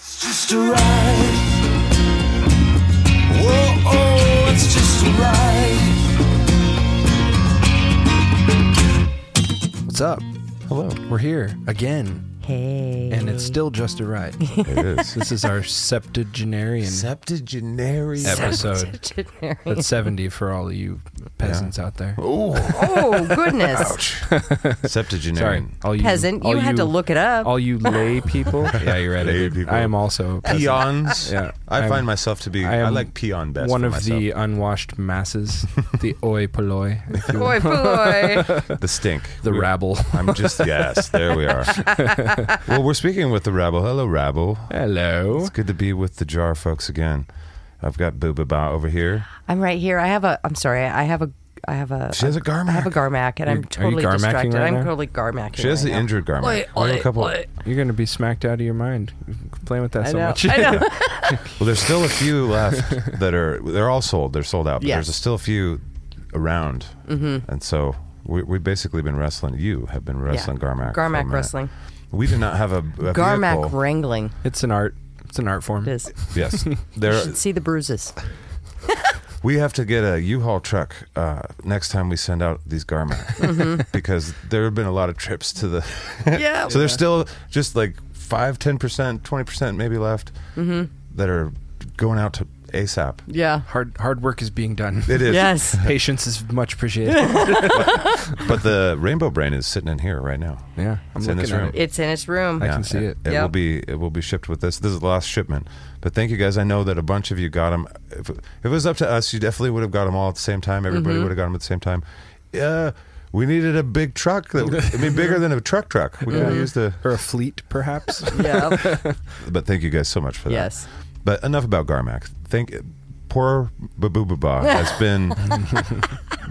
just a ride. Whoa, oh, it's just a ride. What's up? Hello. We're here again, Hey. and it's still just a ride. It is. this is our septuagenarian Septuagenary. episode. That's 70 for all you peasants out there. oh goodness, Sorry, Septuagenarian. all you peasant! all You had to look it up. All you lay people. yeah, you're right. I Lay did. people. I am also a peasant. Peons. Yeah, I I'm- find myself to be. I I, am like peon best. one for of the myself. unwashed masses, the oi polloi, if you will, boy, boy. the stink. uh, the We're- rabble. I'm just yes. There we are. well, we're speaking with the rabble. Hello, rabble. Hello. It's good to be with the jar folks again. I've got Booba Ba over here. I'm right here. I have a. I'm sorry. I have a. I have a. She has a I have a garment. Garmac, and Are I'm you totally Garmacking distracted. right I'm now? totally Garmacking. She has right the injured garment. We have a couple- well, You're going to be smacked out of your mind playing with that now. so much. I know. I know. there's still a few left that are. They're all sold. They're sold out. But Yeah. there's still a few around. Mm-hmm. And so we, we've basically been wrestling. You have been wrestling Garmac. for a Garmac minute. wrestling. We do not have a, a Garmac vehicle. wrangling. it's an art. It's an art form. It is. Yes, You there. should see the bruises. We have to get a U-Haul truck uh, next time we send out these garment because there have been a lot of trips to the. Mm-hmm. Yeah. so there's still just like five, ten percent, twenty percent maybe left Mm-hmm. that are going out to ASAP. Yeah. Hard hard work is being done. It is, Yes. Patience is much appreciated. but the rainbow brain is sitting in here right now. yeah, I'm It's in looking this at room. it. It's in its room. I can see it. It Yep. will be it will be shipped with this. This is the last shipment. But thank you guys. I know that a bunch of you got them. If, if it was up to us, you definitely would have got them all at the same time. Everybody Mm-hmm. would have got them at the same time. Yeah, we needed a big truck. That, I mean, bigger than a truck truck. We Mm-hmm. gotta use the. Or a fleet, perhaps. Yeah. But thank you guys so much for that. yes. But enough about Garmac. Thank poor Babubaba has been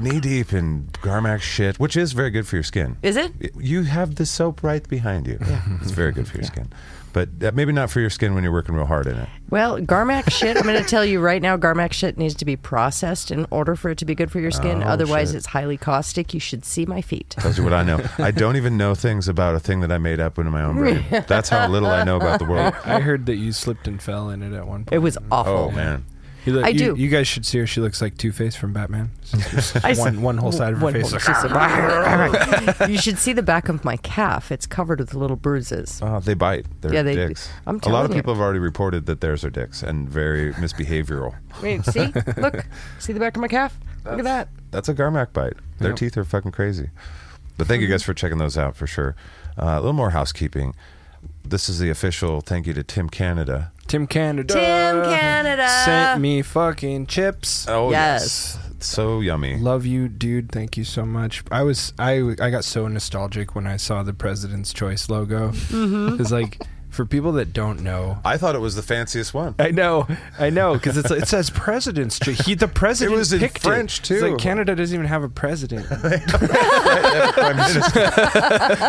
knee deep in Garmac shit, which is very good for your skin. Is it? You have the soap right behind you. It's very good for your skin. But uh, maybe not for your skin when you're working real hard in it. Well, Garmac shit, I'm going to tell you right now, Garmac shit needs to be processed in order for it to be good for your skin. Oh, Otherwise, shit. it's highly caustic. You should see my feet. Tells you what I know. I don't even know things about a thing that I made up in my own brain. That's how little I know about the world. I heard that you slipped and fell in it at one point. It was Oh awful. man. You look- I you- do. You guys should see her. She looks like Two Face from Batman. Just I s- one, one whole side of her one face. whole- like, she's a- you should see the back of my calf. It's covered with little bruises. Oh, they bite. They're Yeah, they- dicks. a I'm lot of telling you. people have already reported that theirs are dicks and very misbehavioral. Wait, see? Look. See the back of my calf? Look at that. That's a Garmac bite. Their Yep. teeth are fucking crazy. But thank you guys for checking those out for sure. Uh, a little more housekeeping. This is the official thank you to Tim Canada. Tim Canada. Tim Canada. Sent me fucking chips. Oh Yes. so yummy. Love you, dude. Thank you so much. I was I I got so nostalgic when I saw the President's Choice logo. Mm-hmm. It's like for people that don't know. I thought it was the fanciest one. I know, I know, because it says president's. Choice. He the president. was in picked French, it. It's too. like Canada doesn't even have a president. Prime Minister.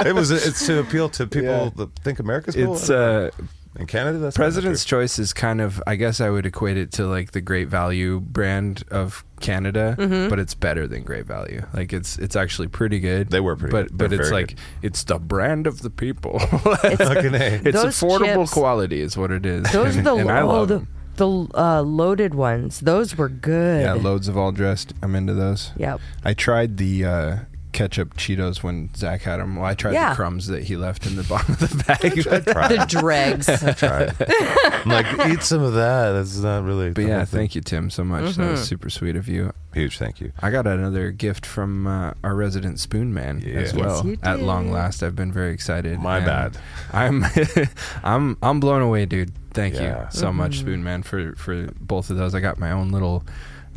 it was. It's to appeal to people Yeah. that think America's cool. It's uh, in Canada. That's not President's Choice is kind of, I guess I would equate it to like the Great Value brand of Canada, Mm-hmm. but it's better than Great Value. Like it's it's actually pretty good. They were pretty but good. but They're it's very like good. it's the brand of the people. true. Fucking A. it's Those affordable chips- quality is what it is. Those are and, the, and I oh, love the, them. the uh, loaded ones. Those were good. Yeah, loads of all dressed. I'm into those. Yep. I tried the uh, ketchup Cheetos when Zach had them. Well, I tried Yeah. the crumbs that he left in the bottom of the bag. but, Try the it. dregs. Try it. I'm like, eat some of that. That's not really. but yeah, thank you, Tim, so much. That Mm-hmm. was super sweet of you. Huge thank you. I got another gift from uh, our resident spoon man Yeah. Yes, as well. you At long did. last, I've been very excited. My and bad. I'm, I'm, I'm blown away, dude. Thank Yeah. you so Mm-hmm. much, spoon man, for for both of those. I got my own little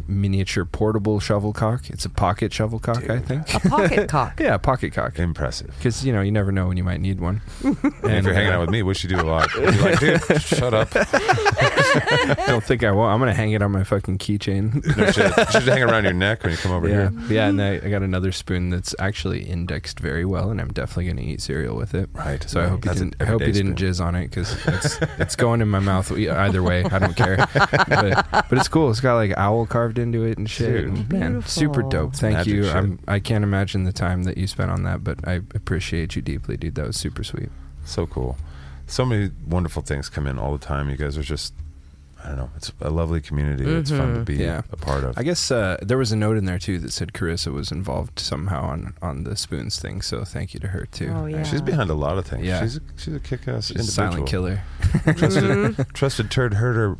miniature portable shovel cock. It's a pocket shovel cock, I think. A pocket cock. yeah, pocket cock. Impressive. Because you know you never know when you might need one. And if you're hanging uh, out with me, which you do a lot, you're like, dude, shut up. I don't think I will. I'm gonna hang it on my fucking keychain. No shit. You should hang around your neck when you come over yeah, here. yeah. And I, I got another spoon that's actually indexed very well, and I'm definitely gonna eat cereal with it. Right. So I hope That's you an didn't. I hope you everyday didn't jizz on it because it's, it's going in my mouth e- either way. I don't care. but, but it's cool. It's got like owl carved into it and shit. Dude. and, man, super Beautiful. dope. Thank Magic you. shit. I'm, I can't imagine the time that you spent on that, but I appreciate you deeply, dude. That was super sweet. So cool. so many wonderful things come in all the time. You guys are just, I don't know, it's a lovely community. It's fun to be Mm-hmm. Yeah. a part of. I guess uh, there was a note in there too that said Carissa was involved somehow on on the spoons thing. So thank you to her too. Oh, yeah. She's behind a lot of things. Uh, Yeah. She's a, she's a kick-ass She's a individual. silent killer. Trusted, trusted turd herder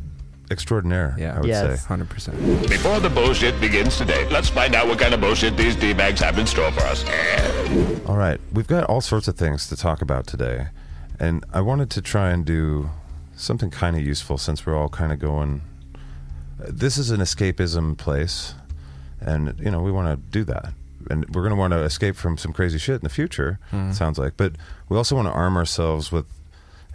extraordinaire. Yeah. I would Yes. say. Hundred percent. Before the bullshit begins today, let's find out what kind of bullshit these D-bags have in store for us. All right, we've got all sorts of things to talk about today, and I wanted to try and do something kind of useful since we're all kind of going. This is an escapism place, and you know we want to do that, and we're going to want to escape from some crazy shit in the future. Mm-hmm. It sounds like, but we also want to arm ourselves with,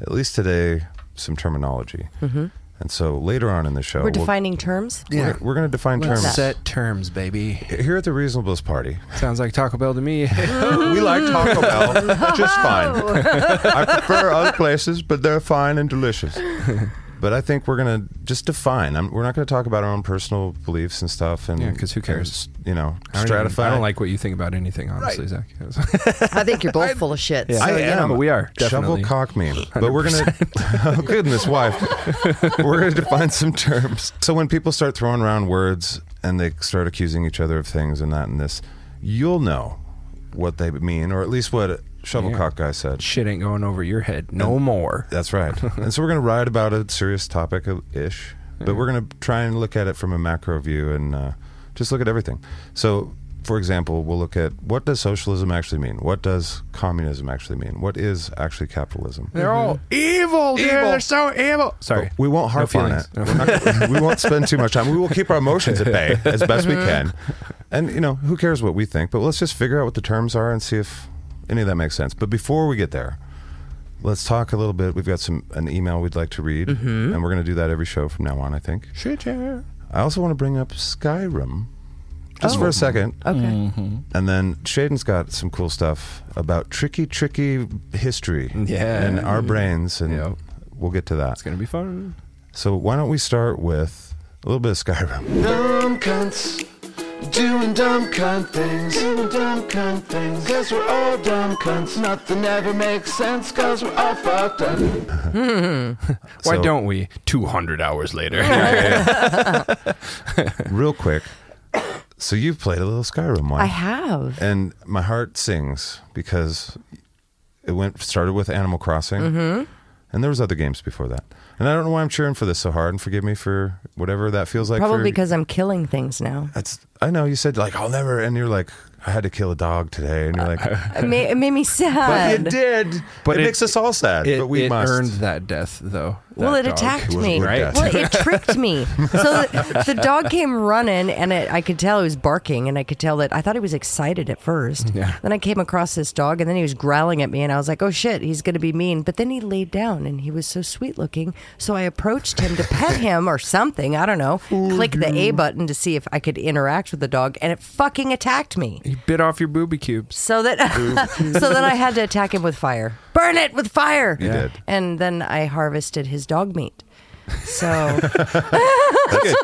at least today, some terminology. Mm-hmm. And so later on in the show, We're we'll- defining terms. we're, we're going to define terms. Set terms, baby. Here at the Reasonablest Party, Sounds like Taco Bell to me. we like Taco Bell just Oh. fine. I prefer other places, but they're fine and delicious. But I think we're gonna just define. I'm, we're not gonna talk about our own personal beliefs and stuff. And Yeah, 'cause who cares? and, you know, I don't, even- stratify. I don't like what you think about anything, honestly, Zach. I think you're both full of shit. Yeah. so- I am. We are, shovel definitely. cock me. But we're gonna. oh, goodness, wife. we're gonna define some terms. So when people start throwing around words and they start accusing each other of things and that and this, you'll know what they mean, or at least what shovel Yeah. cock guy said. Shit ain't going over your head no more. That's right. and so we're going to write about a serious topic of ish, but we're going to try and look at it from a macro view and uh, just look at everything. So, for example, we'll look at what does socialism actually mean? What does communism actually mean? What is actually capitalism? They're all evil, dude. Evil. They're so evil. Sorry. We won't harp no on feelings. it. We're not gonna- we won't spend too much time. We will keep our emotions at bay as best we Mm-hmm. can. And you know, who cares what we think? But let's just figure out what the terms are and see if any of that makes sense. But before we get there, let's talk a little bit. We've got some an email we'd like to read, Mm-hmm. and we're going to do that every show from now on. I think. Shit, yeah. I also want to bring up Skyrim, just Oh. for a second. Uh. Okay. And then Shaden's got some cool stuff about tricky, tricky history Yeah. and our brains, and Yep. we'll get to that. It's gonna be fun. So why don't we start with a little bit of Skyrim? Dumb cunts doing dumb cunt things. Doing dumb cunt things. Cause we're all dumb cunts. Nothing ever makes sense cause we're all fucked up. Why So- don't we? Two hundred hours later. Real quick. So you've played a little Skyrim one. I have. And my heart sings because it went started with Animal Crossing. Mm-hmm. And there was other games before that. And I don't know why I'm cheering for this so hard and forgive me for whatever that feels like. Probably for- because I'm killing things now. that's I know you said like I'll never and you're like I had to kill a dog today and you're like It made, it made me But you sad. did. But Uh, But it, it- makes us all sad. It, but we it must earned that death though. Well, that it dog. attacked was me. good Right? Well, it tricked me. So the, the dog came running, and it, I could tell he was barking, and I could tell that I thought he was excited at first. Yeah. Then I came across this dog, and then he was growling at me, and I was like, "Oh shit, he's going to be mean." But then he laid down, and he was so sweet looking. So I approached him to pet him or something. I don't know. Click the A button to see if I could interact with the dog, and it fucking attacked me. He bit off your booby cubes. So that so that I had to attack him with fire. Burn it with fire. You did. And then I harvested his dog meat. So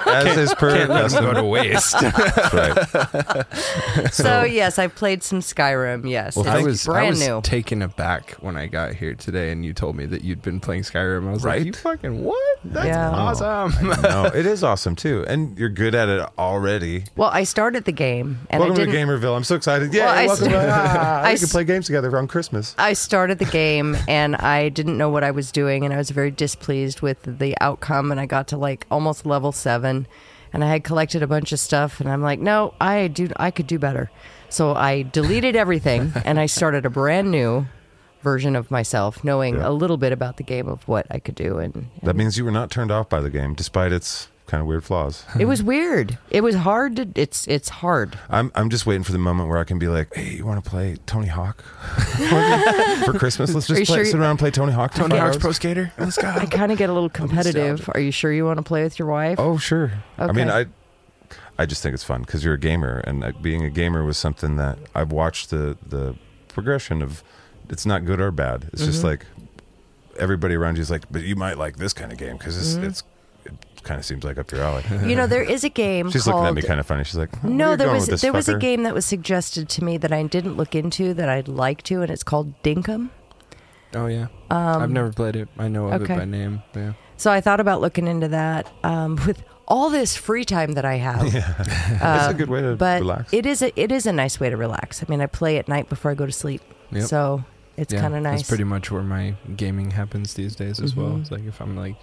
as is per custom. Go to waste. That's right. so yes, I played some Skyrim, yes. Well, it's I was brand I was new. taken aback when I got here today, and you told me that you'd been playing Skyrim. I was Right? like, "You fucking what? That's Yeah. awesome!" no, it is awesome too, and you're good at it already. well, I started the game and welcome I to didn't Gamerville. I'm so excited. Yeah, Well, I welcome. st- Ah, I we can s- play games together on Christmas. I started the game and I didn't know what I was doing and I was very displeased with the outcome and I got to like almost level 7 and I had collected a bunch of stuff and I'm like, "No, I do I could do better." So I deleted everything and I started a brand new version of myself knowing Yeah. a little bit about the game of what I could do and That means you were not turned off by the game, despite its kind of weird flaws. it was weird. It was hard to it's it's hard. I'm I'm just waiting for the moment where I can be like, hey, you want to play Tony Hawk for Christmas? Let's Are you just play, sure you- sit around and play Tony Hawk. for Tony five Hawk's hours? pro skater. Let's go. I kind of get a little competitive. Are you sure you want to play with your wife? Oh sure. I mean I. Okay. I just think it's fun because you're a gamer, and uh, being a gamer was something that I've watched the the progression of. It's not good or bad. It's Mm-hmm. just like everybody around you is like, but you might like this kind of game because it's, Mm-hmm. it's it kind of seems like up your alley. You know, there is a game She's called looking at me kind of funny. She's like, "Where No, you there going was with this there was a fucker?" game that was suggested to me that I didn't look into that I'd like to, and it's called Dinkum. Oh yeah. I've never played it. I know of Um, okay. it by name. Yeah. So I thought about looking into that um, with all this free time that I have. Um, That's a good way to uh, But relax. it is a, it is a nice way to relax. I mean, I play at night before I go to sleep, Yep. so it's yeah, kind of nice. Mm-hmm. That's pretty much where my gaming happens these days as well. It's like if I'm like,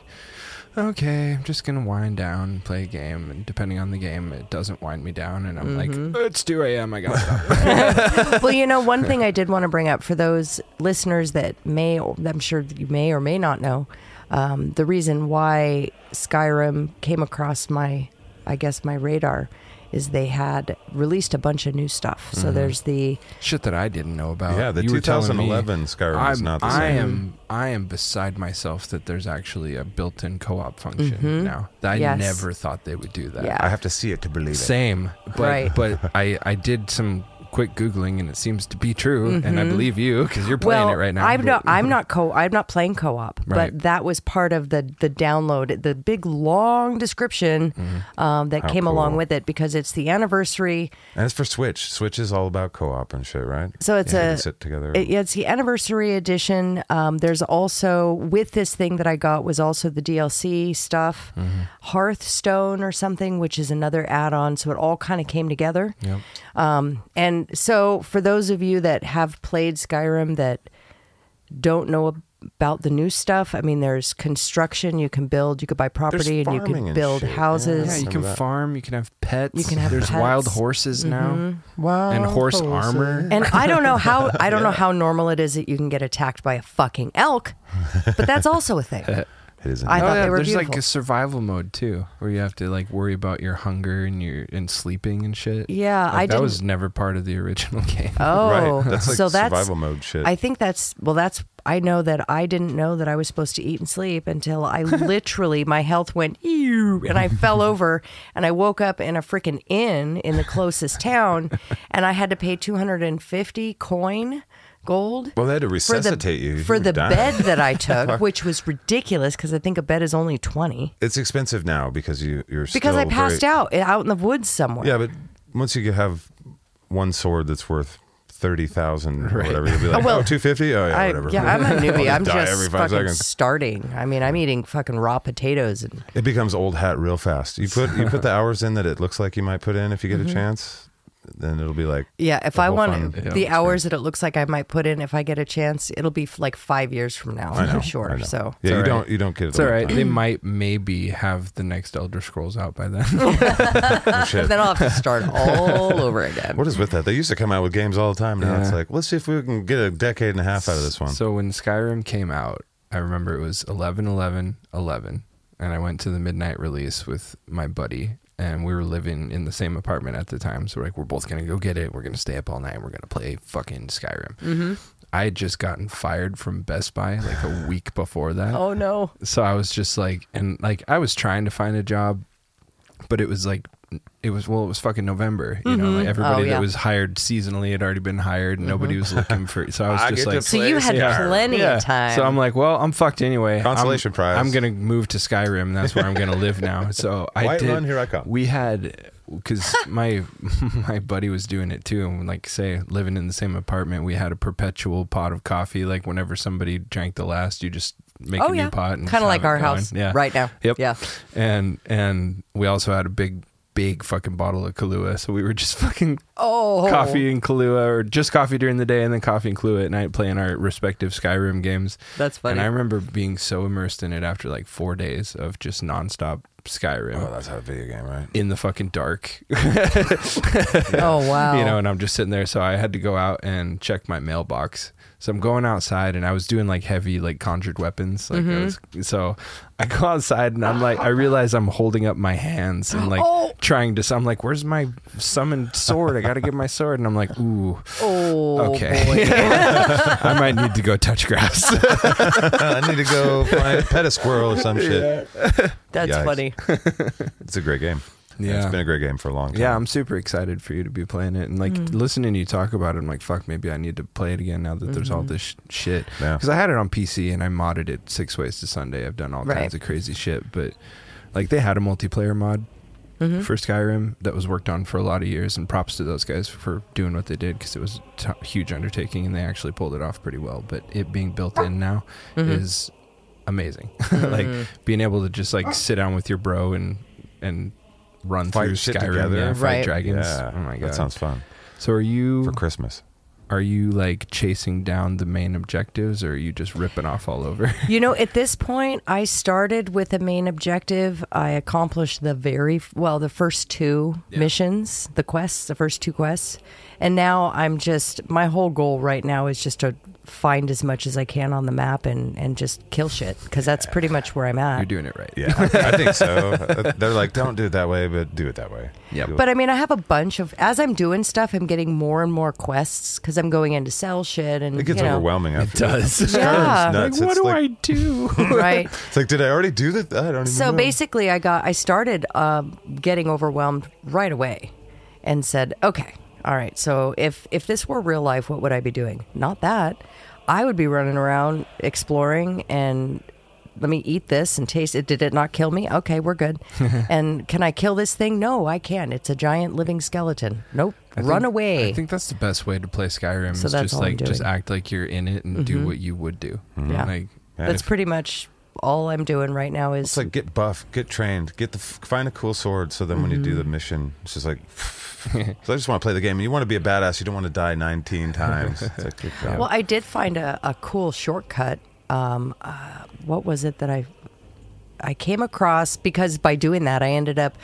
okay, I'm just gonna wind down, play a game, and depending on the game, it doesn't wind me down, and I'm Mm-hmm. like, it's 2 a.m. I got stuff. well, you know, one thing I did want to bring up for those listeners that may, I'm sure that you may or may not know, um, the reason why Skyrim came across my, I guess, my radar is they had released a bunch of new stuff. Mm-hmm. So there's the, shit that I didn't know about. yeah, the You were telling me, 2011 Skyrim is I'm- not the I same. am I am beside myself that there's actually a built-in co-op function now. I Mm-hmm. Yes. never thought they would do that. Yeah. I have to see it to believe it. Same, but Right. but I I did some quick googling and it seems to be true, and I believe you because you're playing Mm-hmm. well, it right now. I'm but- not, I'm not co, I'm not playing co-op, Right. but that was part of the the download, the big long description Mm-hmm. um, that How came along cool. with it because it's the anniversary. And it's for Switch. Switch is all about co-op and shit, right? So it's yeah, you a- can sit together. It- yeah, it's the anniversary edition. Um, there's also with this thing that I got was also the DLC stuff, Mm-hmm. Hearthstone or something, which is another add-on. So it all kind of came together. Yep. Um, and so for those of you that have played Skyrim that don't know about the new stuff, I mean, there's construction. You can build. You could buy property, and you farming could and build shit, yeah. Yeah, houses. you Some can of that. farm. You can have pets. You can have There's wild pets. Mm-hmm. horses now, Wow. and horse armor. And I don't know how I don't know how normal it is that you can get attacked by a fucking elk, but that's also a thing. It is. I indeed. thought they were Oh, there's beautiful. like a survival mode too, where you have to like worry about your hunger and your and sleeping and shit. Yeah, Like, I that didn't- was never part of the original game. Oh, Right. That's like so that's survival mode shit. I think that's well. That's I know that I didn't know that I was supposed to eat and sleep until I literally my health went ew and I fell over and I woke up in a freaking inn in the closest town and I had to pay two hundred and fifty coin gold. well, they had to for the, resuscitate you. You for were the dying. bed that I took, which was ridiculous because I think a bed is only twenty. It's expensive now because you you're Because I still passed very- out eh, out in the woods somewhere. Yeah, but once you have one sword that's worth thirty thousand or whatever, you'll be like, well, oh, 250? Oh, yeah, I, whatever. yeah, I'm a newbie. I'm die just every five fucking seconds. starting. I mean, I'm eating fucking raw potatoes and It becomes old hat real fast. You put you put the hours in that it looks like you might put in if you get a chance, then it'll be like Mm-hmm. Yeah, if the I whole want fun- the hours that it looks like I might put in, if I get a chance, it'll be f- like five years from now. I know, I'm sure. I know. So yeah, you all right. don't you don't get it. It's all right. They might maybe have the next Elder Scrolls out by then. Oh, shit. then I'll have to start all over again. What is with that? They used to come out with games all the time. Now it's Yeah. like, let's see if we can get a decade and a half out of this one. So when Skyrim came out, I remember it was 11 11 11 and I went to the midnight release with my buddy and we were living in the same apartment at the time so we're like we're both going to go get it, we're going to stay up all night and we're going to play fucking Skyrim. Mm-hmm. I had just gotten fired from Best Buy like a week before that oh no! so I was just like, and like I was trying to find a job, but it was like, it was well, it was fucking November. You know, like everybody Oh, yeah. Mm-hmm. that was hired seasonally had already been hired, and nobody was looking for. So I was I just get to like, play So you had Skyrim. plenty yeah. of time. So I'm like, well, I'm fucked anyway. Consolation I'm, prize. I'm gonna move to Skyrim. That's where I'm gonna live now. So I White did. run, here I come. We had because my my buddy was doing it too, and like say living in the same apartment, we had a perpetual pot of coffee. Like whenever somebody drank the last, you just make Oh, a yeah. new pot and Kinda have like it our going. house right now. Yep. Yeah. And and we also had a big. Big fucking bottle of Kahlua, so we were just fucking oh, coffee and Kahlua, or just coffee during the day and then coffee and Kahlua at night, playing our respective Skyrim games. That's funny. And I remember being so immersed in it after like four days of just nonstop Skyrim Oh, that's how a video game, right? in the fucking dark, you Oh wow! know. And I'm just sitting there, so I had to go out and check my mailbox. So I'm going outside, and I was doing like heavy, like conjured weapons. Like I Mm-hmm. was, so, I go outside, and I'm like, I realize I'm holding up my hands and like Oh. trying to. So I'm like, where's my summoned sword? I got to get my sword, and I'm like, ooh, oh, okay. boy. I might need to go touch grass. Uh, I need to go find, pet a squirrel or some shit. that's Yikes. funny. It's a great game. Yeah. It's been a great game for a long time. yeah, I'm super excited for you to be playing it and like listening to you talk about it. I'm like, fuck, maybe I need to play it again now that there's all this sh- shit. Yeah. Because I had it on PC and I modded it six ways to Sunday. I've done all Right. kinds of crazy shit, but like they had a multiplayer mod for Skyrim that was worked on for a lot of years, and props to those guys for doing what they did because it was a t- huge undertaking and they actually pulled it off pretty well. But it being built in now is amazing. like being able to just like sit down with your bro and and run Fight through shit Skyrim, together. yeah, fight Right. dragons. Yeah. Oh my god, Mm. That sounds fun so are you for Christmas. are you like chasing down the main objectives, or are you just ripping off all over? You know, at this point, I started with a main objective. I accomplished the very well, the first two missions, the quests, the first two quests. And now I'm just, my whole goal right now is just to find as much as I can on the map and, and just kill shit because that's pretty much where I'm at. You're doing it right. Yeah, I think so. Uh, They're like, don't do it that way, but do it that way. Yeah. Do it- But I mean, I have a bunch of, as I'm doing stuff, I'm getting more and more quests because I'm going in to sell shit and it gets you know, overwhelming. After It does. Yeah. Nuts. Like, what It's do like- I do? Right. It's like, did I already do that? I don't even. So know. basically, I got I started uh, getting overwhelmed right away, and said, "Okay, all right. So if if this were real life, what would I be doing? Not that. I would be running around exploring and." Let me eat this and taste it. Did it not kill me? Okay, we're good. and can I kill this thing? No, I can't. It's a giant living skeleton. Nope. I Run think- away. I think that's the best way to play Skyrim. So is that's just all I'm like just doing. act like you're in it and do what you would do. Yeah. Like That's pretty much all I'm doing right now is It's like get buff, get trained, get the f- find a cool sword. So then when you do Mm-hmm. the mission, it's just like. so I just want to play the game, and you want to be a badass. You don't want to die nineteen times. It's like, good God. Well, I did find a, a cool shortcut. Um, uh, what was it that I I came across? Because by doing that, I ended up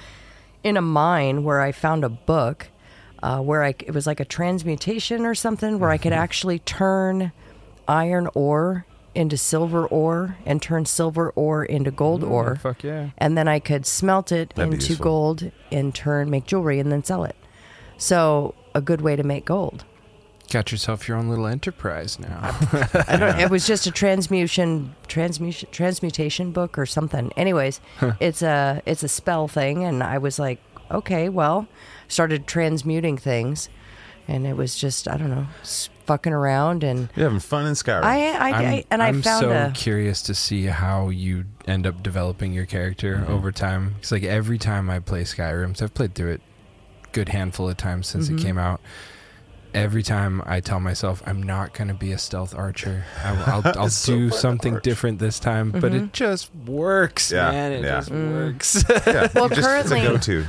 in a mine where I found a book uh, where I it was like a transmutation or something where I Mm-hmm. could actually turn iron ore into silver ore and turn silver ore into gold ore. fuck yeah. And then I could smelt it Mm, That'd be into useful. gold and turn make jewelry and then sell it. So a good way to make gold. got yourself your own little enterprise now. I don't, it was just a transmutation, transmutation, transmutation book or something. Anyways, it's a it's a spell thing, and I was like, okay, well, started transmuting things, and it was just I don't know, s- fucking around, and You're having fun in Skyrim. I I, I- I'm- and I I'm found so a curious to see how you end up developing your character Mm-hmm. over time. It's like every time I play Skyrim, so I've played through it a good handful of times since Mm-hmm. it came out. Every time I tell myself I'm not going to be a stealth archer, I, will- I'll, I'll do It's so fun to something arch. different this time. But Mm-hmm. it just works, Yeah, man. It yeah. just works. yeah, Well, you just, currently- it's a go-to.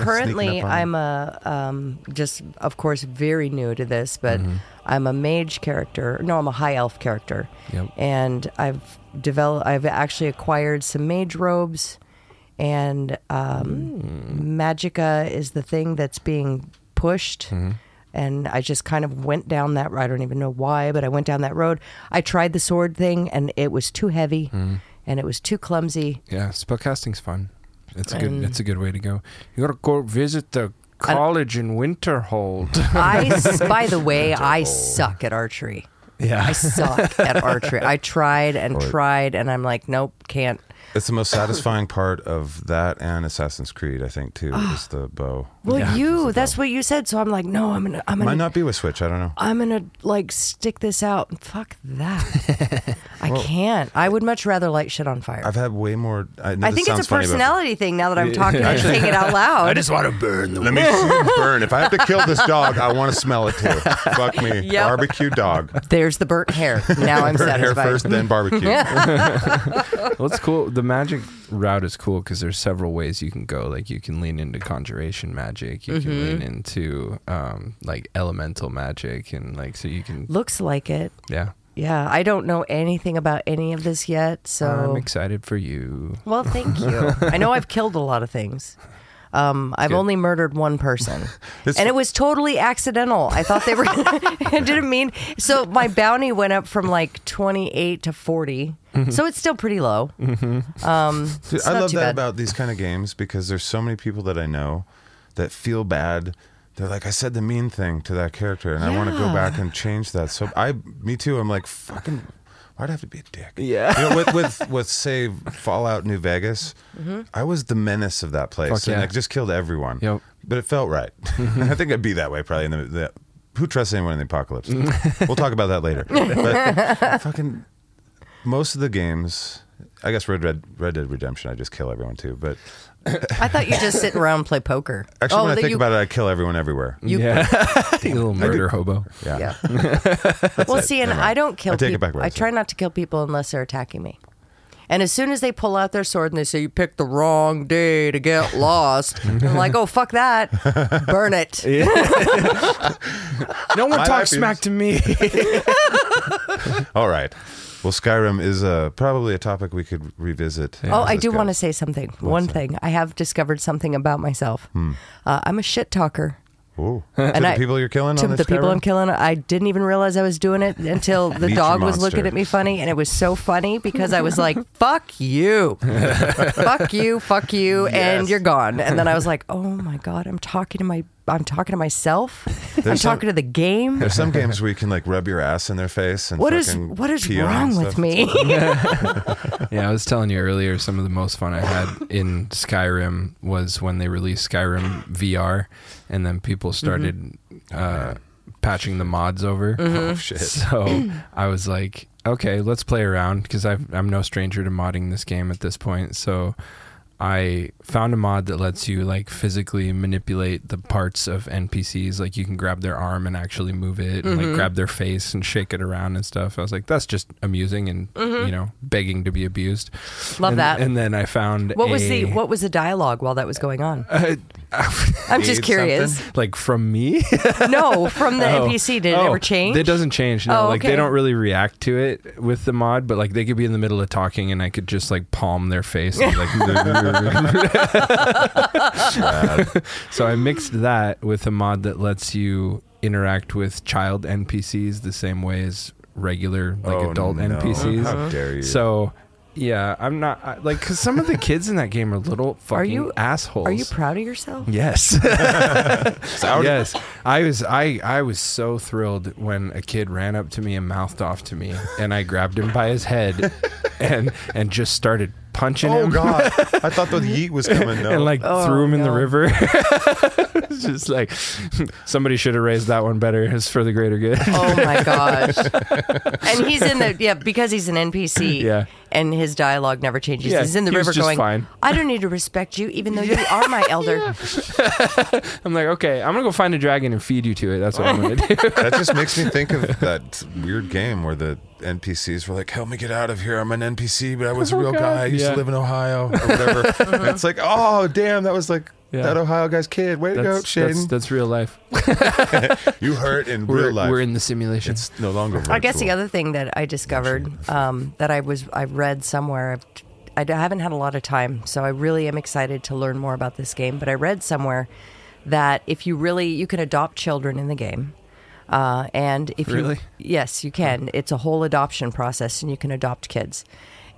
currently Sneaking up on I'm a um, just of course very new to this, but Mm-hmm. I'm a mage character. No, I'm a high elf character, Yep. and I've developed. I've actually acquired some mage robes, and um, magica is the thing that's being pushed. And I just kind of went down that. I don't even know why, but I went down that road. I tried the sword thing, and it was too heavy, and it was too clumsy. Yeah, spellcasting's fun. It's a good. it's a good way to go. You gotta go visit the don't- college in Winterhold. I, s- by the way, I suck at archery. I yeah, suck at archery. I tried and tried, and I'm like, nope, can't. It's the most satisfying part of that and Assassin's Creed, I think, too, is the bow. Ah. Well, Yeah. you, that's what you said. So I'm like, no, I'm gonna, I'm gonna, Might not be with Switch. I don't know. I'm gonna like stick this out. Fuck that. I can't. I would much rather light shit on fire. I've had way more. uh, I, know I this think it's sounds a funny, but- personality thing. Now that I'm talking and saying it out loud. want to burn the. Let me see you burn. If I have to kill this dog, I want to smell it too. Fuck me. Yep. Barbecue dog. There's the burnt hair. Now I'm Burn hair satisfied. first, then barbecue. Well, it's cool. The magic route is cool because there's several ways you can go. Like you can lean into conjuration magic. You can lean Mm-hmm. into um, like elemental magic, and like so you can. Looks like it. Yeah, Yeah, I don't know anything about any of this yet. So I'm excited for you. Well, thank you. I know I've killed a lot of things. Um, I've good. only murdered one person, It's- and it was totally accidental. I thought they were. I didn't mean. So my bounty went up from like twenty eight to 40 so it's still pretty low. Um, Dude, it's Mm-hmm. I not love too that bad. about these kind of games because there's so many people that I know that feel bad. They're like, I said the mean thing to that character, and I want to go Yeah. back and change that. So I, me too. I'm like, fucking, why'd I have to be a dick? Yeah. You know, with with with say Fallout New Vegas, Mm-hmm. I was the menace of that place, Fuck and yeah. I just killed everyone. Yep. But it felt right. I think I'd be that way probably in the. the who trusts anyone in the apocalypse? we'll talk about that later. But fucking most of the games I guess Red, Red, Red Dead Redemption, I just kill everyone too. But I thought you just sit around and play poker. actually, when I Oh, that think you, about it, I kill everyone everywhere. You- yeah, you little murder hobo. Yeah. Yeah. well, see, and I don't kill I take it people. back what I I try not to kill people unless they're attacking me. And as soon as they pull out their sword and they say, You picked the wrong day to get lost, I'm like, Oh, fuck that. Burn it. No My one talks life is- smack to me. All right. Well, Skyrim is uh, probably a topic we could revisit. Oh, I do want to say something. One thing. I have discovered something about myself. Hmm. Uh, I'm a shit talker. Ooh. And to I- the people you're killing to on the this people Skyrim? I'm killing. I didn't even realize I was doing it until the Meet your dog was monster. looking at me funny, and it was so funny because I was like, "Fuck you, fuck you, fuck you," and you're gone. And then I was like, "Oh my god, I'm talking to my, I'm talking to myself. some- I'm talking to the game. There's some games where you can like rub your ass in their face and What is fucking what is pee on them wrong and with stuff. me? Yeah, I was telling you earlier, some of the most fun I had in Skyrim was when they released Skyrim VR, and then people Mm-hmm. started uh, patching the mods over. Oh, shit. So I was like, okay, let's play around because I'm no stranger to modding this game at this point. So I found a mod that lets you like physically manipulate the parts of NPCs. Like you can grab their arm and actually move it, and Mm-hmm. like grab their face and shake it around and stuff. I was like, that's just amusing and you know begging to be abused. Mm-hmm. Love And- that. And then I found What was a- the what was the dialogue while that was going on? I'm just Need curious. something? like from me. no, from the Oh. NPC, did it Oh, ever change? It doesn't change. No, Oh, like okay. they don't really react to it with the mod, but like they could be in the middle of talking and I could just like palm their face. And, like, so I mixed that with a mod that lets you interact with child NPCs the same way as regular like Oh, adult no. NPCs. How dare you. So. Yeah, I'm not I, like because some of the kids in that game are little fucking Are you- assholes. Are you proud of yourself? Yes. out. yes. I was I I was so thrilled when a kid ran up to me and mouthed off to me and I grabbed him by his head and and just started punching Oh him god. I thought the yeet was coming. No. and like Oh, threw him in the no. river. It's just like somebody should have raised that one better. It's for the greater good. Oh my gosh. and he's in the yeah, because he's an NPC. Yeah. And his dialogue never changes. Yeah, he's in the he was river just going, fine. I don't need to respect you even though you are my elder. I'm like, okay, I'm gonna go find a dragon and feed you to it. That's what I'm gonna do. that just makes me think of that weird game where the NPCs were like, "Help me get out of here! I'm an NPC, but I was a real Oh, God. guy. I used Yeah. to live in Ohio or whatever." And it's like, "Oh, damn! That was like Yeah. that Ohio guy's kid. Way to go, That's, that's, Shaden! that's real life. you hurt in We're, real life. we're in the simulation. it's no longer." Virtual. I guess the other thing that I discovered um, that I was I read somewhere I've, I d- I haven't had a lot of time, so I really am excited to learn more about this game. But I read somewhere that if you really you can adopt children in the game, uh, and if Really? you yes you can, it's a whole adoption process, and you can adopt kids,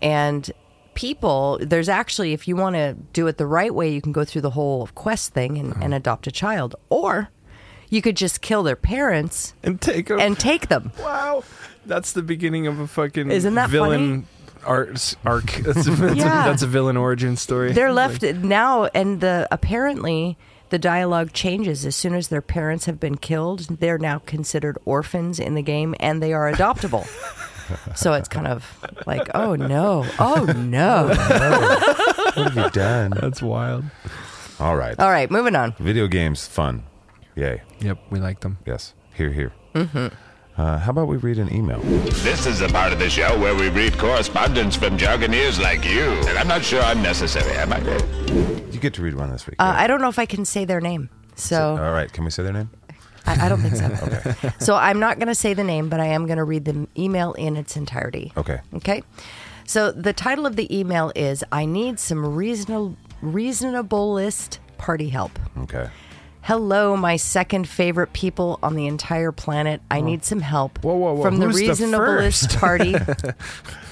and people there's actually if you want to do it the right way you can go through the whole quest thing and, and adopt a child or you could just kill their parents and take a and take them Wow, that's the beginning of a fucking Isn't that villain art arc. That's a, that's, Yeah. a, that's a villain origin story. They're left now, and the apparently the dialogue changes as soon as their parents have been killed. They're now considered orphans in the game, and they are adoptable. so it's kind of like, oh no, oh no. What have you done? That's wild. All right. All right, moving on. Video games, fun. Yay. Yep, we like them. Yes. Here, here. Mm-hmm. Uh, how about we read an email? This is the part of the show where we read correspondence from jargoneers like you. And I'm not sure I'm necessary, am I? You get to read one this week. Uh, I don't know if I can say their name, so All right. Can we say their name? I, I don't think so. So I'm not going to say the name, but I am going to read the email in its entirety. Okay. Okay. So the title of the email is I need some reasonable reasonable list party help. Okay. Hello, my second favorite people on the entire planet. I need some help Oh. Whoa, whoa, whoa. from the Who's the reasonablest first? party.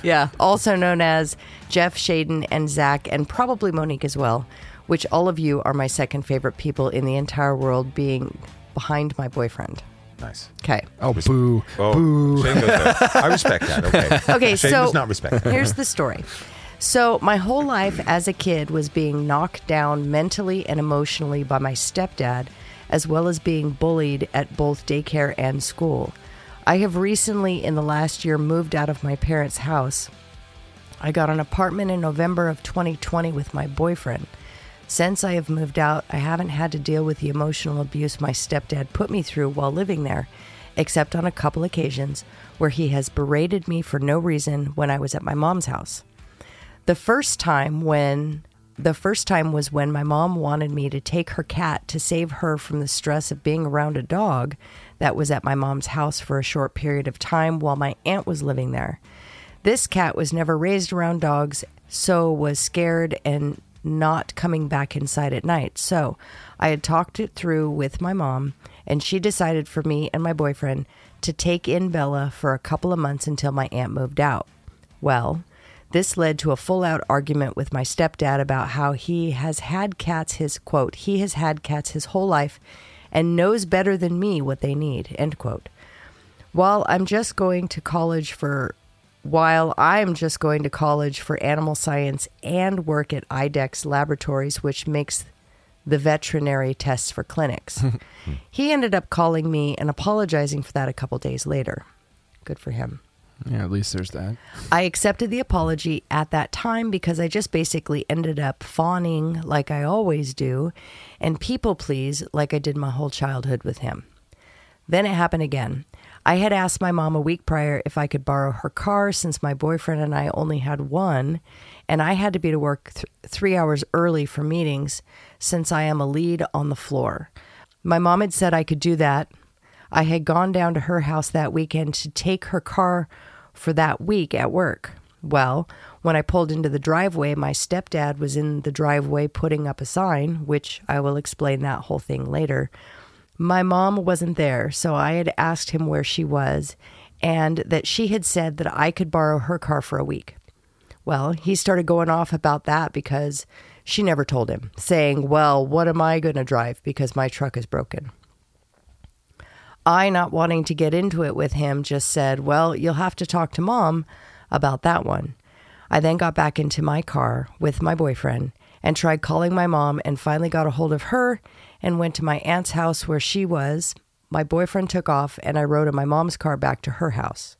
yeah, also known as Jeff Shaden and Zach, and probably Monique as well. Which all of you are my second favorite people in the entire world, being behind my boyfriend. Nice. Okay. Oh, boo. Oh, Shane goes there. I respect that. Okay. Okay, Shane so does not respect that. Here's the story. So, my whole life as a kid was being knocked down mentally and emotionally by my stepdad, as well as being bullied at both daycare and school. I have recently, in the last year, moved out of my parents' house I got an apartment in November of 2020 with my boyfriend. Since I have moved out, I haven't had to deal with the emotional abuse my stepdad put me through while living there, except on a couple occasions where he has berated me for no reason when I was at my mom's house. The first time when the first time was when my mom wanted me to take her cat to save her from the stress of being around a dog that was at my mom's house for a short period of time while my aunt was living there. This cat was never raised around dogs, so was scared and not coming back inside at night. So I had talked it through with my mom, and she decided for me and my boyfriend to take in Bella for a couple of months until my aunt moved out. Well, this led to a full out argument with my stepdad about how he has had cats his quote, he has had cats his whole life and knows better than me what they need, end quote. While I'm just going to college for while I'm just going to college for animal science and work at IDEX laboratories, which makes the veterinary tests for clinics. he ended up calling me and apologizing for that a couple days later. Good for him. Yeah, at least there's that. I accepted the apology at that time because I just basically ended up fawning like I always do and people please like I did my whole childhood with him. Then it happened again. I had asked my mom a week prior if I could borrow her car since my boyfriend and I only had one, and I had to be to work th- three hours early for meetings since I am a lead on the floor. My mom had said I could do that. I had gone down to her house that weekend to take her car for that week at work. Well, when I pulled into the driveway, my stepdad was in the driveway putting up a sign, which I will explain that whole thing later. My mom wasn't there, so I had asked him where she was and that she had said that I could borrow her car for a week. Well, he started going off about that because she never told him, saying, Well, what am I going to drive because my truck is broken? I, not wanting to get into it with him, just said, Well, you'll have to talk to mom about that one. I then got back into my car with my boyfriend and tried calling my mom and finally got a hold of her and went to my aunt's house where she was. My boyfriend took off and I rode in my mom's car back to her house.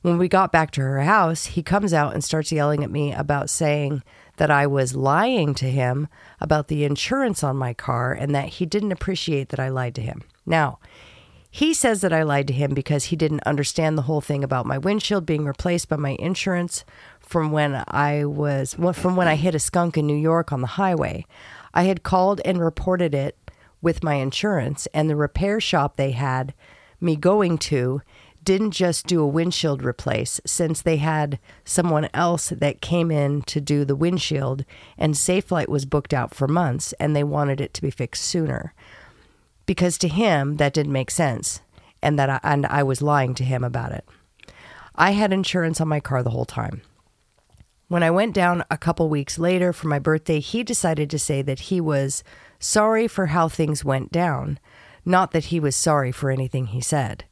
When we got back to her house, he comes out and starts yelling at me about saying that I was lying to him about the insurance on my car and that he didn't appreciate that I lied to him. Now, he says that I lied to him because he didn't understand the whole thing about my windshield being replaced by my insurance from when I was well, from when I hit a skunk in New York on the highway. I had called and reported it with my insurance and the repair shop they had me going to didn't just do a windshield replace since they had someone else that came in to do the windshield and Safe Flight was booked out for months and they wanted it to be fixed sooner because to him that didn't make sense and that I, and I was lying to him about it. I had insurance on my car the whole time. When I went down a couple weeks later for my birthday, he decided to say that he was sorry for how things went down, not that he was sorry for anything he said.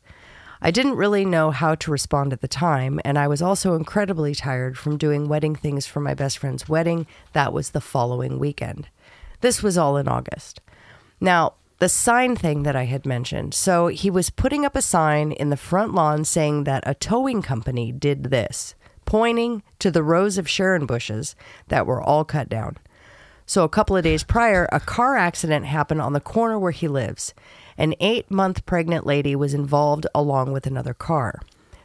I didn't really know how to respond at the time, and I was also incredibly tired from doing wedding things for my best friend's wedding. That was the following weekend. This was all in August. Now, the sign thing that I had mentioned. So he was putting up a sign in the front lawn saying that a towing company did this, pointing to the rows of Sharon bushes that were all cut down. So a couple of days prior, a car accident happened on the corner where he lives. An eight month pregnant lady was involved along with another car.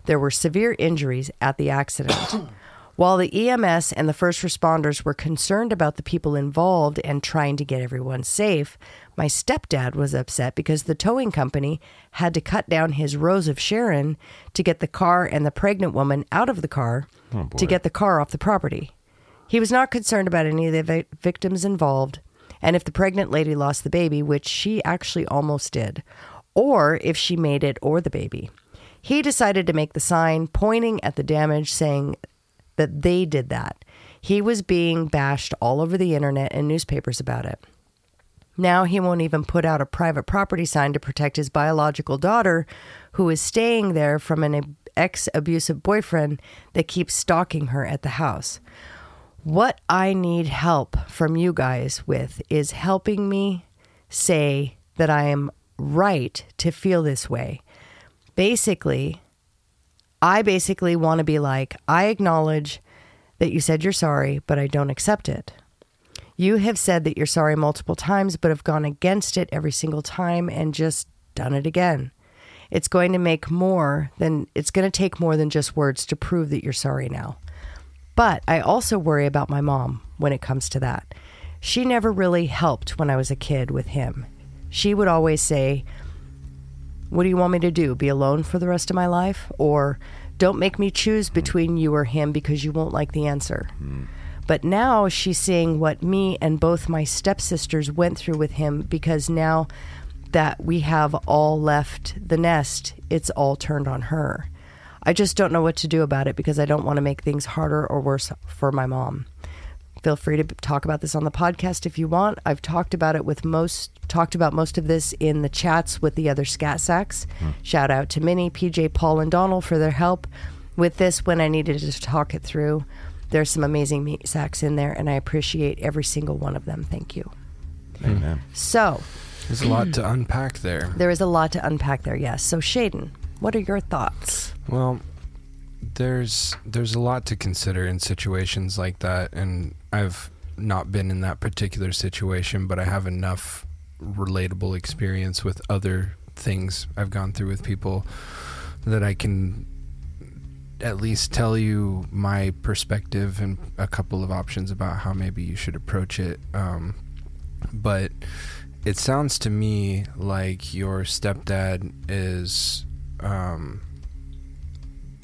There were severe injuries at the accident. While the EMS and the first responders were concerned about the people involved and trying to get everyone safe, my stepdad was upset because the towing company had to cut down his rows of Sharon to get the car and the pregnant woman out of the car to get the car off the property. He was not concerned about any of the vi- victims involved, and if the pregnant lady lost the baby, which she actually almost did, or if she made it or the baby. He decided to make the sign pointing at the damage, saying that they did that. He was being bashed all over the internet and newspapers about it. Now he won't even put out a private property sign to protect his biological daughter, who is staying there from an ex abusive boyfriend that keeps stalking her at the house. What I need help from you guys with is helping me say that I am right to feel this way. Basically, I basically want to be like, I acknowledge that you said you're sorry, but I don't accept it. You have said that you're sorry multiple times, but have gone against it every single time and just done it again. It's going to make more than it's going to take more than just words to prove that you're sorry now. But I also worry about my mom when it comes to that. She never really helped when I was a kid with him. She would always say, What do you want me to do? Be alone for the rest of my life? Or don't make me choose between you or him because you won't like the answer. But now she's seeing what me and both my stepsisters went through with him because now that we have all left the nest, it's all turned on her. I just don't know what to do about it because I don't want to make things harder or worse for my mom. Feel free to b- talk about this on the podcast if you want. I've talked about it with most talked about most of this in the chats with the other scat sacks. Shout out to Minnie, PJ, Paul, and Donald for their help with this when I needed to talk it through. There's some amazing meat sacks in there, and I appreciate every single one of them. Thank you. Amen. Hmm. So There's a lot to unpack there. there is a lot to unpack there, yes. So Shaden, what are your thoughts? Well, there's there's a lot to consider in situations like that, and I've not been in that particular situation, but I have enough relatable experience with other things I've gone through with people that I can at least tell you my perspective and a couple of options about how maybe you should approach it. Um, but it sounds to me like your stepdad is um,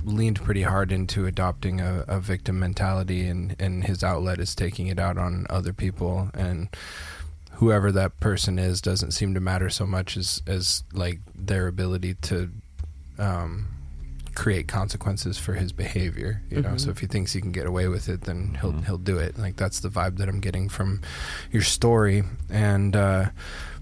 leaned pretty hard into adopting a, a victim mentality and, and his outlet is taking it out on other people and whoever that person is doesn't seem to matter so much as, as like their ability to um, create consequences for his behavior you know so if he thinks he can get away with it then he'll he'll do it like that's the vibe that I'm getting from your story and uh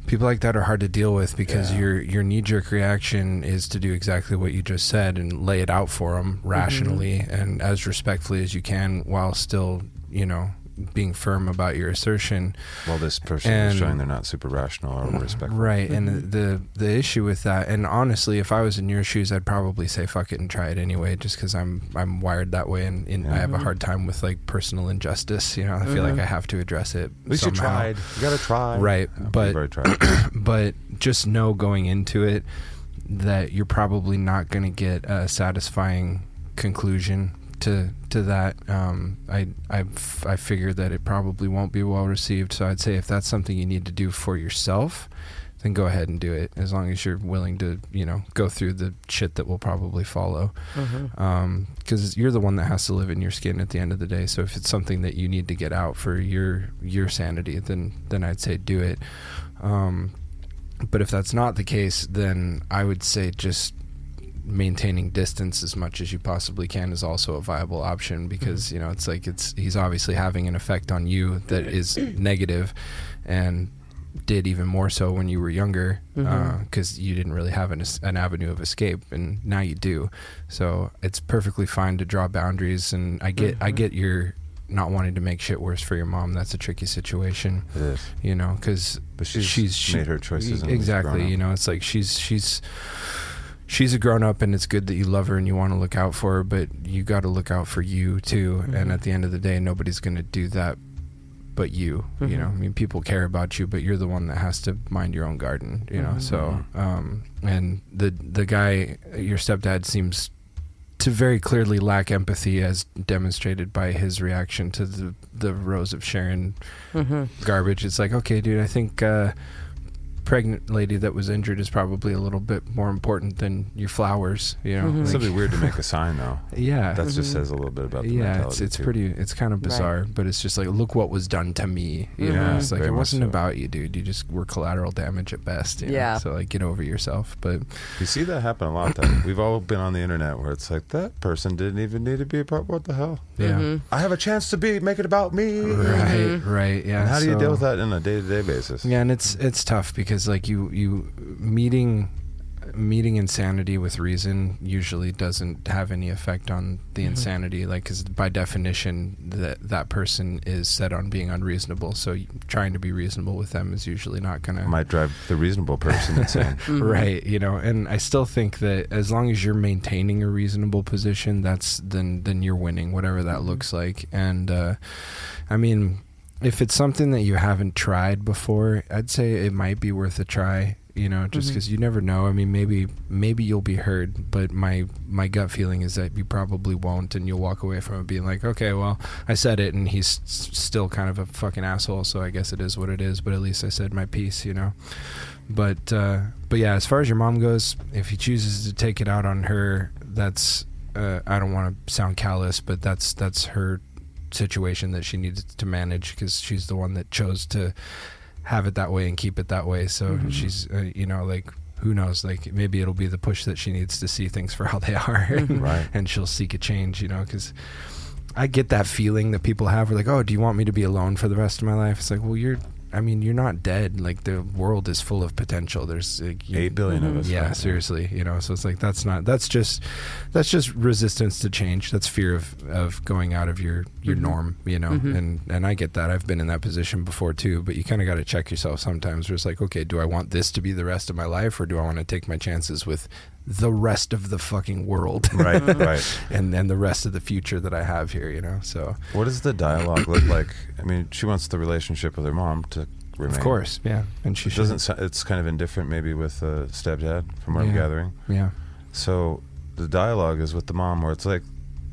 people like that are hard to deal with because your your knee jerk reaction is to do exactly what you just said and lay it out for them rationally and as respectfully as you can while still you know being firm about your assertion Well, this person is And- showing they're not super rational or respectful. right and the the issue with that and honestly if i was in your shoes i'd probably say fuck it and try it anyway just because i'm i'm wired that way and, and i have a hard time with like personal injustice you know i feel like i have to address it At least somehow. you tried. You got to try. Right, Yeah, but- you've already tried. but just know going into it that you're probably not going to get a satisfying conclusion to to that. Um, I I f- I figure that it probably won't be well received. So I'd say if that's something you need to do for yourself, then go ahead and do it. As long as you're willing to, you know, go through the shit that will probably follow because you're the one that has to live in your skin at the end of the day. So if it's something that you need to get out for your your sanity, then then I'd say do it. Um, but if that's not the case, then I would say just maintaining distance as much as you possibly can is also a viable option because you know it's like it's he's obviously having an effect on you that is negative and did even more so when you were younger because you didn't really have an, an avenue of escape and now you do so it's perfectly fine to draw boundaries and i get i get your not wanting to make shit worse for your mom that's a tricky situation It is. you know because But she's made her choices and exactly grown up. you know it's like she's she's she's a grown up and it's good that you love her and you want to look out for her but you got to look out for you too and at the end of the day nobody's going to do that but you you know i mean people care about you but you're the one that has to mind your own garden you know so um and the the guy your stepdad seems to very clearly lack empathy as demonstrated by his reaction to the the rose of sharon garbage it's like okay dude i think uh pregnant lady that was injured is probably a little bit more important than your flowers you know It's Like, something weird to make a sign though. yeah That Mm-hmm. just says a little bit about the yeah, mentality. it's it's too. pretty. It's kind of bizarre, but it's just like, look what was done to me. You know, Yeah, it's like very it much wasn't so. about you, dude. You just were collateral damage at best. you know? Yeah. So like, get over yourself. But You see that happen a lot. Though we've all been on the internet where it's like that person didn't even need to be a part. What the hell? yeah, I have a chance to be. Make it about me. right, right. Yeah. And how do you so- deal with that on a day to day basis? Yeah, and it's it's tough because like you you meeting meeting insanity with reason usually doesn't have any effect on the insanity like because by definition that that person is set on being unreasonable so y- trying to be reasonable with them is usually not gonna might drive the reasonable person insane. Mm-hmm. right you know and i still think that as long as you're maintaining a reasonable position that's then then you're winning whatever that looks like and uh i mean if it's something that you haven't tried before i'd say it might be worth a try you know just because you never know i mean maybe maybe you'll be heard but my my gut feeling is that you probably won't and you'll walk away from it being like okay well i said it and he's s- still kind of a fucking asshole so i guess it is what it is but at least i said my piece you know but uh, but yeah, as far as your mom goes, if he chooses to take it out on her, that's uh, I don't want to sound callous, but that's that's her situation that she needs to manage because she's the one that chose to have it that way and keep it that way. So she's uh, you know like who knows like maybe it'll be the push that she needs to see things for how they are, and, Right. and she'll seek a change. You know because. I get that feeling that people have. We're like, oh, do you want me to be alone for the rest of my life? It's like, well, you're. I mean, you're not dead. Like the world is full of potential. There's like, you- Eight billion of us. Yeah, right? seriously. You know, so it's like that's not. That's just. That's just resistance to change. That's fear of of going out of your your Mm-hmm. norm. You know, and and I get that. I've been in that position before too. But you kind of got to check yourself sometimes. Where it's like, okay, do I want this to be the rest of my life, or do I want to take my chances with the rest of the fucking world? Right, right. and then the rest of the future that I have here, you know. So What does the dialogue look like? I mean, she wants the relationship with her mom to remain. of course, yeah, and she It should- doesn't. so- It's kind of indifferent, maybe, with uh, stepdad, from what I'm Yeah. gathering. Yeah, So the dialogue is with the mom, where it's like,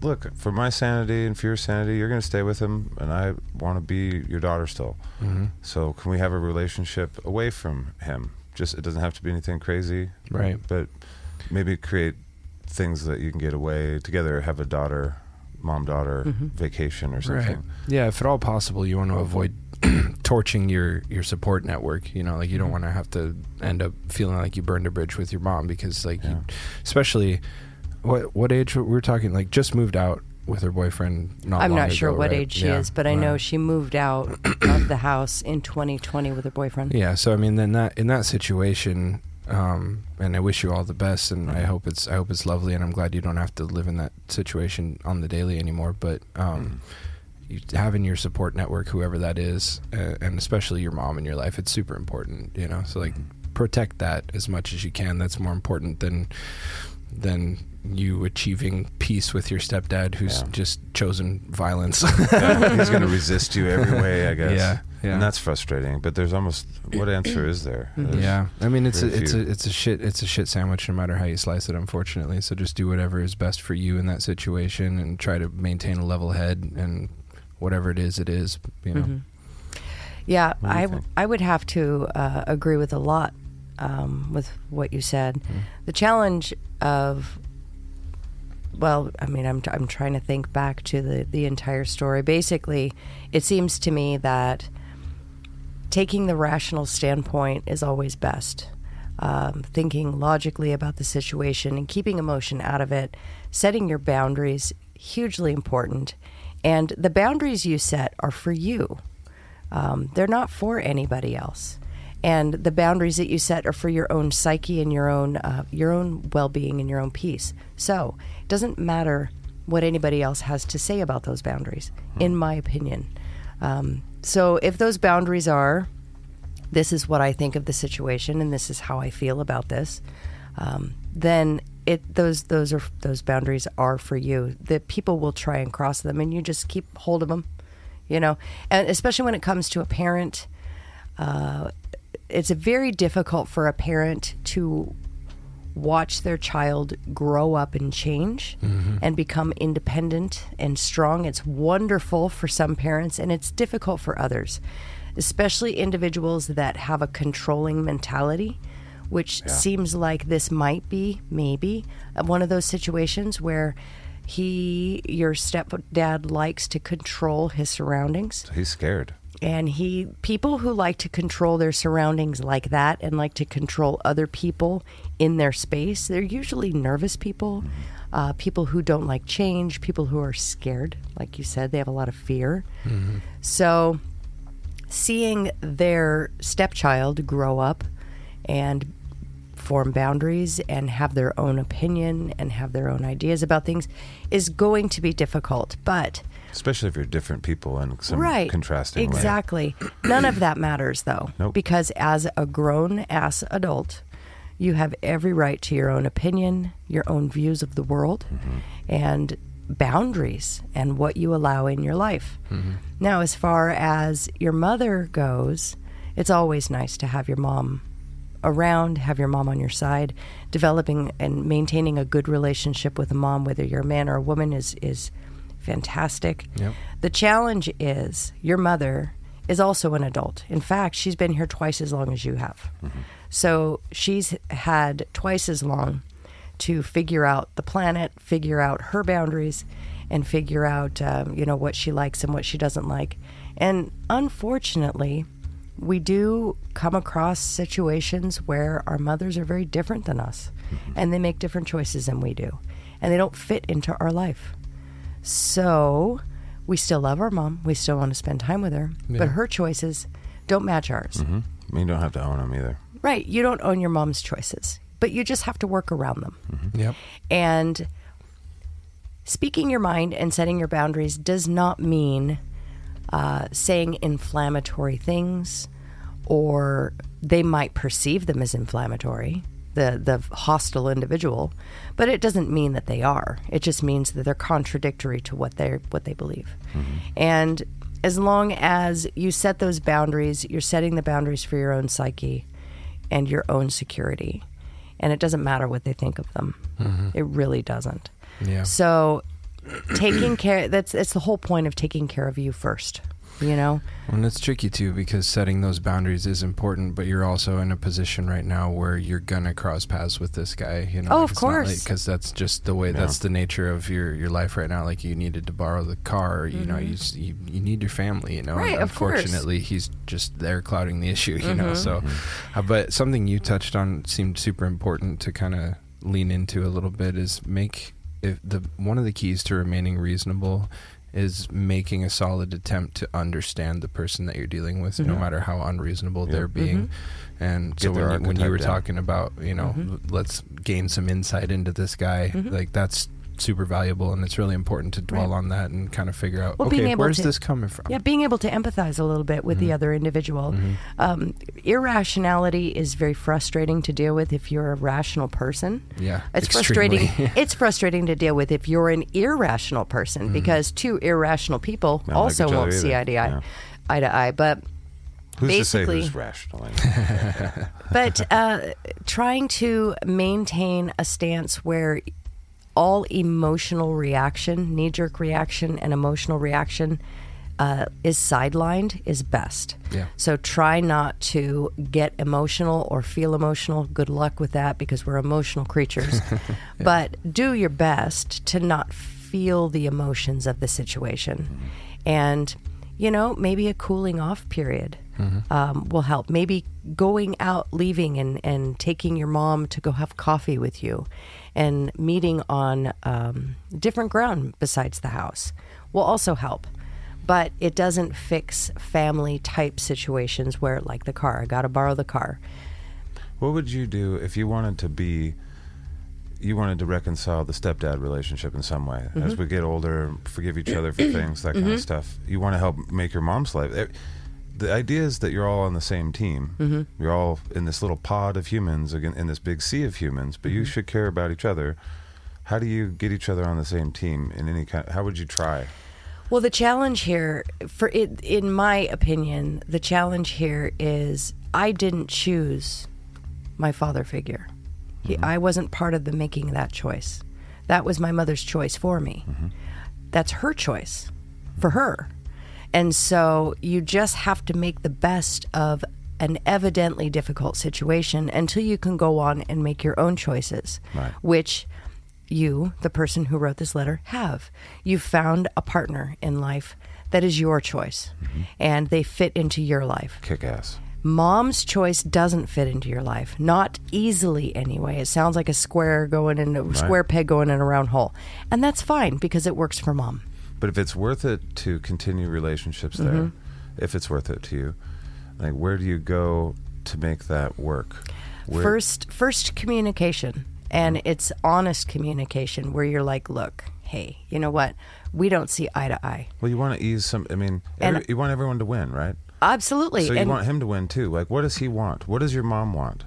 "Look, for my sanity and for your sanity, you're going to stay with him, and I want to be your daughter still. Mhm. So can we have a relationship away from him? Just it doesn't have to be anything crazy, right. but maybe create things that you can get away together. Have a daughter, mom daughter vacation or something. Right. Yeah, if at all possible, you want to avoid torching your your support network. You know, like Mm-hmm. you don't want to have to end up feeling like you burned a bridge with your mom because, like, you, especially what what age we were talking? Like, just moved out with her boyfriend. Not I'm long not sure ago, what right? age she Yeah. is, but I Wow. know she moved out of the house in 2020 with her boyfriend. Yeah, so I mean, then that in that situation, um, and I wish you all the best, and I hope it's I hope it's lovely, and I'm glad you don't have to live in that situation on the daily anymore. But um, you, having your support network, whoever that is, uh, and especially your mom in your life, it's super important. You know, so like protect that as much as you can. That's more important than than you achieving peace with your stepdad, who's Yeah. just chosen violence. He's going to resist you every way, I guess. Yeah, yeah. And that's frustrating. But there's almost what answer is there? There's- Mm-hmm. Yeah, I mean it's a, Very it's few. a it's a shit it's a shit sandwich no matter how you slice it. Unfortunately, so just do whatever is best for you in that situation and try to maintain a level head and whatever it is, it is. You know, Mm-hmm. Yeah, do you I, think? I would have to uh, agree with a lot um, with what you said. Mm-hmm. The challenge of, well, I mean, I'm, I'm trying to think back to the, the entire story. Basically, it seems to me that taking the rational standpoint is always best. Um, thinking logically about the situation and keeping emotion out of it, setting your boundaries, hugely important. And the boundaries you set are for you. Um, they're not for anybody else. And the boundaries that you set are for your own psyche and your own uh, your own well being and your own peace. So it doesn't matter what anybody else has to say about those boundaries, in my opinion. Um, so if those boundaries are, this is what I think of the situation, and this is how I feel about this, um, then it those those are those boundaries are for you. That people will try and cross them, and you just keep hold of them, you know. And especially when it comes to a parent, uh, it's very difficult for a parent to watch their child grow up and change and become independent and strong. It's wonderful for some parents and it's difficult for others, especially individuals that have a controlling mentality, which seems like this might be maybe uh, one of those situations where he, your stepdad, likes to control his surroundings He's scared. and he people who like to control their surroundings like that and like to control other people in their space they're usually nervous people uh, people who don't like change people who are scared like you said they have a lot of fear so seeing their stepchild grow up and form boundaries and have their own opinion and have their own ideas about things is going to be difficult. But especially if you're different people and some contrasting. way. exactly none of that matters though Nope. because as a grown ass adult you have every right to your own opinion your own views of the world Mm-hmm. and boundaries and what you allow in your life Mm-hmm. now as far as your mother goes it's always nice to have your mom around have your mom on your side developing and maintaining a good relationship with a mom whether you're a man or a woman is is fantastic Yep. the challenge is your mother is also an adult. In fact, she's been here twice as long as you have. So she's had twice as long to figure out the planet, figure out her boundaries, and figure out um, you know what she likes and what she doesn't like. And unfortunately, we do come across situations where our mothers are very different than us, and they make different choices than we do, and they don't fit into our life. So we still love our mom. We still want to spend time with her, but her choices don't match ours. You don't have to own them either. Right. You don't own your mom's choices, but you just have to work around them. Mm-hmm. Yep. And speaking your mind and setting your boundaries does not mean uh, saying inflammatory things, or they might perceive them as inflammatory. The the hostile individual, but it doesn't mean that they are. It just means that they're contradictory to what they are what they believe. And as long as you set those boundaries, you're setting the boundaries for your own psyche and your own security. And it doesn't matter what they think of them. It really doesn't. Yeah. So taking care that's it's the whole point of taking care of you first. You know? And it's tricky too because setting those boundaries is important, but you're also in a position right now where you're gonna cross paths with this guy. You know, Oh, of course. because that's just the way. That's the nature of your your life right now. Like you needed to borrow the car. You know, you, s- you you need your family. You know, Mm-hmm. Right, And of course. unfortunately, he's just there clouding the issue. You know, Mm-hmm. so. Mm-hmm. Uh, but something you touched on seemed super important to kind of lean into a little bit is make if the one of the keys to remaining reasonable is making a solid attempt to understand the person that you're dealing with, Mm-hmm. no matter how unreasonable they're being. And so Get their when you, when you archetype were down. talking about, you know, l- Mm-hmm. let's gain some insight into this guy, like that's super valuable and it's really important to dwell on that and kind of figure out Well, being okay able where's to- this coming from Yeah, being able to empathize a little bit with Mm-hmm. the other individual. Um, irrationality is very frustrating to deal with if you're a rational person. Yeah, it's extremely. frustrating. it's frustrating to deal with if you're an irrational person because two irrational people Not Mm-hmm. like also each other won't see either. eye to eye, Yeah. eye to eye. But Who's to say Basically- who's rational? but uh, trying to maintain a stance where all emotional reaction, knee jerk reaction, and emotional reaction uh, is sidelined is best. Yeah. So try not to get emotional or feel emotional. Good luck with that because we're emotional creatures. But do your best to not feel the emotions of the situation. And, you know, maybe a cooling off period um, will help. Maybe going out, leaving, and, and taking your mom to go have coffee with you and meeting on um, different ground besides the house will also help. But it doesn't fix family type situations where, like the car, I got to borrow the car. What would you do if you wanted to be, you wanted to reconcile the stepdad relationship in some way? As we get older, forgive each other for things, that kind of stuff. You want to help make your mom's life. eh, The idea is that you're all on the same team. You're all in this little pod of humans, again, in this big sea of humans, but you should care about each other. How do you get each other on the same team in any kind? How would you try? Well, the challenge here, for it, in my opinion, the challenge here is I didn't choose my father figure. He, I wasn't part of the making that choice. That was my mother's choice for me. That's her choice for her. And so you just have to make the best of an evidently difficult situation until you can go on and make your own choices, Right. which you, the person who wrote this letter, have. You've found a partner in life that is your choice and they fit into your life. Kick ass. Mom's choice doesn't fit into your life, not easily anyway. It sounds like a square going in a square peg going in a round hole. And that's fine because it works for mom. But if it's worth it to continue relationships there, Mm-hmm. if it's worth it to you, like where do you go to make that work? Where- First, first communication, Mm. and it's honest communication where you're like, look, hey, you know what? We don't see eye to eye. Well, you want to ease some. I mean, And- every, you want everyone to win, right? Absolutely. So you and want him to win too. Like, what does he want? What does your mom want?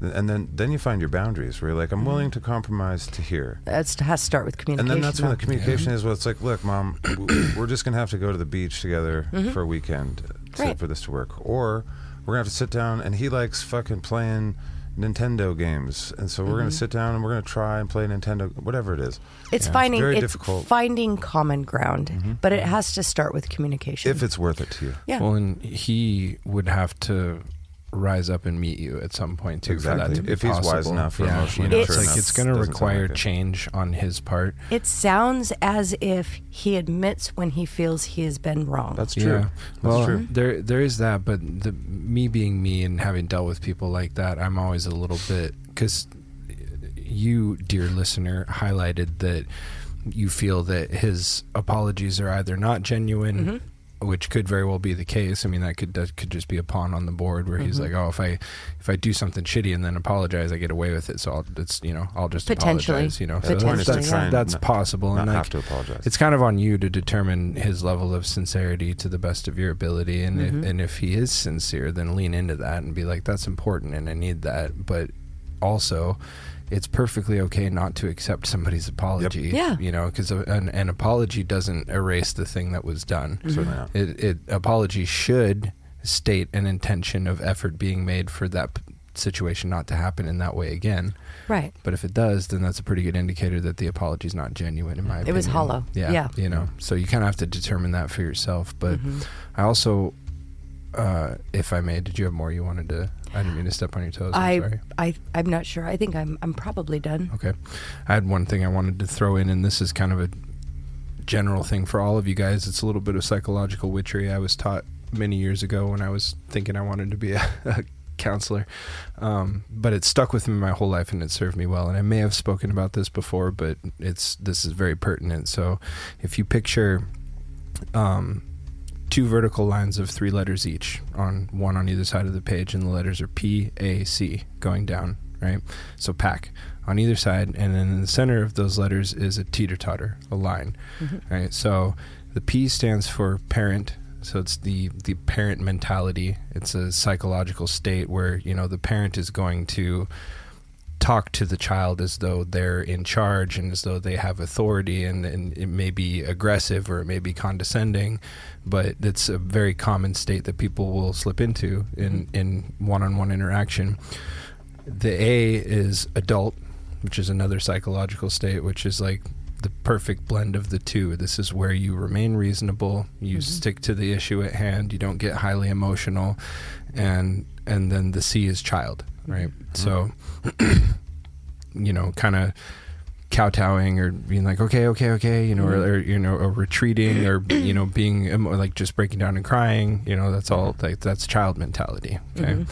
Th- And then, then you find your boundaries where you're like, I'm Mm-hmm. willing to compromise to here. that's has to start with And then communication. that's when the though. communication is. Where it's like, look, mom, w- we're just gonna have to go to the beach together Mm-hmm. for a weekend to, Right. for this to work, or we're gonna have to sit down. And he likes fucking playing Nintendo games, and so we're Mm-hmm. gonna sit down and we're gonna try and play Nintendo, whatever it is. it's finding very it's difficult. Mm-hmm. finding common ground, but it has to start with communication. If it's worth it to you. yeah, Well, and he would have to rise up and meet you at some point too for Exactly. that to be if he's wise possible. enough or yeah, emotionally you know, mature it's like enough, it's going to doesn't sound require like it. change on his part. it sounds as if he admits when he feels he has been wrong. That's true. Yeah. That's well, true. there there is that, but the me being me and having dealt with people like that, I'm always a little bit because you, dear listener, highlighted that you feel that his apologies are either not genuine. Mm-hmm. Which could very well be the case. I mean, that could that could just be a pawn on the board where Mm-hmm. he's like, "Oh, if I if I do something shitty and then apologize, I get away with it." So I'll it's you know I'll just Potentially. apologize. You know, so The point that's is to that's, try and that's not- possible. not and like, have to apologize. It's kind of on you to determine his level of sincerity to the best of your ability and if, and if he is sincere then lean into that and be like that's important and I need that but also it's perfectly okay not to accept somebody's apology Yeah. you know because an, an apology doesn't erase the thing that was done Certainly not. it, it apology should state an intention of effort being made for that p- situation not to happen in that way again right. but if it does, then that's a pretty good indicator that the apology's not genuine, in my opinion. was hollow. Yeah. Yeah. Mm-hmm. You know, so you kind of have to determine that for yourself. But I also, uh, if I may, did you have more you wanted to? I didn't mean to step on your toes. I'm I, sorry. I, I'm not sure. I think I'm, I'm probably done. Okay. I had one thing I wanted to throw in, and this is kind of a general thing for all of you guys. It's a little bit of psychological witchery I was taught many years ago when I was thinking I wanted to be a, a counselor. Um, but it stuck with me my whole life and it served me well. And I may have spoken about this before, but it's this is very pertinent. So if you picture um, two vertical lines of three letters each on one on either side of the page and the letters are p a c going down right so pack on either side and then in the center of those letters is a teeter-totter a line right so the p stands for parent so it's the the parent mentality it's a psychological state where you know the parent is going to talk to the child as though they're in charge and as though they have authority and, and it may be aggressive or it may be condescending but it's a very common state that people will slip into in in one-on-one interaction the a is adult which is another psychological state which is like the perfect blend of the two this is where you remain reasonable you stick to the issue at hand you don't get highly emotional and and then the c is child right so you know, kind of kowtowing or being like, okay, okay, okay, you know, or, or you know, or retreating or you know, being emo- like just breaking down and crying. You know, that's all like that's child mentality. Okay,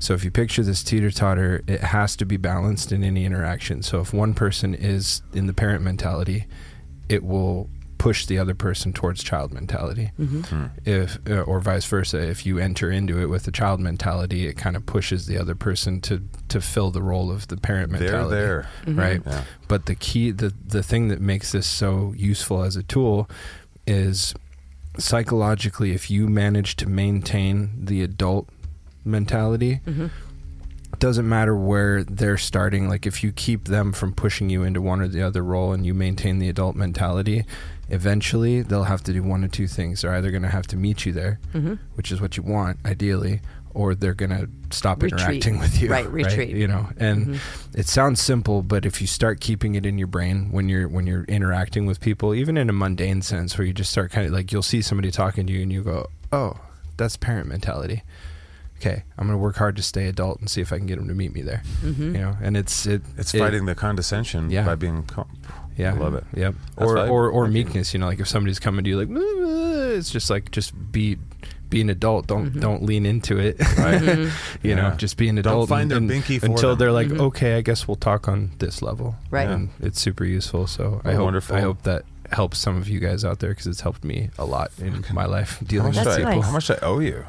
so if you picture this teeter totter, it has to be balanced in any interaction. So if one person is in the parent mentality, it will push the other person towards child mentality Hmm. if uh, or vice versa if you enter into it with the child mentality it kind of pushes the other person to to fill the role of the parent They're mentality there. right Yeah. but the key the the thing that makes this so useful as a tool is psychologically if you manage to maintain the adult mentality Mm-hmm. doesn't matter where they're starting like if you keep them from pushing you into one or the other role and you maintain the adult mentality eventually they'll have to do one or two things they're either going to have to meet you there Mm-hmm. which is what you want ideally or they're going to stop Retreat. interacting with you Right, retreat. Mm-hmm. you know and it sounds simple but if you start keeping it in your brain when you're when you're interacting with people even in a mundane sense where you just start kind of like you'll see somebody talking to you and you go oh that's parent mentality okay i'm going to work hard to stay adult and see if i can get them to meet me there Mm-hmm. you know and it's it, It's it- fighting the condescension Yeah. by being. Com- yeah I love it. yep That's or fine. or or meekness you know like if somebody's coming to you like "Ugh," it's just like just be be an adult don't Mm-hmm. don't lean into it you know Yeah. just be an Don't adult find and- their and- binky for until them. they're like okay i guess we'll talk on this level Mm-hmm. Right. and it's super useful so i Well, hope wonderful. i hope that helps some of you guys out there because it's helped me a lot in my life dealing with How much, That's do people. I, nice. how much do I owe you?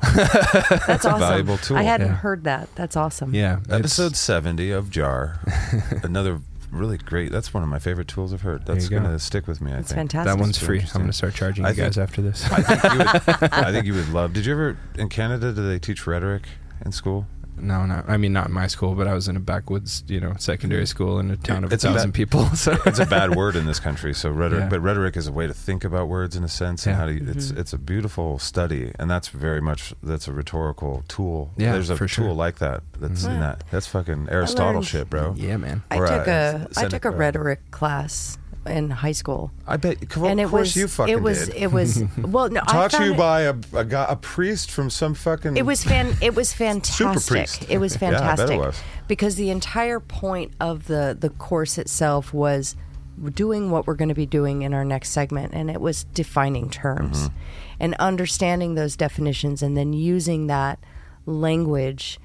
That's awesome. valuable tool. I hadn't Yeah. heard that. That's awesome. Yeah, it's- Episode 70 of Jar. Another really great. That's one of my favorite tools I've heard. That's you go. going to stick with me, I It's think. fantastic. That one's super free. I'm interesting. gonna start charging I you guys think- after this. I think, you would, I think you would love. Did you ever, in Canada, do they teach rhetoric in school? no, no. I mean, not in my school, but I was in a backwoods, you know, secondary school in a town of Hmm. It's a a thousand bad- people. So It's a bad word in this country, so rhetoric. Yeah. But rhetoric is a way to think about words in a sense, and Yeah. how to, Mm-hmm. it's it's a beautiful study, and that's very much that's a rhetorical tool. Yeah, There's a for tool sure. like that. That's in Mhm. that. That's fucking Aristotle learned- shit, bro. yeah, man. I Or, took uh, a I Seneca. took a rhetoric class in high school, I bet. Of and it course, was you fucking it was did. it was well no I Taught found you it, by a a, guy, a priest from some fucking. It was fan. It was fantastic. priest. It was Yeah, I bet it fantastic. was. Because the entire point of the the course itself was doing what we're going to be doing in our next segment, and it was defining terms Mm-hmm. and understanding those definitions, and then using that language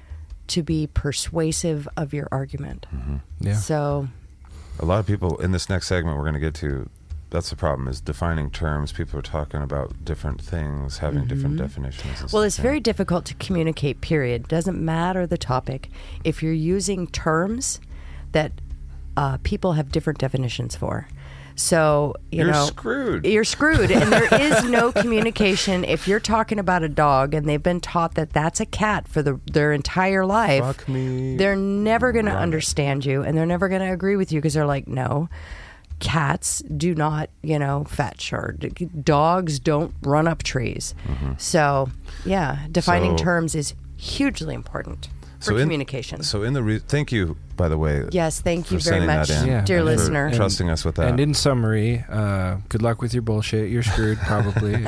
to be persuasive of your argument. Yeah. So a lot of people in this next segment we're going to get to that's the problem is defining terms people are talking about different things having different definitions and Mm-hmm. Well, stuff, it's yeah. very difficult to communicate, period. Doesn't matter the topic. If you're using terms that uh, people have different definitions for. So, you You're know, screwed. You're screwed. And there is no communication. If you're talking about a dog and they've been taught that that's a cat for the, their entire life, Fuck me. they're never going to understand you and they're never going to agree with you because they're like, no, cats do not, you know, fetch or d- dogs don't run up trees. So, yeah, defining Mm-hmm. So- terms is hugely important for in- communication. so in the re- thank you by the way yes, thank for you very sending much, that in. Yeah, dear for- listener. And- trusting us with that And in summary, uh, good luck with your bullshit. You're screwed, probably. my,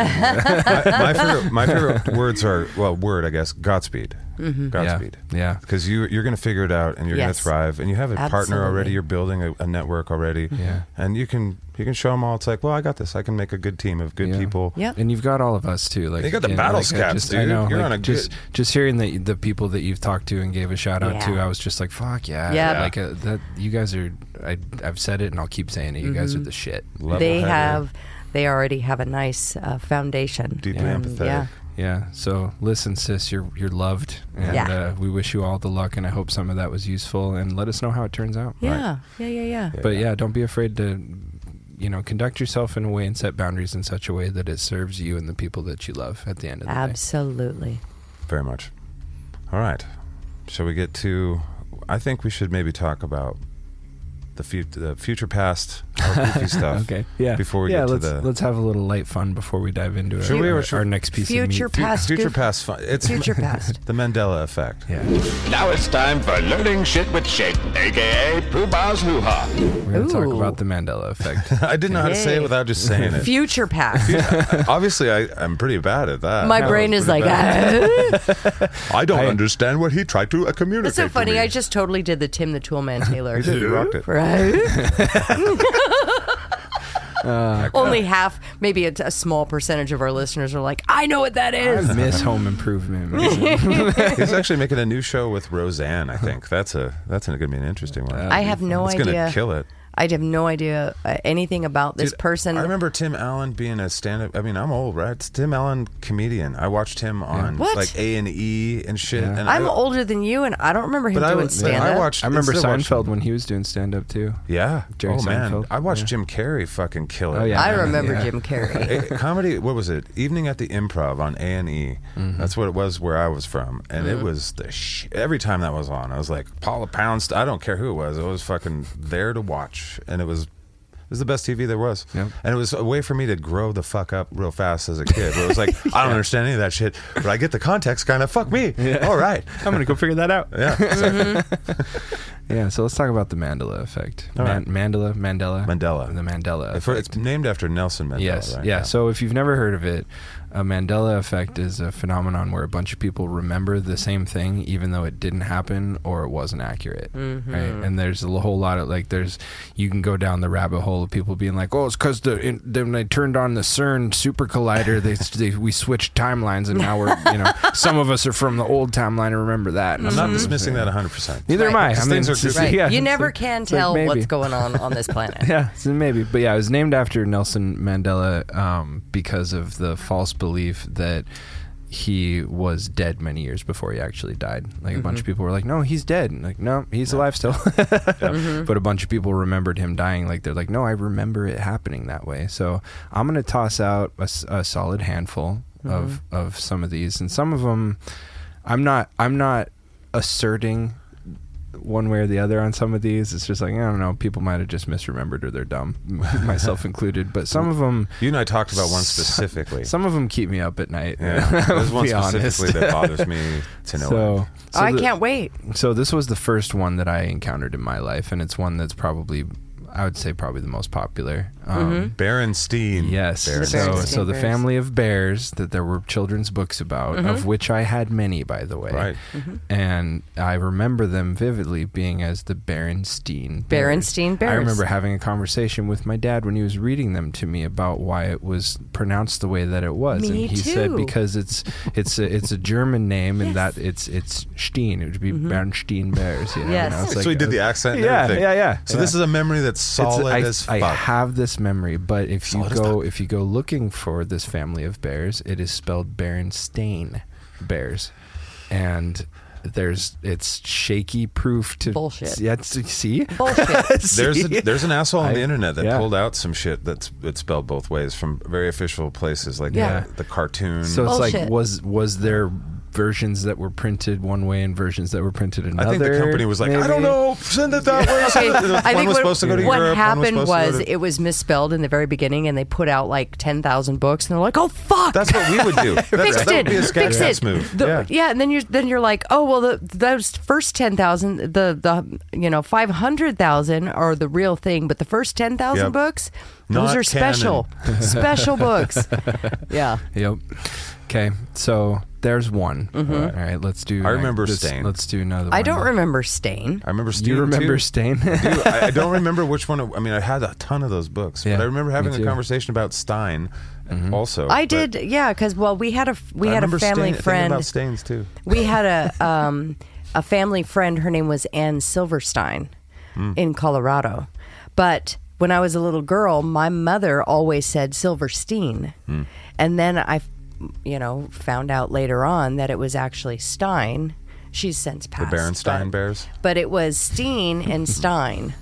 my favorite, my favorite words are well word i guess godspeed yeah, godspeed yeah. because you you're going to figure it out and you're going to Mm-hmm. Yes. thrive and you have a partner already Absolutely. you're building a, a network already Yeah. and you can you can show them all it's like well i got this i can make a good team of good Yeah. people Yep. And you've got all of us too. Like You got the again, battle like, I scabs, just- I dude. know. You're like, on a just good- just hearing the the people that you've talked to and gave a shout out to. Yeah. I was just like, fuck yeah, Yeah. Like uh, that. You guys are. I I've said it and I'll keep saying it. You guys are Mm-hmm. the shit. They level-headed, have, they already have a nice uh, foundation. deeply Yeah. empathetic Yeah. Yeah. So listen, sis, you're you're loved, and Yeah. uh, we wish you all the luck. And I hope some of that was useful. And let us know how it turns out. Yeah, yeah, yeah, yeah. But yeah, don't be afraid to, you know, conduct yourself in a way and set boundaries in such a way that it serves you and the people that you love at the end of the day. Absolutely. Very much. All right. Shall we get to? I think we should maybe talk about the, fut the future past, our goofy stuff. Okay. Yeah. Before we yeah, get to let's, the let's have a little light fun before we dive into Should our, we or our- should- our next piece Future of meat. fu- past. future goof- past, fun. It's Future past. the Mandela effect. Yeah. Now it's time for learning shit with shit, aka Pooh Bah's hoo ha. We're gonna talk Ooh. about the Mandela effect. I didn't know how to say it Yay. without just saying it. Future past. Obviously, I, I'm pretty bad at that. My That brain was is pretty like, bad. ah. I don't understand what he tried to uh, communicate. It's so to funny. me. I just totally did the Tim the Toolman Taylor. You did, you rocked it. Right? Only half, maybe a, a small percentage of our listeners are like, I know what that is. I miss home improvement. man. He's actually making a new show with Roseanne. I think that's a that's going to be an interesting Uh, one. I have no it's idea. going to kill it. I have no idea uh, anything about this Dude, person. I remember Tim Allen being a stand-up. I mean, I'm old, right? It's Tim Allen comedian. I watched him on What? like A and E and shit. Yeah. And I'm I, older than you, and I don't remember him but I doing was. but stand I up. watched. I remember still watched- Seinfeld when he was doing stand up too. Yeah. Jerry oh man, Seinfeld. I watched Yeah. Jim Carrey fucking kill it. Oh, yeah. I remember Yeah. Jim Carrey. Eh, comedy. What was it? Evening at the Improv on A and E. Mm-hmm. That's what it was where I was from, and it was the sh- every time that was on, I was like Paula Pound's. I don't care who it was. It was fucking there to watch, and it was it was the best TV there was, Yeah. and it was a way for me to grow the fuck up real fast as a kid. Where it was like I don't understand any of that shit, but I get the context. Kind of fuck me. All right. I'm gonna go figure that out. Yeah. So, Yeah, so let's talk about the Mandela effect. All Man- Mandela, Mandela, Mandela. the Mandela. it's named after Nelson Mandela. Yes, right? yeah. So if you've never heard of it, A Mandela effect is a phenomenon where a bunch of people remember the same thing, even though it didn't happen or it wasn't accurate. Right? And there's a whole lot of like, there's you can go down the rabbit hole of people being like, oh, it's because the in, then they turned on the CERN super collider, they, they we switched timelines, and now we're you know some of us are from the old timeline and remember that. And I'm not just dismissing that saying- 100. percent Neither am I. I mean, things are it's just- Right. yeah, you it's never like- can it's like tell what's maybe. going on on this planet. Yeah, so maybe. But yeah, it was named after Nelson Mandela um, because of the false belief that he was dead many years before he actually died. Like a Mm-hmm. bunch of people were like, "No, he's dead." And like, "No, he's alive still." Mm-hmm. But a bunch of people remembered him dying. Like they're like, "No, I remember it happening that way." So I'm gonna toss out a, s- a solid handful of Mm-hmm. of some of these, and some of them, I'm not I'm not asserting one way or the other on some of these. It's just like I don't know. People might have just misremembered or they're dumb, myself included. But some of them, You and I talked about one S- specifically. some of them keep me up at night. yeah, there's I'll one be specifically honest. that bothers me to no so, end. so Oh, I the- can't wait. So this was the first one that I encountered in my life, and it's one that's probably, I would say, probably the most popular. Um, Mm-hmm. Berenstein. Yes. Berenstein. So, Berenstein so the Bears. family of bears that there were children's books about, Mm-hmm. of which I had many, by the way. Right. And I remember them vividly being as the Berenstein Bears. Berenstein Bears. I remember having a conversation with my dad when he was reading them to me about why it was pronounced the way that it was, Me and he said too. because it's it's a, it's a German name and that it's it's Steen. It would be Bernstein Bears. You know? Mm-hmm. Yes. And I was So like- uh, he did the accent. And Yeah, everything. yeah, yeah, So this yeah. is a memory that's It's- solid I, as I fuck. have this memory, but if Solid as you go if you go looking for this family of bears, it is spelled Berenstain bears, and there's it's shaky proof to Bullshit. Yeah, it's- see, Bullshit. There's a, See? there's an asshole on I- the internet that yeah. pulled out some shit that's it's spelled both ways from very official places like Yeah. the, the cartoon. So it's like Bullshit. was was there versions that were printed one way and versions that were printed another? I think the company was like, I don't maybe? know, send it that way. Okay, send it that way." one I think was what, supposed to go to what Europe. happened one was, supposed was to go to- it was misspelled in the very beginning, and they put out like ten thousand books, and they're like, "Oh fuck, that's what we would do. That's, fixed that it, would be a fixed Skagcast it." move. The- yeah. and then you're then you're like, "Oh well, the, those first ten thousand, the the you know five hundred thousand are the real thing, but the first ten thousand Yep. books, Not those are special, special books." Yeah, Yep. Okay, so there's one. All right, let's do. I remember let's, Stain. Let's do another. Mm-hmm. I one. don't remember Stain. I remember Steve. You remember too. Stain? Dude, I, I don't remember which one. it- I mean, I had a ton of those books, Yeah, but I remember me having a too. Mm-hmm. conversation about Stein. uh, Also, I but did, yeah, because well, we had a we I had remember a family Stein, thinking friend about Stains too. we had a um, a family friend. Her name was Ann Silverstein in Colorado. But when I was a little girl, my mother always said Silverstein, and then I, you know, found out later on that it was actually Stein. She's since The passed. Berenstein but- Bears. but it was Steen and Stein.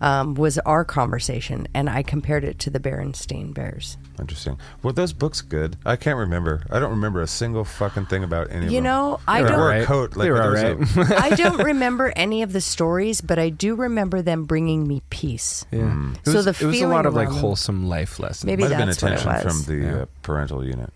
Um, was our conversation, and I compared it to the Berenstain Bears. Interesting. Were those books good? I can't remember. I don't remember a single fucking thing about any of You them. know, I I don't. wore a Alright. coat. Like They were there was a- alright. I don't remember any of the stories, but I do remember them bringing me peace. Hmm. It So was, the it was a lot feeling of like around- wholesome life lessons. Maybe Might have been that's what it attention from was. the uh, parental unit.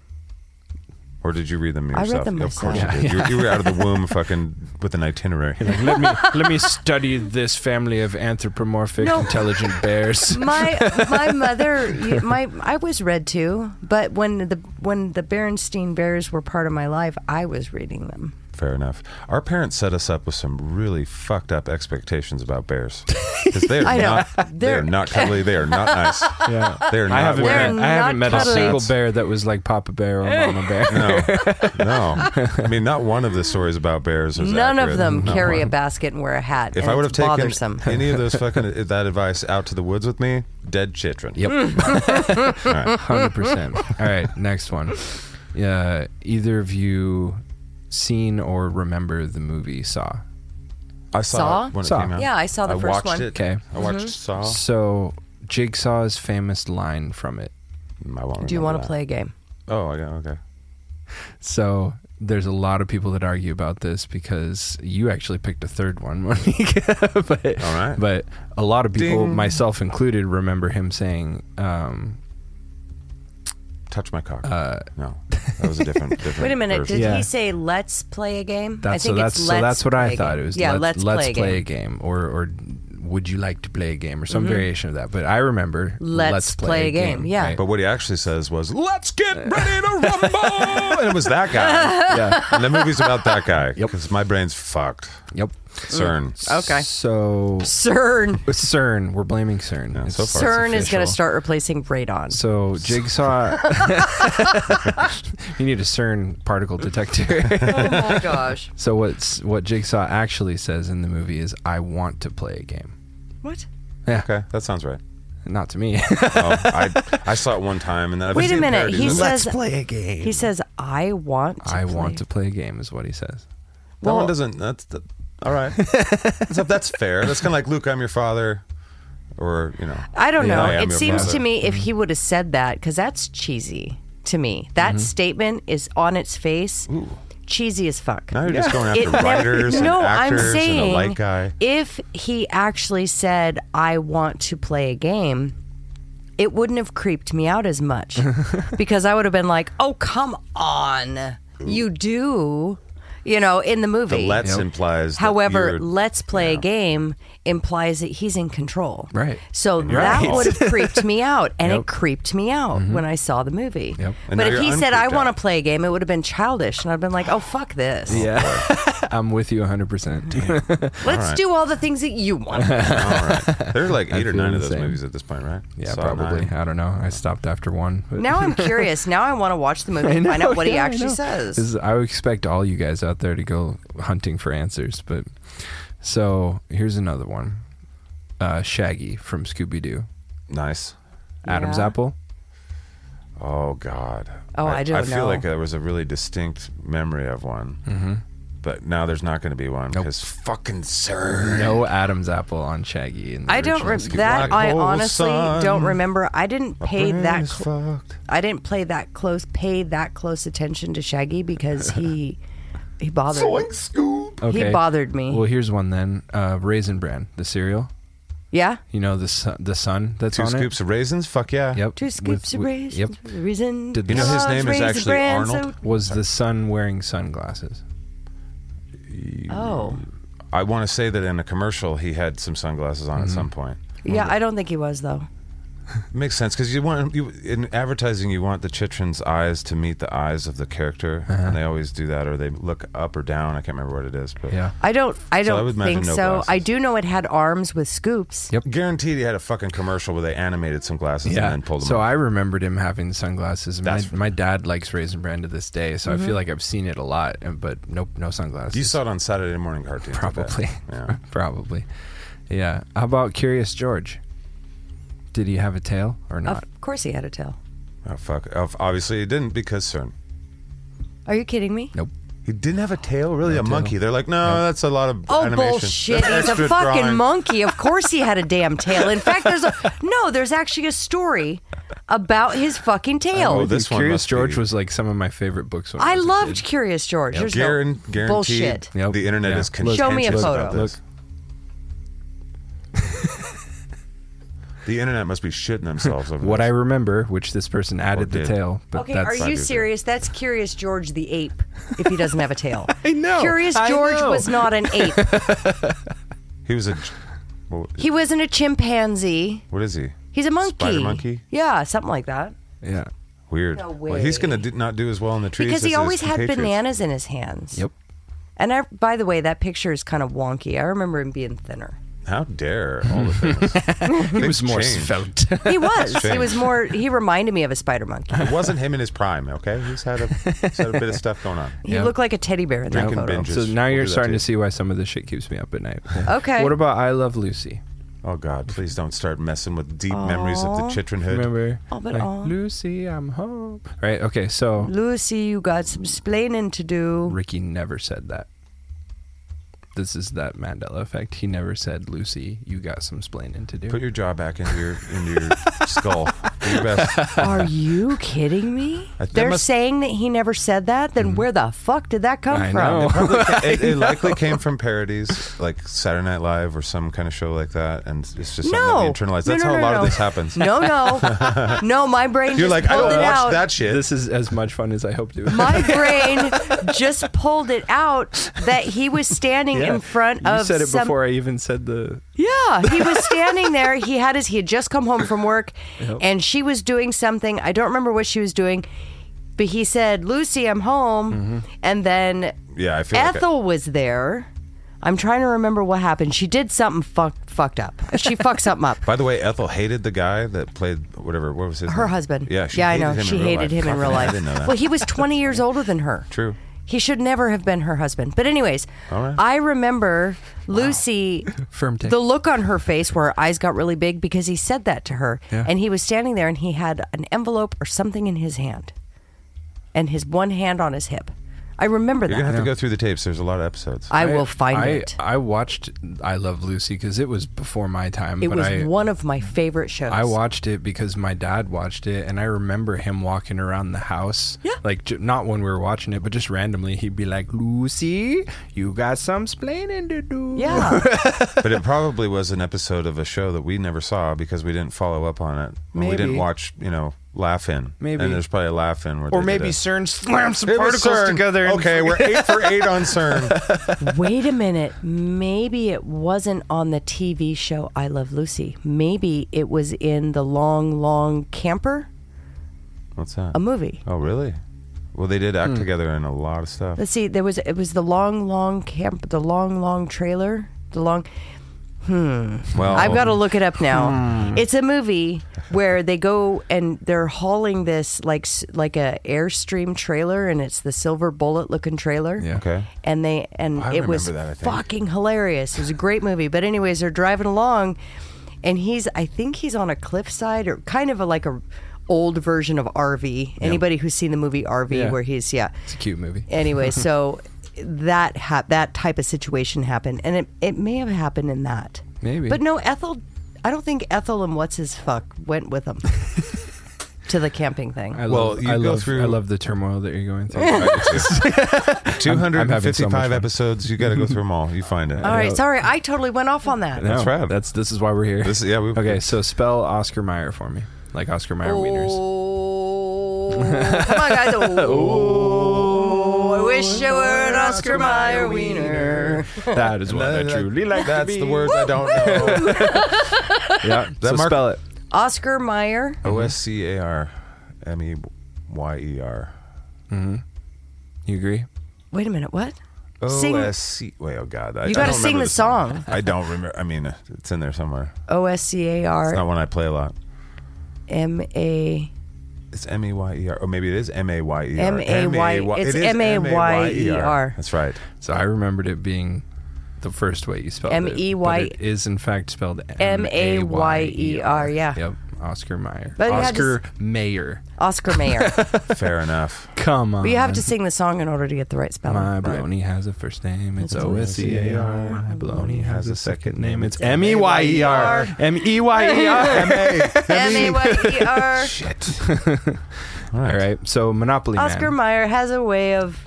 Or did you read them I read yourself? them of course myself. you did. You, you were out of the womb fucking with an itinerary. let me let me study this family of anthropomorphic No. intelligent bears. my my mother, you- my I was read to, but when the when the Berenstain Bears were part of my life, I was reading them. Fair enough. Our parents set us up with some really fucked up expectations about bears. Because they are I know. not they are They're- not cuddly, they are not nice. Yeah. They are not I haven't They're met, I haven't not met a cuddly. single bear that was like Papa Bear or Mama Bear. No, no. I mean, not one of the stories about bears is None accurate. of them Not carry one. a basket and wear a hat. If and I would have it's taken bothersome. any of those fucking uh, that advice out to the woods with me, dead chitrin. Yep, All right. hundred percent. All right, next one. Yeah, either of you seen or remember the movie Saw? I saw, Saw? it when it Saw. came out. Yeah, I saw the I first watched one. Mm-hmm. It. Okay. I watched Saw. So Jigsaw's famous line from it. Mm, I won't Do you remember want to that. play a game? Oh, yeah, okay. So there's a lot of people that argue about this because you actually picked a third one, Monica. but, All right. but a lot of people, Ding. myself included, remember him saying, um, Touch my cock. Uh, no, that was a different. different Wait a minute. version. Did Yeah. he say "Let's play a game"? that's, I think so that's, it's so "Let's that's what I play a thought. game." It was, yeah. let's, Let's, let's play, a game. or, or "Would you like to play a game?" or some variation of that. But I remember, Let's play a game," yeah. right? But what he actually says was, "Let's get ready to rumble," and it was that guy. yeah, and the movie's about that guy. Yep. Mm. because my brain's fucked. yep. CERN. Okay. So CERN. with CERN, we're blaming CERN. It's- so far. CERN is official. going to start replacing radon. So Jigsaw, you need a CERN particle detector. oh my gosh. so what's what Jigsaw actually says in the movie is, "I want to play a game." What? Okay, that sounds right. Not to me. Oh, I I saw it one time, and then I've Wait a seen minute, parodies he of it. says- play a game. He says, "I want. To I play." want to play a game is what he says. that one doesn't. That's that, all right. so that's fair. That's kind of like Luke, I'm your father, or you know. I don't Yeah, know. I am it your father. seems Mm-hmm. to me if he would have said that, because that's cheesy to me. That Mm-hmm. statement is on its face, cheesy as fuck. Now you're just going after It never- writers and no, actors I'm saying and a light guy. if he actually said, "I want to play a game." It wouldn't have creeped me out as much because I would have been like, "Oh, come on, you do," you know, in the movie. The let's implies. that However, you're- let's play a game implies that he's in control. Right. So Right. that would have creeped me out, and Yep. Mm-hmm. it creeped me out when I saw the movie. Yep. And But now if you're he said, "I uncreeped want out. to play a game," it would have been childish, and I'd been like, "Oh fuck this! Yeah, Oh, I'm with you 100. percent Let's right. do all the things that you want." all right. There's like eight or feel nine of the those same. movies at this point, right? Yeah, Saw probably. nine. I don't know. I stopped after one. but- now I'm curious. Now I want to watch the movie I and know, find out what he yeah, I actually know. This says. is- I would expect all you guys out there to go hunting for answers, but so here's another one. Uh, Shaggy from Scooby Doo, Nice. Adam's Yeah. apple. Oh God. Oh, I don't I feel know. like there was a really distinct memory of one, mm-hmm. but now there's not going to be one Nope. because fucking sir. No Adam's apple on Shaggy. In the I don't original re- Scooby-Doo. that. Black I hole honestly sun. don't remember. I didn't pay that. Is cl- fucked. I didn't play that close. Pay that close attention to Shaggy because he he bothered. me. Scoop. Okay. He bothered me. Well, here's one then. Uh, Raisin Bran, the cereal. yeah. You know the sun, the sun that's Two on scoops of raisins. Fuck yeah. it. Yep. Two With- scoops of with- raisins. Yep. Raisin. Did- You know, his Large name is raisin actually bran, Arnold. Was the sun wearing sunglasses? so- oh. I want to say that in a commercial he had some sunglasses Mm-hmm. on at some point. Yeah, I don't think he was though. Makes sense because you want you in advertising you want the chitrin's eyes to meet the eyes of the character, Uh-huh. and they always do that, or they look up or down. I can't remember what it is, but Yeah. I don't I So I don't would imagine think no so. glasses. I do know it had arms with scoops. Yep. guaranteed he had a fucking commercial where they animated some glasses and then pulled them. so off. I remembered him having sunglasses. My, That's- my dad likes Raisin Bran to this day, Mm-hmm. so I feel like I've seen it a lot, and, but nope, no sunglasses. you saw it on Saturday morning cartoons, I bet. probably, Yeah. probably, yeah. How about Curious George? Did he have a tail or not? Of course he had a tail. Oh fuck! Of- Obviously, he didn't because CERN. Are you kidding me? nope. He didn't have a tail, really a tail. monkey. They're like, no, that's a lot of Oh animation. bullshit. That's He's a extra fucking drawing. monkey. Of course he had a damn tail. In fact, there's a No, there's actually a story about his fucking Oh, tail. this one Curious must George be- was like some of my favorite books. When I, I was a loved kid. Curious George. There's no Guaran- guaranteed. bullshit. Yep. The internet Yeah. is Look, contentious Show me a about photo. this. The internet must be shitting themselves over What I this. remember, which this person added the did. tail, but Okay, that's are you do that. serious? That's Curious George the ape if he doesn't have a tail. I Oh, know, Curious I George know. was not an ape. He was a. What, He wasn't a chimpanzee. what is he? He's a monkey. Spider monkey? Yeah, something like that. yeah, Weird. No Well, he's gonna do, not do as well in the trees Because as he his always had compatriots. bananas in his hands. yep. And I, by the way, that picture is kind of wonky. I remember him being thinner. How dare all the things? He was more change. svelte. He was. he strange. was more. He reminded me of a spider monkey. it wasn't him in his prime. Okay, he's had a, he's had a bit of stuff going on. He Yeah. looked like a teddy bear in that Drinking photo. binges. So now We'll you're do that starting too. to see why some of this shit keeps me up at night. Okay. What about I Love Lucy? Oh God, please don't start messing with deep memories of the chitronhood. Remember? Oh, but Like, aw. Lucy, I'm home. Right. Okay. So Lucy, you got some splaining to do. Ricky never said that. This is that Mandela effect. He never said, Lucy, you got some splaining to do. Put your jaw back into your into your skull. You're the best. Are you kidding me? I- that They're must- Hmm. saying that he never said that. Then where the fuck did that come I from? know. it, it likely came from parodies, like Saturday Night Live or some kind of show like that, and it's just something that No, we internalize. No, That's no, how a no, lot no. of this happens. No, no, no. My brain You're just like, I pulled don't it watch out. that shit. This is as much fun as I hoped it would. My brain just pulled it out that he was standing in front you of said it some before I even said the. Yeah, he was standing there. He had his. He had just come home from work, Yep. and she was doing something. I don't remember what she was doing, but he said, "Lucy, I'm home." And then Mm-hmm. yeah, I feel like I- Ethel was there. I'm trying to remember what happened. She did something fuck, fucked up. She fucked something up. By the way, Ethel hated the guy that played whatever. What was his? Her name? husband. Yeah, she yeah, I hated know. Him she in real hated life. him in real life. I didn't know that. Well, he was 20 years older than her. True. He should never have been her husband. But anyways, All right. I remember Lucy Firm take. the look on her face where her eyes got really big because he said that to her. Yeah. And he was standing there and he had an envelope or something in his hand. And his one hand on his hip. I remember You're gonna have that. to go through the tapes. There's a lot of episodes. I will find I, it. I watched I Love Lucy because it was before my time. It but was I, one of my favorite shows. I watched it because my dad watched it, and I remember him walking around the house. Yeah. Like, j- not when we were watching it, but just randomly, he'd be like, Lucy, you got some splaining to do. Yeah. but it probably was an episode of a show that we never saw because we didn't follow up on it. And We didn't Maybe. watch, you know, Laugh In. Maybe. And there's probably a Laugh In where Or they maybe did a- CERN slams some It was particles CERN. together. and- Okay, we're eight for eight on CERN. Wait a minute. Maybe it wasn't on the TV show I Love Lucy. Maybe it was in The Long, Long Camper, What's that? a movie. oh, really? Well, they did Hmm. act together in a lot of stuff. Let's see. There was it was the long, long camp, the long, long trailer, the long. Well, I've got to look it up now. It's a movie where they go and they're hauling this like s- like a airstream trailer, and it's the silver bullet looking trailer. Yeah. Okay. And they and Oh, I it was remember that, I think. fucking hilarious. It was a great movie. But anyways, they're driving along, and he's I think he's on a cliffside or kind of a, like a old version of RV. Anybody who's seen the movie RV, Yeah. where he's yeah, It's a cute movie. anyway, so that ha- that type of situation happened, and it, it may have happened in that. Maybe. but no, Ethel. I don't think Ethel and what's his fuck went with him to the camping thing. I Well, love, you I go love, through- I love the turmoil that you're going through. I'm having so 255 much fun. episodes. You got to go through them all. You find it. All right, know. sorry, I totally went off on that. That's No, rad. That's this is why we're here. This- yeah, we- okay, so spell Oscar Mayer for me, like Oscar Mayer wieners. Oh, come on, guys! Oh, I wish I were an Oscar Mayer wiener. That is what I That- truly like. to That's be. the word I don't know. Yeah. so mark- spell it. Oscar Mayer. O S C A R M E Y E R. You agree? Wait a minute, what? Sing- O S C. Wait, oh God! I, You I gotta don't sing remember the song. I don't remember. I mean, it's in there somewhere. O S C A It's R not one I play a lot. M A. It's M E Y E R. Or maybe it is M A Y E R. M A Y- it's It is M-A-Y-E-R. E That's right. So I remembered it being the first way you spelled it. M-E-Y- but It is in fact spelled M A Y E M-A-Y-E-R, R. yeah. Yep. Oscar Mayer. But you had to Oscar Mayer. Oscar Mayer. Fair enough. Come on. But you have to sing the song in order to get the right spelling. My baloney has a first name. It's O S C A R. My baloney has a second name. It's M E Y E R. M E Y E R. M A Y E R. Shit. All right. So Monopoly Man. Oscar Mayer has a way of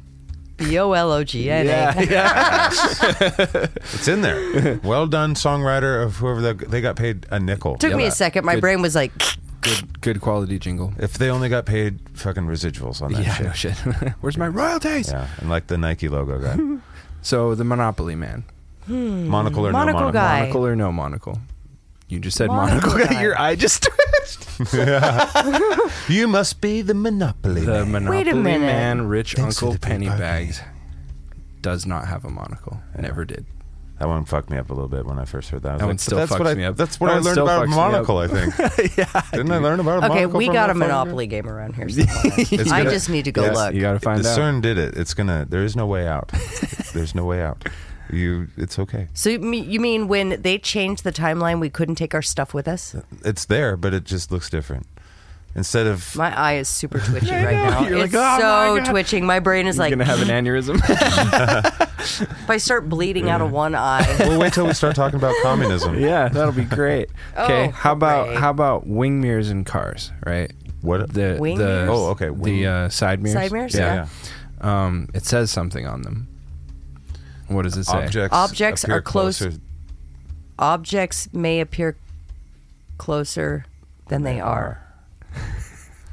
B O L O G N Yeah. A. yeah. It's in there. Well done, songwriter of whoever the, they got paid a nickel. Took me a that- second. My good- brain was like, Good. Good quality jingle. If they only got paid fucking residuals on that Yeah. shit. No shit. Where's my royalties? Yeah, and like the Nike logo guy. Hmm. So the Monopoly Man. monocle or no Monocle monocle? guy. Monocle or no monocle? You just said Monocle monocle. guy. Your eye just twitched. You must be the Monopoly. The man. Monopoly minute. Man, rich Thanks for Uncle the big Pennybags, does not have a monocle. Never did. that one fucked me up a little bit when I first heard that. I was That like, one still "But that's fucks what I, me up. That's what That I one learned still about a fucks me up. monocle. I think. yeah. Didn't I learn about a okay, monocle? we from got a that fucking guy? Monopoly game around here. somewhere. It's I gonna- just need to go Yes, look. You got to find the out. CERN did it. It's gonna. There is no way out. There's no way out. You. It's okay. so you mean- you mean when they changed the timeline, we couldn't take our stuff with us? It's there, but it just looks different. instead of My eye is super twitchy right now. You're like, it's "Oh my so God." twitching. My brain is You're like, gonna have an aneurysm. if I start bleeding out of one eye, we'll wait till we start talking about communism. yeah, that'll be great. Okay, Oh, how about hooray. how about wing mirrors in cars? Right. What? The Wing the mirrors? Oh, okay, wing- the uh, side mirrors. Side mirrors, yeah. Um, it says something on them. What does it say? Objects. Objects appear are close- closer. objects may appear closer than they are.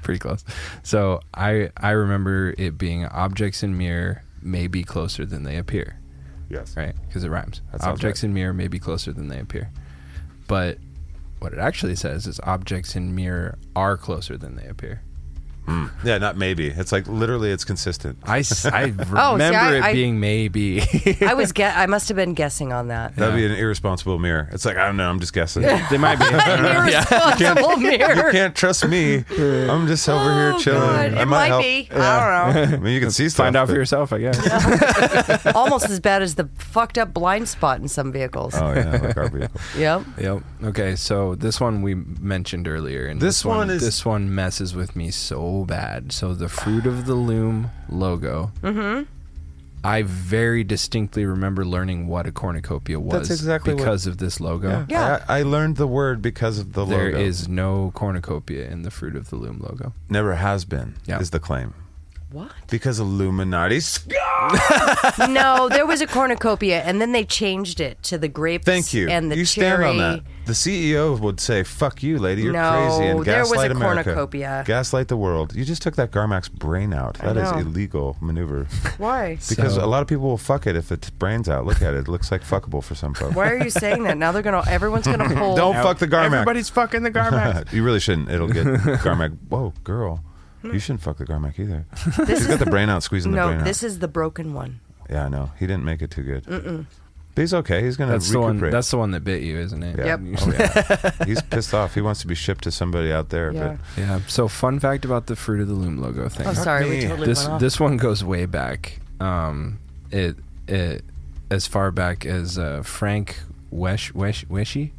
Pretty close. So I I remember it being objects in mirror may be closer than they appear. Yes. right? Because it rhymes. That sounds Objects right. in mirror may be closer than they appear, but what it actually says is objects in mirror are closer than they appear. Yeah, not maybe. It's like literally, it's consistent. I, s- Oh, I remember I- it I- being maybe. I was ge- I must have been guessing on that. That'd be an irresponsible mirror. It's like I don't know. I'm just guessing. they might be. I don't know. Yeah. Irresponsible mirror. Oh, Can't trust me. I'm just over Oh, here chilling. God, I it might help. be. I don't I mean, you can see stuff. Find out for but- yourself, I guess. know. Almost as bad as the fucked up blind spot in some vehicles. Oh yeah, like our vehicle. Yep. yep. Okay, so this one we mentioned earlier, and This one is- this one messes with me so bad. So the fruit of the loom logo. Mm-hmm. I very distinctly remember learning what a cornucopia was exactly what- because of this logo. Yeah. I, I learned the word because of the There logo. is no cornucopia in the Fruit of the Loom logo. never has been. Yeah. Is the claim What? because Illuminati? no, there was a cornucopia, and then they changed it to the grapes. Thank you. And the you cherry. stand on that. The CEO would say, "Fuck you, lady. You're No, crazy." And there was a gaslight America. cornucopia. Gaslight the world. You just took that Garmax brain out. I That is know. illegal maneuver. Why? Because So- a lot of people will fuck it if its brain's out. Look at it. It looks like fuckable for some folks. Why are you saying that? Now they're gonna. Everyone's gonna pull. Don't fuck the Garmax. fucking the Garmax. you really shouldn't. It'll get Garmac. Whoa, girl. You shouldn't fuck the Garmac either. She's got the brain out, squeezing the No, brain this is the broken one. out. Yeah, I know. He didn't make it too good. But he's okay. He's going to that's the one. recuperate. That's the one that bit you, isn't it? yeah. Yep. Oh, yeah. he's pissed off. He wants to be shipped to somebody out there. Yeah. Yeah. So, fun fact about the Fruit of the Loom logo thing. Oh, sorry, we me. totally this went off. this one goes way back. Um, it it as far back as uh, Frank Wesh Wesh Weshy.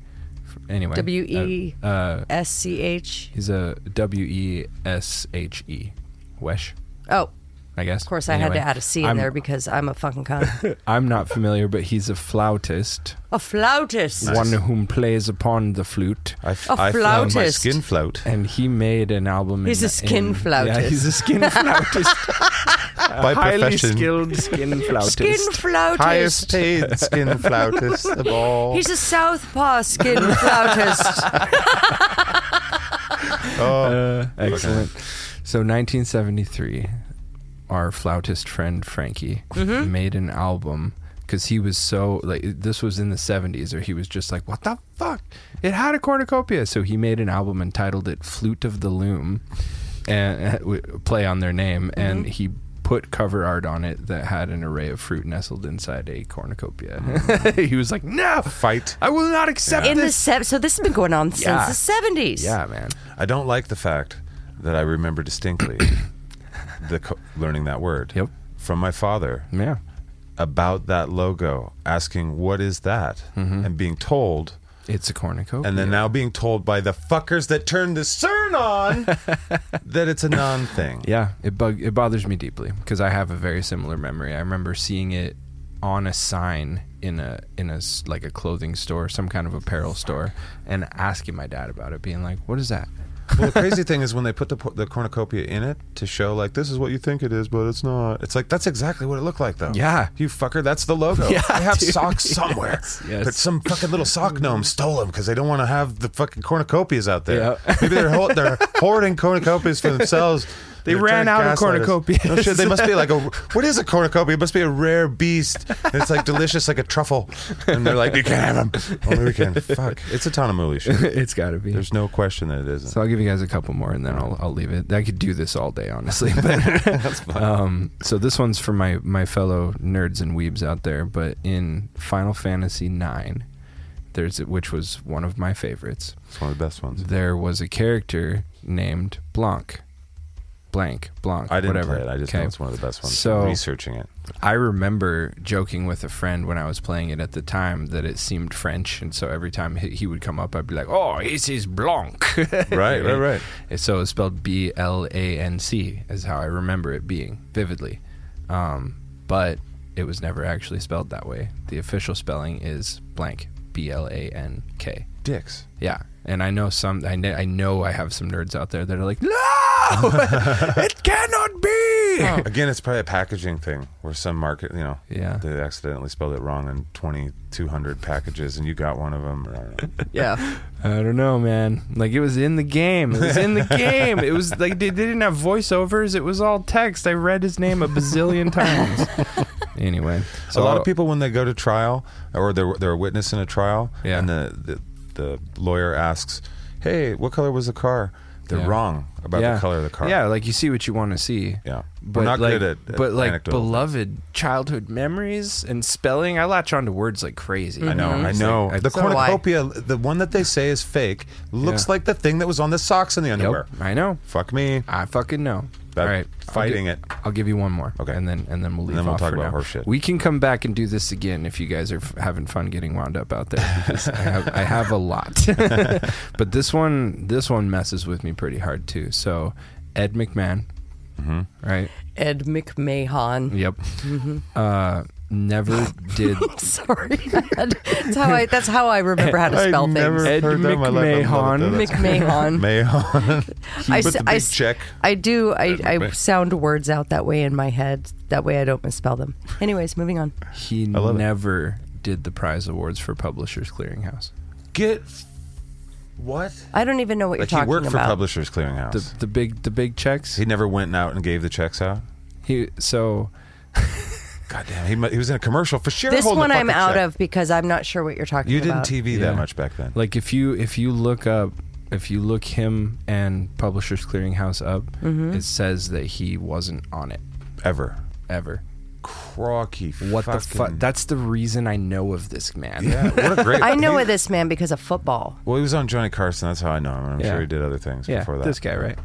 Anyway, W E uh, uh, S C H. he's a W E S H E, Wesh. Oh, of I guess. Of course, I had to add a C in there because I'm a fucking cunt. I'm not familiar, but he's a flautist, a flautist. one whom plays upon the flute. But I, f- A I found my flautist. skin float and he made an album. He's in, a skin in- flautist. Yeah, he's a skin flautist. by highly profession. skilled skin flautist. Skin flautist. Highest paid skin flautist of all. He's a southpaw skin flautist. Uh, excellent. So, 1973, our flautist friend Frankie Mm-hmm. made an album because he was so like this was in the 70s, or he was just like, "What the fuck?" It had a cornucopia, so he made an album entitled it "Flute of the Loom," and uh, w- play on their name, and Mm-hmm. he. Put cover art on it that had an array of fruit nestled inside a cornucopia. he was like, "No, Fight. I will not accept Mm-hmm. in the this." se- so this has been going on since Yeah. the seventies. yeah, man. I don't like the fact that I remember distinctly the co- learning that word Yep. from my father Yeah, about that logo, asking what is that, Mm-hmm. and being told, it's a cornucopia. and then now being told by the fuckers that turned the CERN on that it's a non thing. Yeah, it bug it bothers me deeply because I have a very similar memory. I remember seeing it on a sign in a in a s- like a clothing store, some kind of apparel store, and asking my dad about it, being like, "What is that?" Well, the crazy thing is when they put the, por- the cornucopia in it to show like this is what you think it is, but it's not. It's like that's exactly what it looked like though. Yeah. you fucker, that's the logo. Yeah, I have dude. socks somewhere, yes. but some fucking little sock gnome stole them because they don't want to have the fucking cornucopias out there. Yeah. Maybe they're ho- they're hoarding cornucopias for themselves. They They're trying ran to out of gaslight us. cornucopias. No shit, they must be like a what is a cornucopia? It must be a rare beast. And it's like delicious, like a truffle. And they're like, you can't have them. Only we can. Fuck, it's a ton of mooly shit. it's got to be. There's no question that it isn't. so I'll give you guys a couple more, and then I'll I'll leave it. I could do this all day, honestly. But um, so this one's for my my fellow nerds and weebs out there. But in Final Fantasy IX, there's which was one of my favorites. It's one of the best ones. there was a character named Blanc, blank, blank, I didn't whatever. play it. I just know Okay. it's one of the best ones. So- researching it. I remember joking with a friend when I was playing it at the time that it seemed French, and so every time he, he would come up, I'd be like, "Oh, this is Blanc." Right, right, right. And so it's spelled B L A N C is how I remember it being vividly, um, but it was never actually spelled that way. The official spelling is blank, B L A N K. Dicks. Yeah, and I know some. I know, I know I have some nerds out there that are like, "No, it cannot be." Again, it's probably a packaging thing where some market, you know, Yeah. they accidentally spelled it wrong in 2,200 packages and you got one of them. Or, I don't know. Yeah. I don't know, man. Like it was in the game. It was in the game. It was like they, they didn't have voiceovers. It was all text. I read his name a bazillion times. anyway, a lot of people, when they go to trial or they're, they're a witness in a trial, Yeah. and the, the, the lawyer asks, hey, what color was the car? They're Yeah. wrong about the color of the car. Yeah, like you see what you want to see. Yeah. We're But not like, good at- at but like anecdotal beloved childhood memories and spelling. I latch onto words like crazy. I know, I Mm-hmm. It's know. like- the I- So do I. cornucopia, the one that they say is fake, looks Yeah. like the thing that was on the socks and the Yep, underwear. I know. Fuck me. I fucking know. That- All right, I'll fighting gi- it. I'll give you one more. Okay. and then and then we'll leave then we'll off talk for about now. horse shit. We can come back and do this again if you guys are f- having fun getting wound up out there. Because I, have, I have a lot, but this one this one messes with me pretty hard too. So Ed McMahon, Mm-hmm. right? Ed McMahon. Yep. Uh, never did Sorry. that's how I that's how I remember how to I spell never Ed things. heard that in my life. I love McMahon. that. That's- McMahon. Mahon. I, Put s- the I big s- check. I do. I, Ed I McMahon. sound words out that way in my head. That way I don't misspell them. Anyways, moving on. he love it. never did the prize awards for Publishers Clearinghouse. Get what? I don't even know what Like you're he talking worked for about. Publishers Clearinghouse. The the big the big checks. he never went out and gave the checks out. He so God damn, he, mu- he was in a commercial for sure. this holding a one I'm fucking out check. of because I'm not sure what you're talking You didn't about. TV Yeah. that much back then. Like if you if you look up if you look him and Publishers Clearinghouse up, Mm-hmm. it says that he wasn't on it Ever. ever. Crocky. What the fuck? fucking- That's the reason I know of this man. Yeah, what a great. I know he, of this man because of football. Well, he was on Johnny Carson. That's how I know him. I'm Yeah. sure he did other things yeah. before that. This guy, right?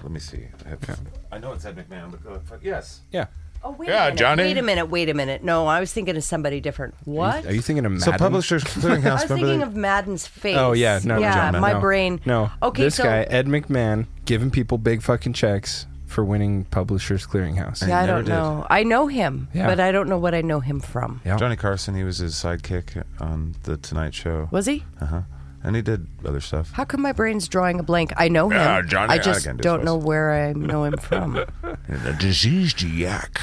Let me see. I, have, I know it's Ed McMahon. But, uh, fuck, yes. Yeah. Oh wait Yeah, a minute. Johnny. Wait a minute. Wait a minute. No, I was thinking of somebody different. What? Are you thinking of Madden? So Publishers I Clearinghouse. was remember thinking they- of Madden's face. Oh yeah, no, no, yeah, John Madden. my No. brain. No, okay, this so guy Ed McMahon giving people big fucking checks for winning Publishers Clearinghouse. yeah, I never don't did. know. I know him, Yeah. but I don't know what I know him from. Yeah. Johnny Carson. He was his sidekick on the Tonight Show. Was he? Uh huh. And he did other stuff. How come my brain's drawing a blank? I know him. Uh, Yeah, Johnny I just Again, this don't was- know where I know him from. The diseased yak.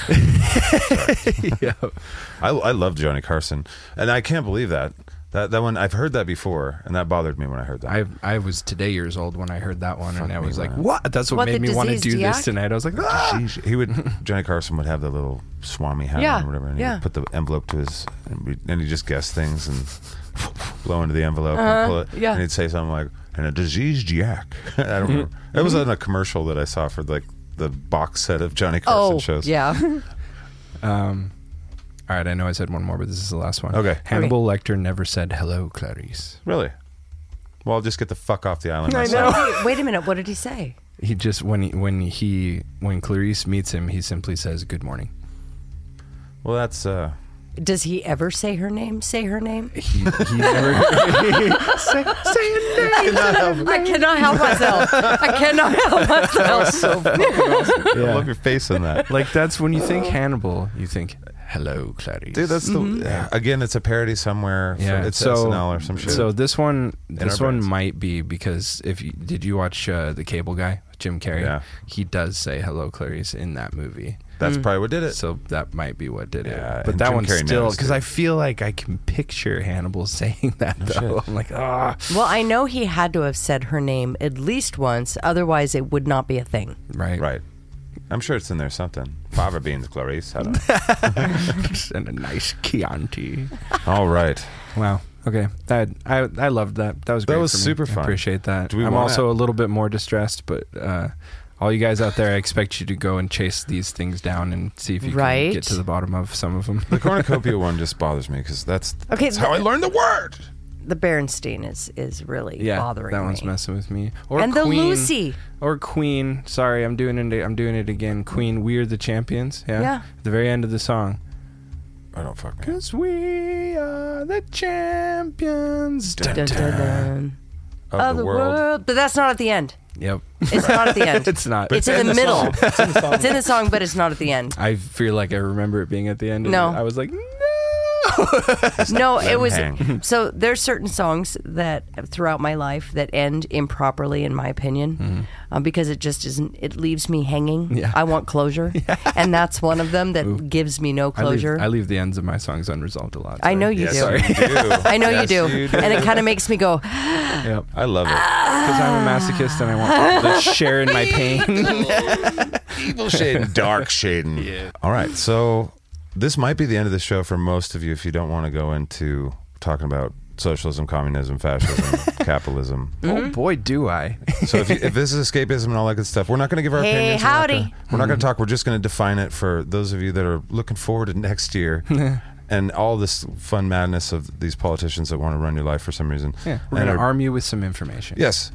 I, I love Johnny Carson, and I can't believe that. That that one I've heard that before, and that bothered me when I heard that. I I was today years old when I heard that one, and I me, was like, man. "What?" That's what, What, made the me want to diseased do yak? this tonight. I was like, "Ah!" Sheesh. he would Johnny Carson would have the little swami hat Yeah, or whatever, and he yeah. would put the envelope to his, and, we, and he'd just guess things and blow into the envelope and pull it, Uh-huh. yeah. Hmm. and he'd say something like, "And a diseased yak." I don't remember. It was on a commercial that I saw for like the box set of Johnny Carson oh, shows. yeah. Um, All right, I know I said one more, but this is the last one. Okay. Hannibal Lecter never said hello, Clarice. really. Well, I'll just get the fuck off the island. I myself. know. wait, wait a minute. What did he say? He just when he, when he when Clarice meets him, he simply says good morning. Well, that's uh, Does he ever say her name? Say her name. He, he never say, say it. I cannot help myself. I cannot help myself. I love your face in that. Like that's when you think Hannibal, you think hello, Clarice. Uh, Dude, that's the Mm-hmm. yeah. again. It's a parody somewhere. Yeah, it's SNL or some shit. So this one, this our one brains. might be because if you, did you watch uh, the Cable Guy, with Jim Carrey? Yeah. He does say hello, Clarice in that movie. that's probably what did it. So that might be what did Yeah, it. But and that Jim one Carrey still noticed because it. I feel like I can picture Hannibal saying that though. shit. I'm like, ah, Well, I know he had to have said her name at least once, otherwise it would not be a thing. right, Right. I'm sure it's in there something. Fava beans, Clarice. I don't know. and a nice Chianti. All right. Wow. Okay. That I I loved that. That was That great was for me. super I fun. appreciate that. Do we I'm wanna- also a little bit more distressed, but uh, all you guys out there, I expect you to go and chase these things down and see if you Right. can get to the bottom of some of them. The cornucopia one just bothers me because that's, Okay, that's how I the- learned the word. the Berenstein is is really yeah, bothering that one's me. messing with me. Or And the Queen, Lucy. or Queen. Sorry, I'm doing it. I'm doing it again. Queen, we're the champions. Yeah, Yeah. At the very end of the song, I don't fuck me. because we are the champions. Dun, Dun, dun. dun, dun. Of, Of the world. but that's not at the end. Yep, It's not at the end. it's not. it's in the middle. It's in the, song, but it's not at the end. I feel like I remember it being at the end. and No. I was like, no. No, it was. hang. So there's certain songs that throughout my life that end improperly, in my opinion, um, because it just isn't. It leaves me hanging. Yeah. I want closure, and that's one of them that gives me no I leave, closure. I leave the ends of my songs unresolved a lot. I know sorry. you do. Yes, you do. I know Yes, you, do. and it kind of makes me go. Yep. I love it. Because I'm a masochist and I want people to share in my Mm-hmm. pain. Evil shading, dark shading. Yeah. All right, so this might be the end of the show for most of you if you don't want to go into talking about socialism, communism, fascism, capitalism. oh boy, do I. So if, you, if this is escapism and all that good stuff, we're not going to give our Hey, opinions. We're not howdy. gonna- We're not going to talk. We're just going to define it for those of you that are looking forward to next year and all this fun madness of these politicians that want to run your life for some reason. Yeah, we're And going to are- arm you with some information. Yes,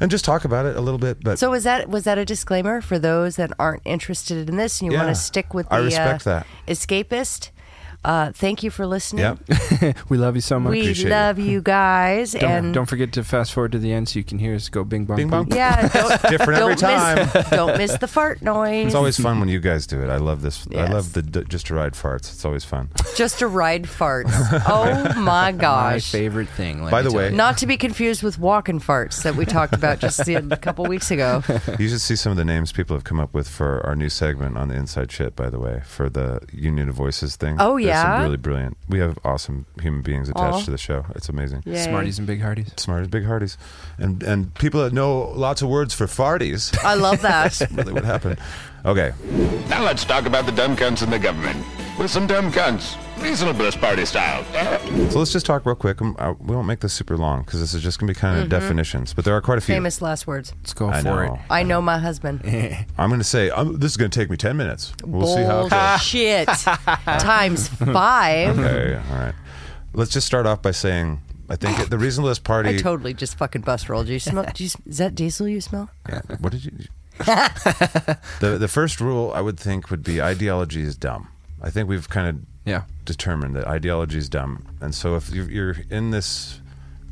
and just talk about it a little bit. But So was that was that a disclaimer for those that aren't interested in this and you want Yeah. to stick with the I respect uh, that. escapist? Uh, thank you for listening. yeah, We love you so much. We appreciate it. love you guys don't, and don't forget to fast forward to the end so you can hear us go bing bong. Bing bong. boom. yeah, don't, different don't every miss time. don't miss the fart noise. It's always fun when you guys do it. I love this. I Yes. love the d- just to ride farts. It's always fun. Just a ride farts. Oh my My gosh. favorite thing. let By me the tell way- you. Not to be confused with walking farts that we talked about just the- a couple weeks ago. You should see some of the names people have come up with for our new segment on the Inside Shit, by the way, for the Union of Voices thing. Oh, There's yeah? Some really brilliant. We have awesome human beings attached Aw. to the show. It's amazing. Yay. Smarties and Big Hearties. Smart as big hearties. And and people that know lots of words for farties. I love that. really what happened. Okay. Now let's talk about the dumb cunts in the government. With some dumb cunts. Reasonablest party style. So let's just talk real quick. Um, uh, We won't make this super long because this is just going to be kind of definitions, but there are quite a few. Mm-hmm. Famous last words. Let's go I for know. I know my husband. I'm going to say, um, this is going to take me 10 minutes. We'll see how it goes. Bullshit. Times five. Okay, all right. Let's just start off by saying I think the reasonless party. I totally just fucking bust rolled. Do you smell? Do you, is that diesel you smell? Yeah, what did you? the the first rule I would think would be ideology is dumb. I think we've kind of Yeah. determined that ideology is dumb, and so if you're, you're in this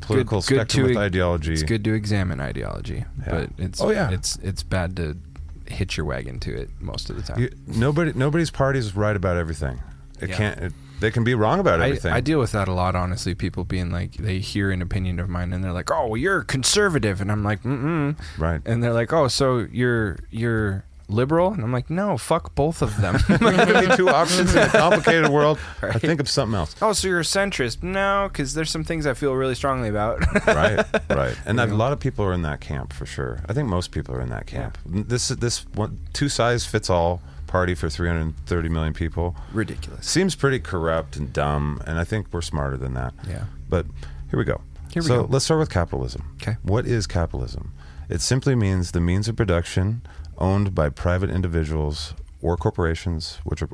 political Good- good spectrum to- with ideology, It's good to examine ideology, but it's Oh, yeah. it's it's bad to hitch your wagon to it most of the time. you- nobody nobody's party is right about everything. It Yeah. can't. It, they can be wrong about I, everything. I deal with that a lot, honestly. People being like, they hear an opinion of mine and they're like, "Oh, well, you're conservative," and I'm like, "Mm mm." Right. And they're like, "Oh, so you're you're liberal?" And I'm like, "No, fuck both of them." There could be two options in a complicated world. I think of something else. oh, so you're a centrist? No, because there's some things I feel really strongly about. right, right. And a lot of people are in that camp for sure. I think most people are in that camp. This this one two size fits all party for 330 million people Ridiculous. seems pretty corrupt and dumb, and I think we're smarter than that. Yeah. But here we go. Here we so go. let's start with capitalism. 'Kay. What is capitalism? It simply means the means of production owned by private individuals or corporations, which are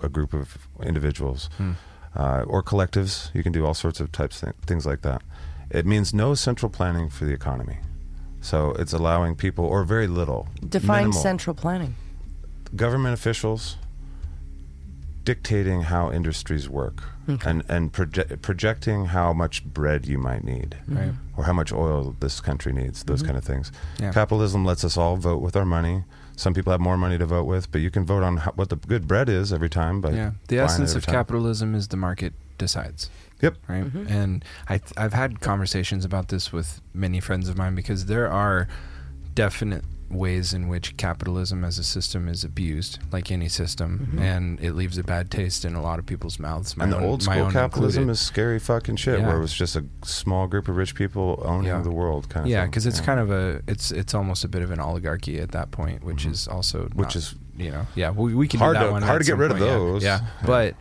a group of individuals, Hmm. uh, or collectives. You can do all sorts of types th- things like that. It means no central planning for the economy. So it's allowing people, or very little, Define minimal central planning. government officials dictating how industries work and and proje- projecting how much bread you might need Mm-hmm. Right. Mm-hmm. or how much oil this country needs those kind of things Yeah. capitalism lets us all vote with our money some people have more money to vote with but you can vote on how, what the good bread is every time by Yeah. The buying it essence every of time. capitalism is the market decides. yep right? And I th- I've had conversations about this with many friends of mine because there are definite ways in which capitalism as a system is abused, like any system, and it leaves a bad taste in a lot of people's mouths. my and the own- old my school own capitalism included. is scary fucking shit Yeah. where it was just a small group of rich people owning Yeah. the world kind of yeah, thing. because it's kind of a it's it's almost a bit of an oligarchy at that point, which is also Mm-hmm. Which not- is you know yeah we, we can hard do that to- one hard to at get some rid of point, yeah. those. yeah, Yeah. but.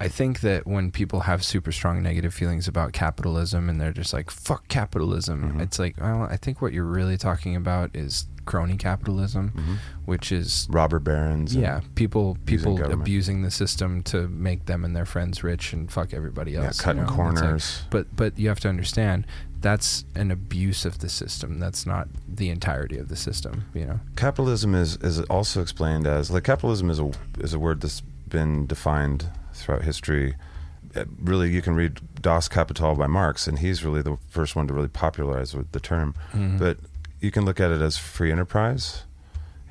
I think that when people have super strong negative feelings about capitalism and they're just like fuck capitalism, Mm-hmm. it's like well, I think what you're really talking about is crony capitalism, Mm-hmm. which is robber barons. and- yeah, people people government. abusing the system to make them and their friends rich and fuck everybody else. cutting It's like- corners. but but you have to understand that's an abuse of the system. That's not the entirety of the system. You know. capitalism is is also explained as like capitalism is a is a word that's been defined throughout history. Uh, Really, you can read Das Kapital by Marx, and he's really the first one to really popularize with the term. But you can look at it as free enterprise,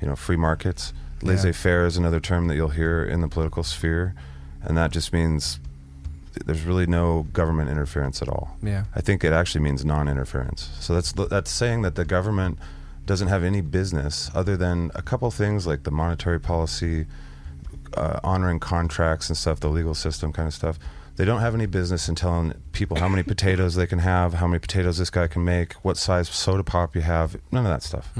you know, free markets. Laissez-faire is another term that you'll hear in the political sphere, and that just means there's really no government interference at all. Yeah. I think it actually means non-interference. So that's that's saying that the government doesn't have any business other than a couple things like the monetary policy, uh, honoring contracts and stuff, the legal system kind of stuff. They don't have any business in telling people how many potatoes they can have, how many potatoes this guy can make, what size soda pop you have, none of that stuff.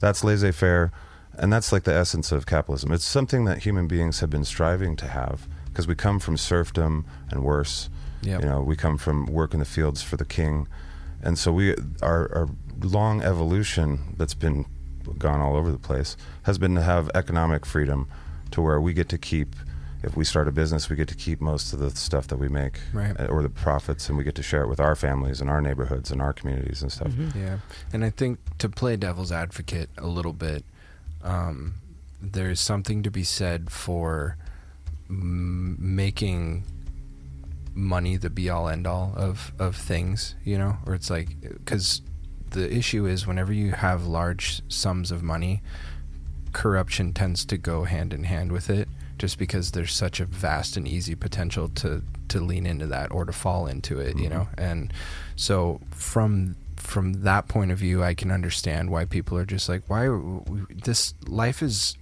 That's laissez faire. And that's like the essence of capitalism. It's something that human beings have been striving to have because we come from serfdom and worse. Yep. You know, Uh, we come from work in the fields for the king. And so we our, our long evolution that's been gone all over the place has been to have economic freedom to where we get to keep if we start a business, we get to keep most of the stuff that we make Right. uh, or the profits and we get to share it with our families and our neighborhoods and our communities and stuff. Yeah, and I think to play devil's advocate a little bit, um, there's something to be said for m- making money the be all end all of of things. You know, or it's like because the issue is whenever you have large sums of money, corruption tends to go hand in hand with it just because there's such a vast and easy potential to to lean into that or to fall into it you know and so from from that point of view i can understand why people are just like why are we, this life is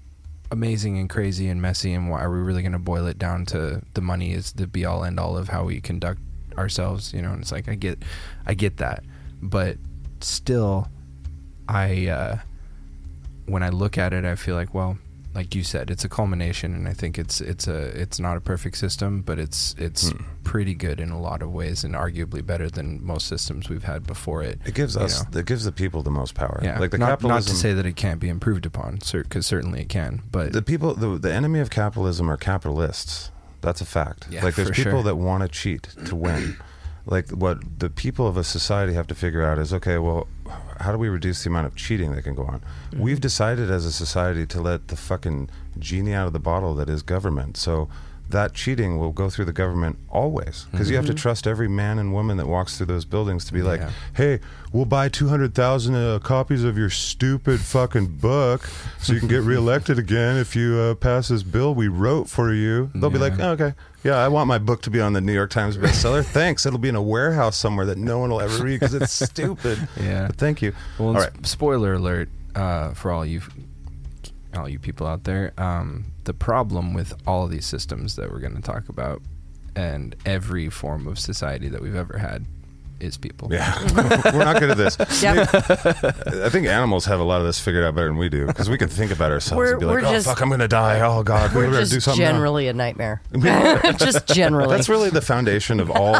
amazing and crazy and messy and why are we really going to boil it down to the money is the be all end all of how we conduct ourselves you know and it's like i get i get that but still i uh when I look at it, I feel like, well, like you said, it's a culmination, and I think it's it's a it's not a perfect system, but it's it's Hmm. pretty good in a lot of ways, and arguably better than most systems we've had before it. It gives you us know. it gives the people the most power. yeah, Like the not, capitalism not to say that it can't be improved upon, because certainly it can, but the people the, the enemy of capitalism are capitalists that's a fact Yeah, like there's for people sure. that want to cheat to win like what the people of a society have to figure out is okay well how do we reduce the amount of cheating that can go on Mm-hmm. we've decided as a society to let the fucking genie out of the bottle that is government so that cheating will go through the government always because you have to trust every man and woman that walks through those buildings to be like Mm-hmm. Yeah. hey we'll buy 200000 uh, copies of your stupid fucking book so you can get reelected again if you uh, pass this bill we wrote for you they'll be Yeah. like okay yeah i want my book to be on the new york times bestseller thanks it'll be in a warehouse somewhere that no one will ever read because it's stupid Yeah. but thank you Well, all and right s- spoiler alert uh, for all you, all you people out there. Um, the problem with all of these systems that we're going to talk about, and every form of society that we've ever had, is people. yeah we're not good at this Yep. I think animals have a lot of this figured out better than we do because we can think about ourselves We're- and be we're like, "Oh just- fuck, I'm gonna die. Oh god, we We're better just do something." now." generally a nightmare. just generally. That's really the foundation of all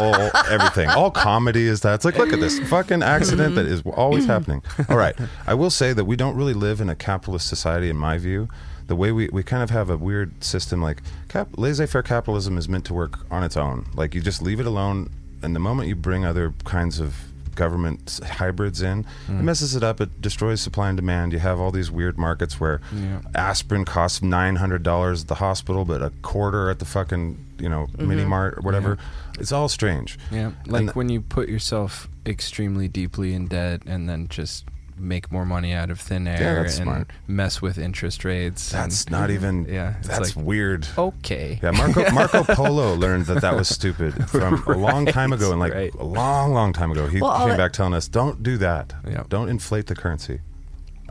everything. All comedy is that. It's like, look at this fucking accident that is always happening. All right. I will say that we don't really live in a capitalist society, in my view. The way we, we kind of have a weird system like cap, laissez faire capitalism is meant to work on its own. Like, you just leave it alone. And the moment you bring other kinds of government s- hybrids in, it Hmm. messes it up. It destroys supply and demand. You have all these weird markets where Yeah. aspirin costs nine hundred dollars at the hospital, but a quarter at the fucking you know mini mart or whatever. It's all strange. Mm-hmm. Yeah, like when you put yourself extremely deeply in debt and then just make more money out of thin air that's and smart. mess with interest rates. That's and, not even. Mm-hmm. Yeah, it's that's like- Oh. weird. okay. Yeah, Marco Marco Polo learned that that was stupid from a long time ago, and like right. a long, long time ago, he Well, all came that- back telling us, "Don't do that. Yeah. Don't inflate the currency."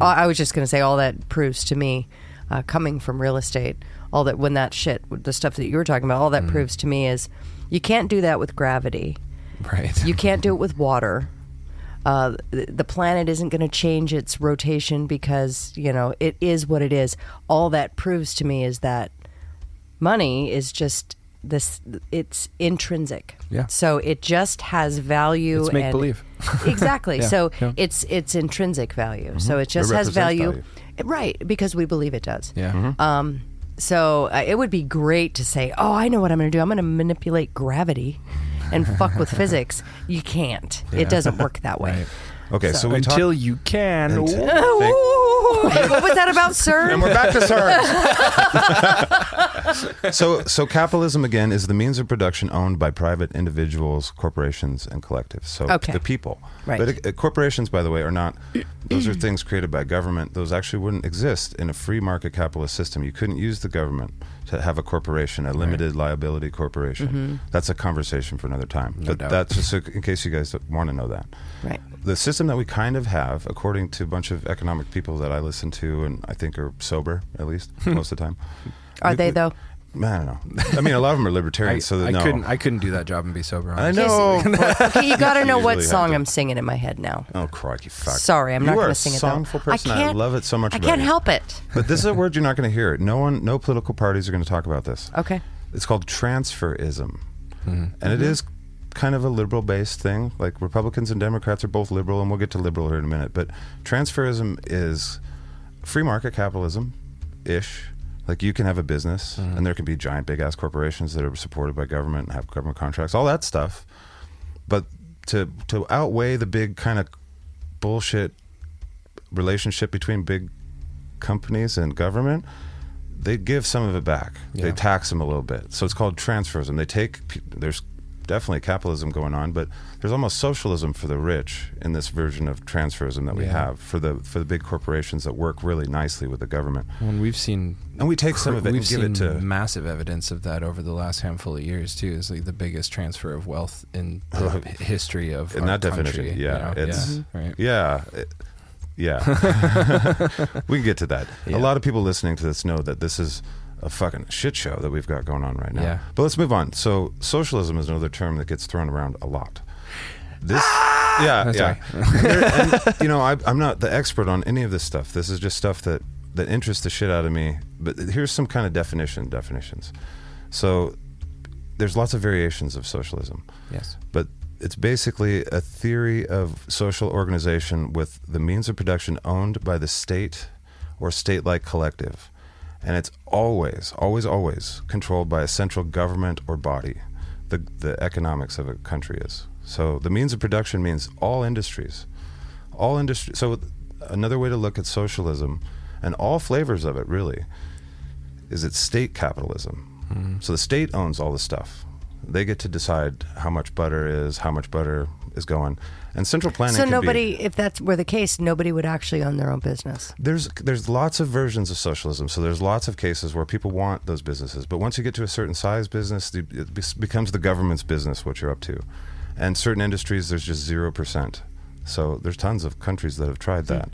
Uh, I was just going to say all that proves to me, uh, coming from real estate, all that when that shit, the stuff that you were talking about, all Mm-hmm. that proves to me is you can't do that with gravity. Right. You can't do it with water. Uh, th- the planet isn't going to change its rotation because you know it is what it is. All that proves to me is that money is just this it's intrinsic. Yeah. So it just has value. It's make and- believe. exactly. Yeah, So yeah. Mm-hmm. it's it's intrinsic value. So it just It has represents value. value. right? Because we believe it does. Yeah. Mm-hmm. Um, so uh, it would be great to say, "Oh, I know what I'm going to do. I'm going to manipulate gravity and fuck with physics." You can't. It doesn't work that way. Okay, so, we Until talked. you can. Until- Thank- Oh, what was that about, sir? and we're back to CERN. so, so capitalism again is the means of production owned by private individuals, corporations, and collectives. So Okay. the people. Right. But uh, corporations, by the way, are not. Those are things created by government. Those actually wouldn't exist in a free market capitalist system. You couldn't use the government to have a corporation, a limited liability corporation. Mm-hmm. That's a conversation for another time. but doubt. that's just so, in case you guys want to know that Right. the system that we kind of have, according to a bunch of economic people that I listen to and I think are sober, at least most of the time. Are We- they we- though? I don't know. I mean, a lot of them are I, libertarians, so that I no. couldn't. I couldn't do that job and be sober. I Honestly. know. Yes. okay, you got to know what Usually have song to. I'm singing in my head now. Oh, crikey, fuck. Sorry, I'm You not are going a to sing it though. songful person. I, can't- love it so much. I about can't you. help it. But this is a word you're not going to hear. No one, no political parties are going to talk about this. Okay. It's called transferism. And it is kind of a liberal based thing. Like Republicans and Democrats are both liberal, and we'll get to liberal here in a minute. But transferism is free market capitalism ish. Like you can have a business, and there can be giant, big ass corporations that are supported by government and have government contracts, all that stuff. But to, to outweigh the big kind of bullshit relationship between big companies and government, they give some of it back. They Yeah. tax them a little bit. So it's called transferism. They take pe- there's definitely capitalism going on, but there's almost socialism for the rich in this version of transferism that we Yeah. have for the for the big corporations that work really nicely with the government. And we've seen. And we take some of it We've and give seen it to massive evidence of that over the last handful of years too. Is like the biggest transfer of wealth in the h- history of in our that definition. country, yeah, you know? it's yeah, right. yeah. it- yeah, we can get to that. Yeah. A lot of people listening to this know that this is a fucking shit show that we've got going on right now. Yeah. But let's move on. So, socialism is another term that gets thrown around a lot. This, yeah, Ah! That's yeah. And there- and, you know, I, I'm not the expert on any of this stuff. This is just stuff that that interests the shit out of me. But here's some kind of definition definitions. So, there's lots of variations of socialism Yes. but it's basically a theory of social organization with the means of production owned by the state or state like collective. And it's always, always, always controlled by a central government or body, the, the economics of a country is. So the means of production means all industries. All industry. So another way to look at socialism and all flavors of it really is it's state capitalism. So the state owns all the stuff. They get to decide how much butter is, how much butter is going, and central planning. So can be- nobody, if that's were the case, nobody would actually own their own business. there's there's lots of versions of socialism. So there's lots of cases where people want those businesses, but once you get to a certain size business, the- it be- becomes the government's business what you're up to. And certain industries, there's just zero percent. So there's tons of countries that have tried that.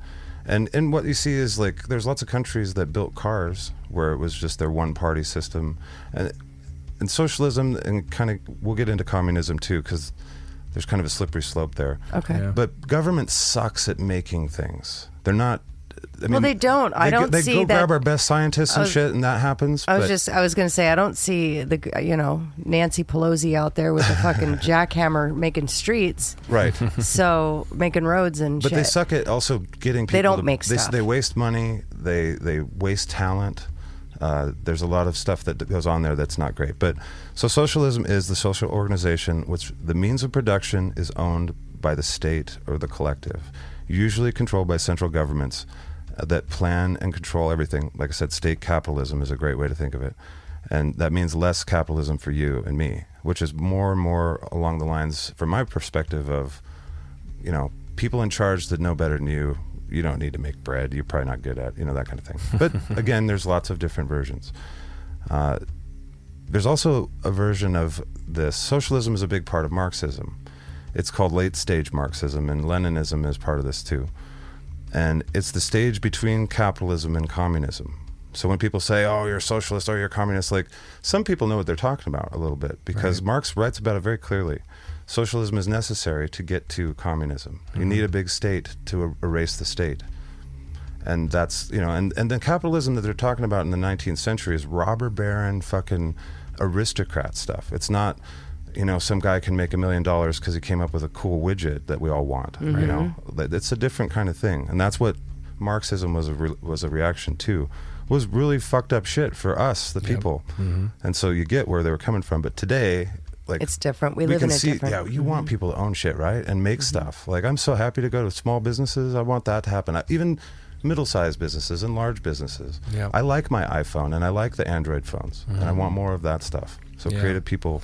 And and what you see is like there's lots of countries that built cars where it was just their one party system, and and socialism and kind of we'll get into communism too because there's kind of a slippery slope there. Okay. Yeah. But government sucks at making things. They're not. I mean, Well, they don't. I they go- don't They see go that- grab our best scientists and was- shit, and that happens. I was but just, I was going to say, I don't see the, you know, Nancy Pelosi out there with a fucking jackhammer making streets, right. so making roads and But shit. they suck at also getting people. They don't to- make they, stuff. They waste money. They they waste talent. Uh, there's a lot of stuff that goes on there that's not great. But so socialism is the social organization which the means of production is owned by the state or the collective, usually controlled by central governments uh, that plan and control everything. Like I said, state capitalism is a great way to think of it. And that means less capitalism for you and me, which is more and more along the lines, from my perspective, of you know, people in charge that know better than you, you don't need to make bread. You're probably not good at, you know, that kind of thing. But again, there's lots of different versions. Uh, there's also a version of this. Socialism is a big part of Marxism. It's called late stage Marxism, and Leninism is part of this too. And it's the stage between capitalism and communism. So when people say, oh, you're a socialist or you're a communist, like some people know what they're talking about a little bit because Marx writes about it very clearly. Socialism is necessary to get to communism. You need a big state to er- erase the state and that's you know and and the capitalism that they're talking about in the 19th century is robber baron fucking aristocrat stuff. It's not, you know, some guy can make a million dollars because he came up with a cool widget that we all want. You know, That- it's a different kind of thing, and that's what Marxism was a re- was a reaction to. Was really fucked up shit for us, the people, and so you get where they were coming from. But today, like It's different. We live in a different- Mm-hmm. yeah, you want people to own shit, right? And make stuff. Like I'm so happy to go to small businesses. I want that to happen. I, even middle-sized businesses and large businesses. Yeah. I like my iPhone and I like the Android phones, and I Mm-hmm. want more of that stuff. So Yeah. creative people,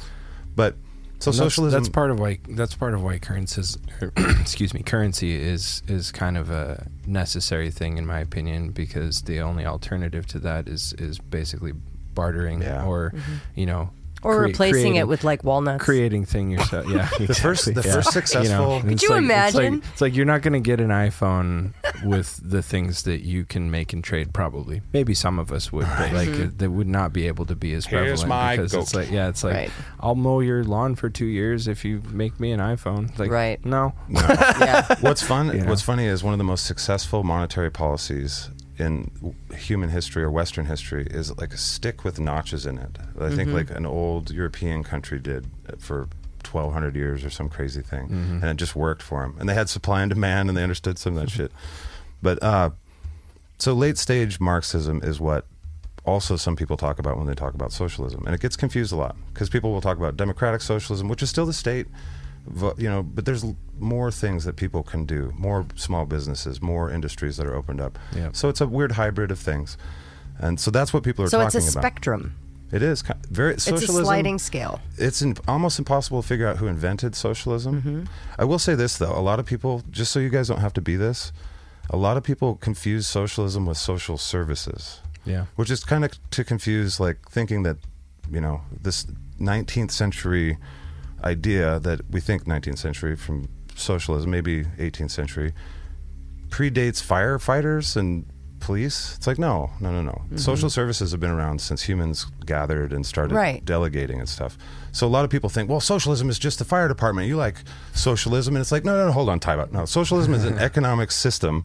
but so And that's- socialism. That's, part of why. That's part of why currencies, er, excuse me, currency is is kind of a necessary thing in my opinion because the only alternative to that is is basically bartering Yeah. or you know Mm-hmm. or crea- replacing it creating- with like walnuts. creating thing yourself. Yeah, The first- the exactly, first successful- it's like- it's you like- imagine? It's like, you're not going to get an iPhone with the things that you can make and trade. Probably, maybe some of us would, but like Mm-hmm. it- they would not be able to be as Here's prevalent my because it's goat. like yeah, it's like Right. I'll mow your lawn for two years if you make me an iPhone. Like Right. no, Yeah. what's fun? Yeah. What's funny is one of the most successful monetary policies in w- human history or Western history is like a stick with notches in it. I think like an old European country did for. 1200 years or some crazy thing and it just worked for them and they had supply and demand and they understood some of that shit but uh so late stage Marxism is what also some people talk about when they talk about socialism, and it gets confused a lot because people will talk about democratic socialism, which is still the state, vo- you know. But there's l- more things that people can do, more small businesses, more industries that are opened up. Yeah. So it's a weird hybrid of things, and so that's what people are So it's talking a about. spectrum. It is ki- very socialism. It's a sliding scale. It's in, almost impossible to figure out who invented socialism. I will say this though: a lot of people, just so you guys don't have to be this, a lot of people confuse socialism with social services. Yeah. which is kind of to confuse, like thinking that you know this 19th century idea that we think 19th century from socialism, maybe 18th century, predates firefighters and police. It's like no, no, no, no. Social services have been around since humans gathered and started Right. delegating and stuff. So a lot of people think, well, socialism is just the fire department. You like socialism, and it's like, no, no, no hold on, time out. No, socialism is an economic system.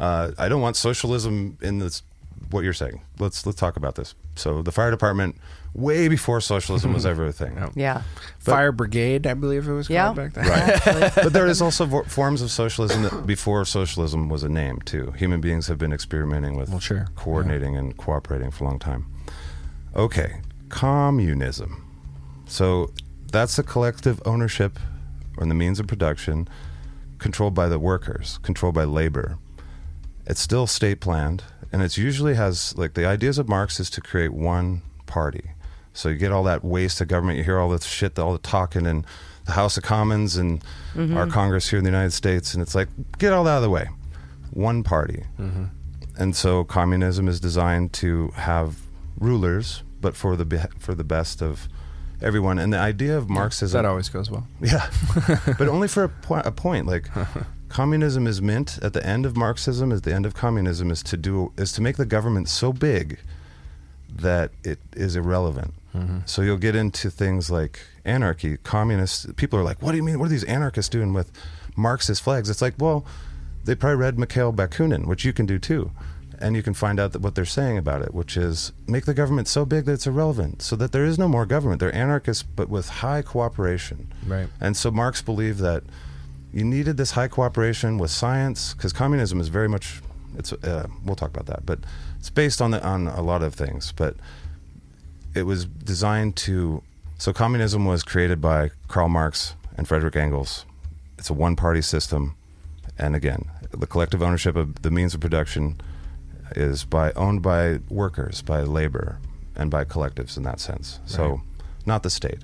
Uh, I don't want socialism in this. What you're saying? Let's let's talk about this. So the fire department, way before socialism was ever a thing. Yeah. fire brigade, I believe it was Yeah. called back then. Actually. but there is also vo- forms of socialism that before socialism was a name too. Human beings have been experimenting with Well, sure. coordinating and cooperating for a long time. Okay, communism. So that's the collective ownership and the means of production controlled by the workers, controlled by labor. It's still state planned, and it's usually has like the ideas of Marx is to create one party. So you get all that waste of government, you hear all the shit, all the talking in the House of Commons and Mm-hmm. our Congress here in the United States, and it's like, get all that out of the way. One party. Mm-hmm. And so communism is designed to have rulers, but for the be- for the best of everyone. And the idea of Marxism That always goes well. yeah, but only for a, po- a point. Like, communism is meant at the end of Marxism, at the end of communism, is to do is to make the government so big that it is irrelevant. So you'll get into things like anarchy. Communists people are like, "What do you mean? What are these anarchists doing with Marxist flags?" It's like, well, they probably read Mikhail Bakunin, which you can do too, and you can find out that what they're saying about it, which is make the government so big that it's irrelevant, so that there is no more government. They're anarchists, but with high cooperation. Right. And so Marx believed that you needed this high cooperation with science because communism is very much it's uh, we'll talk about that, but it's based on the, on a lot of things, but it was designed to so communism was created by Karl Marx and Frederick Engels. It's a one-party system and again, the collective ownership of the means of production is by owned by workers, by labor, and by collectives in that sense. So, not the state.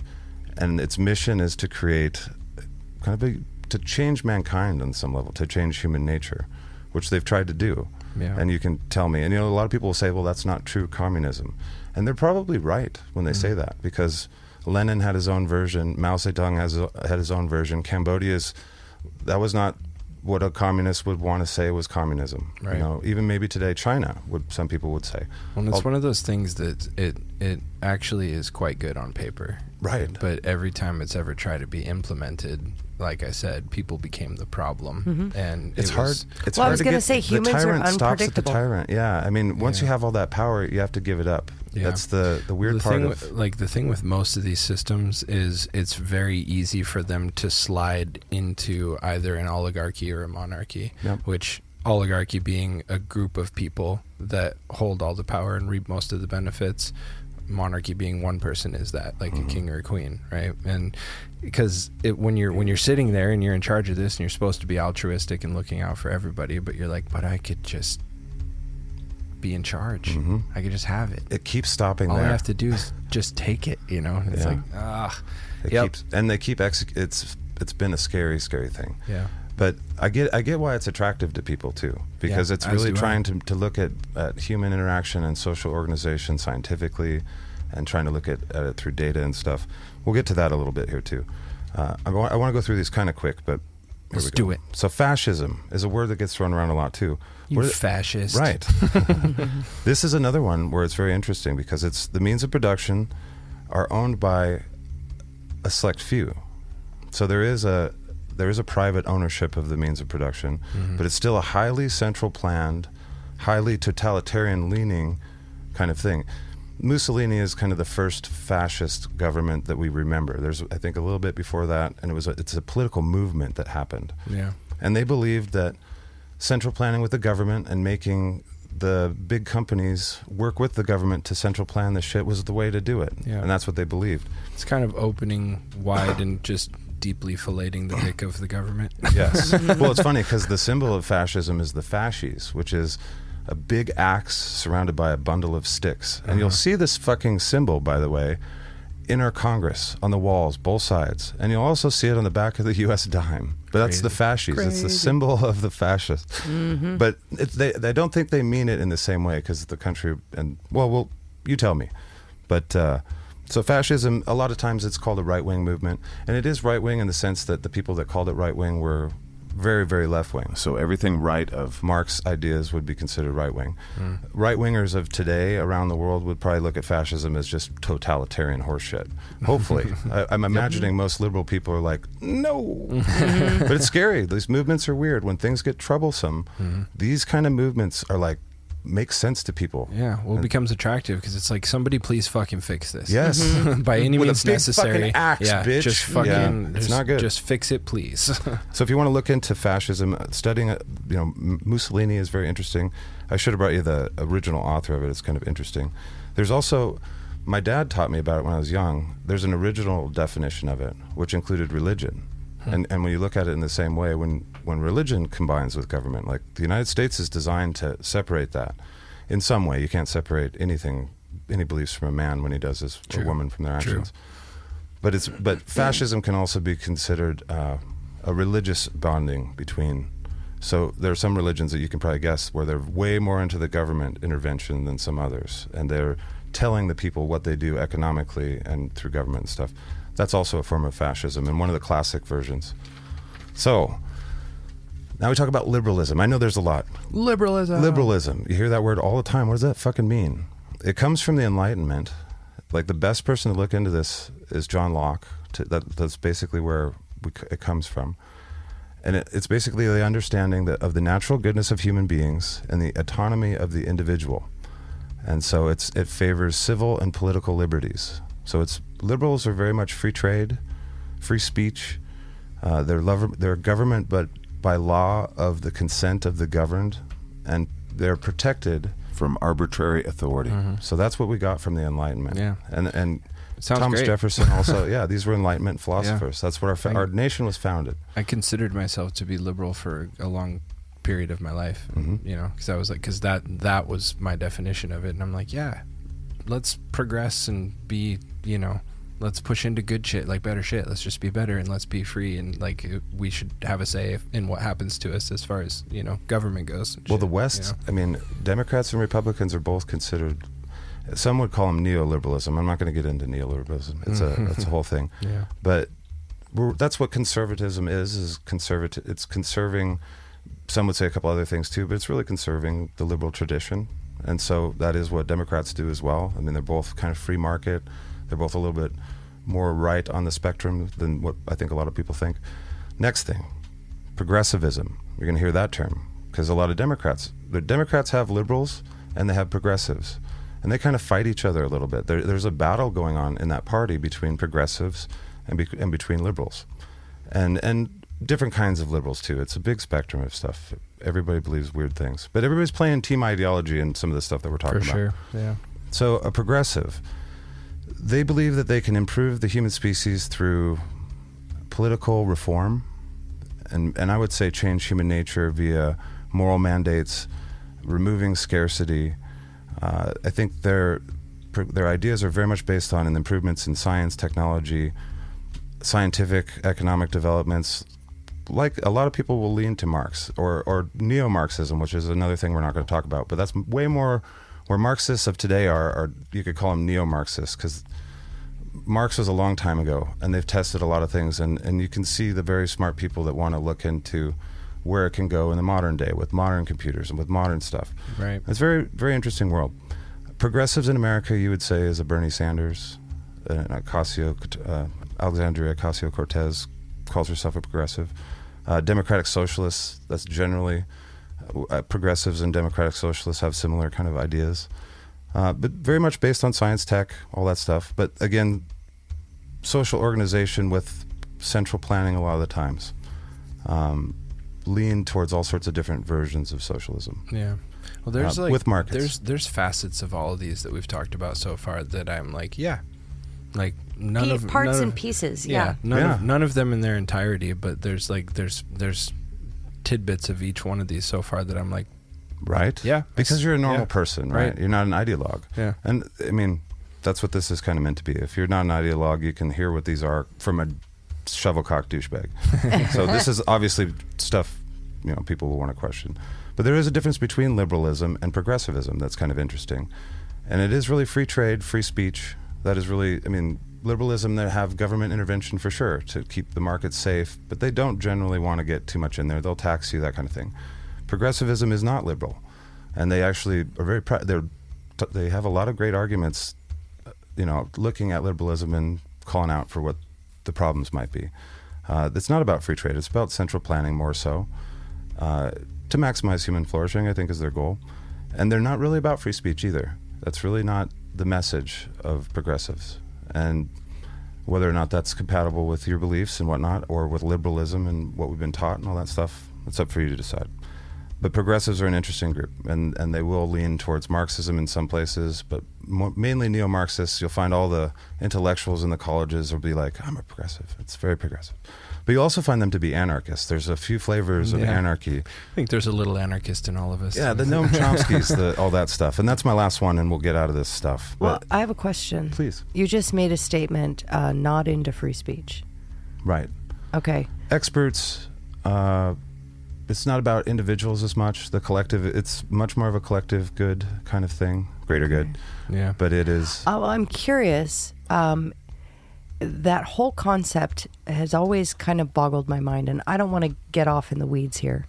And its mission is to create kind of a, to change mankind on some level, to change human nature, which they've tried to do. Yeah. And you can tell me, and you know, a lot of people will say, "Well, that's not true communism," and they're probably right when they say that because Lenin had his own version, Mao Zedong has had his own version, Cambodia's that was not what a communist would want to say was communism. Right. You know, even maybe today, China would some people would say. Oh. Well, and it's Al- one of those things that it it actually is quite good on paper. Right. But every time it's ever tried to be implemented, like I said, people became the problem. And It's it hard. was- It's Well, I hard was to gonna get- say humans the are tyrant stops at the unpredictable. tyrant. Yeah, I mean, once you have all that power, you have to give it up. Yeah. That's the the weird the part thing of. with, like the thing with most of these systems is it's very easy for them to slide into either an oligarchy or a monarchy Yep. which oligarchy being a group of people that hold all the power and reap most of the benefits monarchy being one person is that like Mm-hmm. a king or a queen right and because it, when you're when you're sitting there and you're in charge of this and you're supposed to be altruistic and looking out for everybody but you're like but i could just be in charge Mm-hmm. i could just have it it keeps stopping all there. I have to do is just take it, you know? And it's Yeah. like, ah, It yep. keeps and they keep exec- it's it's been a scary scary thing. Yeah. But I get I get why it's attractive to people too because Yeah, it's as really do I. trying to, to look at, at human interaction and social organization scientifically and trying to look at, at it through data and stuff. We'll get to that a little bit here too. Uh, I, wa- I want to go through these kind of quick, but here Let's we go. do it. So fascism is a word that gets thrown around a lot too. you What- fascist. Right. this is another one where it's very interesting because it's the means of production are owned by a select few. So there is a there is a private ownership of the means of production, but it's still a highly central planned, highly totalitarian leaning kind of thing. Mussolini is kind of the first fascist government that we remember. There's I think a little bit before that and it was a, it's a political movement that happened Yeah. and they believed that central planning with the government and making the big companies work with the government to central plan the shit was the way to do it, Yeah. and that's what they believed. It's kind of opening wide and just deeply filleting the dick of the government. Yes. well, it's funny because the symbol of fascism is the fasces, which is a big axe surrounded by a bundle of sticks, and you'll see this fucking symbol, by the way. In our Congress, on the walls, both sides, and you'll also see it on the back of the U.S. dime. But that's the fasces; it's the symbol of the fascists. But it, they, they don't think they mean it in the same way because the country and well, well, you tell me. But uh, so fascism, a lot of times it's called a right wing movement, and it is right wing in the sense that the people that called it right wing were very, very left wing. So everything right of Marx ideas would be considered right wing. Right wingers of today around the world would probably look at fascism as just totalitarian horseshit. Hopefully, I, I'm imagining most liberal people are like, no, but it's scary. These movements are weird. When things get troublesome, these kind of movements are like make sense to people. yeah. Well, it becomes attractive because it's like, somebody please fucking fix this. Yes. By any With a means big necessary. fucking axe, yeah, bitch. Just Yeah. fucking, It's just- not good. Just fix it, please. So if you want to look into fascism, uh, studying uh, you know M- Mussolini is very interesting. I should have brought you the original author of it. It's kind of interesting. There's also my dad taught me about it when I was young. There's an original definition of it, which included religion. And, and when you look at it in the same way, when, when religion combines with government, like the United States is designed to separate that in some way. You can't separate anything, any beliefs from a man when he does this, or a woman from their actions but it's but fascism can also be considered uh, a religious bonding between. So there are some religions that you can probably guess where they're way more into the government intervention than some others, and they're telling the people what they do economically and through government and stuff. That's also a form of fascism and one of the classic versions. So now we talk about liberalism. I know there's a lot. Liberalism. Liberalism. You hear that word all the time. What does that fucking mean? It comes from the Enlightenment. Like the best person to look into this is John Locke. To, that, that's basically where we, c- it comes from. And it, it's basically the understanding that of the natural goodness of human beings and the autonomy of the individual. And so it's it favors civil and political liberties. So it's liberals are very much free trade, free speech. Uh, they're lover, they're government, but by law of the consent of the governed, and they're protected. Mm-hmm. from arbitrary authority. So that's what we got from the Enlightenment. Yeah. and and Sounds Thomas great. Jefferson also. yeah, these were Enlightenment philosophers. That's what our fa- I- our nation was founded. I considered myself to be liberal for a long period of my life, Mm-hmm. you know, because I was like, because that that was my definition of it, and I'm like, yeah, let's progress and be, you know, let's push into good shit, like better shit. Let's just be better and let's be free and like we should have a say if, in what happens to us as far as you know government goes. and Well, shit, the you West, know? I mean, Democrats and Republicans are both considered. Some would call them neoliberalism. I'm not going to get into neoliberalism. It's a it's a whole thing. Yeah. But we're, that's what conservatism is. Is conservative. It's conserving. Some would say a couple other things too, but it's really conserving the liberal tradition and so that is what Democrats do as well. I mean, they're both kind of free market. They're both a little bit more right on the spectrum than what I think a lot of people think. Next thing, progressivism. You're going to hear that term because a lot of Democrats, the Democrats have liberals and they have progressives, and they kind of fight each other a little bit. There, there's a battle going on in that party between progressives and, be, and between liberals, and and different kinds of liberals too. It's a big spectrum of stuff. Everybody believes weird things, but everybody's playing team ideology and some of the stuff that we're talking for about. sure. Yeah. So a progressive, they believe that they can improve the human species through political reform, and and I would say change human nature via moral mandates, removing scarcity. Uh, I think their their ideas are very much based on improvements in science, technology, scientific, economic developments. Like a lot of people will lean to Marx or, or neo Marxism, which is another thing we're not going to talk about, but that's way more where Marxists of today are, are you could call them neo Marxists because Marx was a long time ago and they've tested a lot of things. And, and you can see the very smart people that want to look into where it can go in the modern day with modern computers and with modern stuff. Right. It's very, very interesting world. Progressives in America, you would say, is a Bernie Sanders, an Ocasio, uh, Alexandria Ocasio Cortez calls herself a progressive. Uh, Democratic socialists, that's generally uh, progressives and democratic socialists have similar kind of ideas, uh, but very much based on science, tech, all that stuff. But again, social organization with central planning a lot of the times um, lean towards all sorts of different versions of socialism. Yeah. Well, there's Uh, like with markets. There's there's facets of all of these that we've talked about so far that I'm like, yeah, like none Pe- of parts none and of, pieces. Yeah, Yeah. none of Yeah. none of them in their entirety, but there's like there's there's tidbits of each one of these so far that I'm like, right? Yeah. Because you're a normal Yeah. person, right? Right. You're not an ideologue. Yeah. And I mean, that's what this is kind of meant to be. If you're not an ideologue, you can hear what these are from a shovelcock douchebag. so this is obviously stuff you know people will want to question. But there is a difference between liberalism and progressivism that's kind of interesting. And it is really free trade, free speech. That is really, I mean, liberalism that have government intervention for sure to keep the market safe, but they don't generally want to get too much in there. They'll tax you, that kind of thing progressivism is not liberal, and they actually are very pr- they're t- they have a lot of great arguments, uh, you know, looking at liberalism and calling out for what the problems might be. Uh, it's not about free trade; it's about central planning more so uh, to maximize human flourishing. I think is their goal, and they're not really about free speech either. That's really not the message of progressives, and whether or not that's compatible with your beliefs and whatnot, or with liberalism and what we've been taught and all that stuff, it's up for you to decide. But progressives are an interesting group, and, and they will lean towards Marxism in some places, but mo- mainly neo Marxists. You'll find all the intellectuals in the colleges will be like, I'm a progressive. It's very progressive. But you also find them to be anarchists. There's a few flavors of Yeah. anarchy. Mm-hmm. I think there's a little anarchist in all of us. Yeah, the Noam Chomsky's, the, all that stuff. And that's my last one, and we'll get out of this stuff. Well, But, I have a question. Please. You just made a statement uh, not into free speech. right. Okay. experts uh, it's not about individuals as much the collective it's much more of a collective good kind of thing greater good yeah. but it is Oh, I'm curious. Um, that whole concept has always kind of boggled my mind, and I don't want to get off in the weeds here.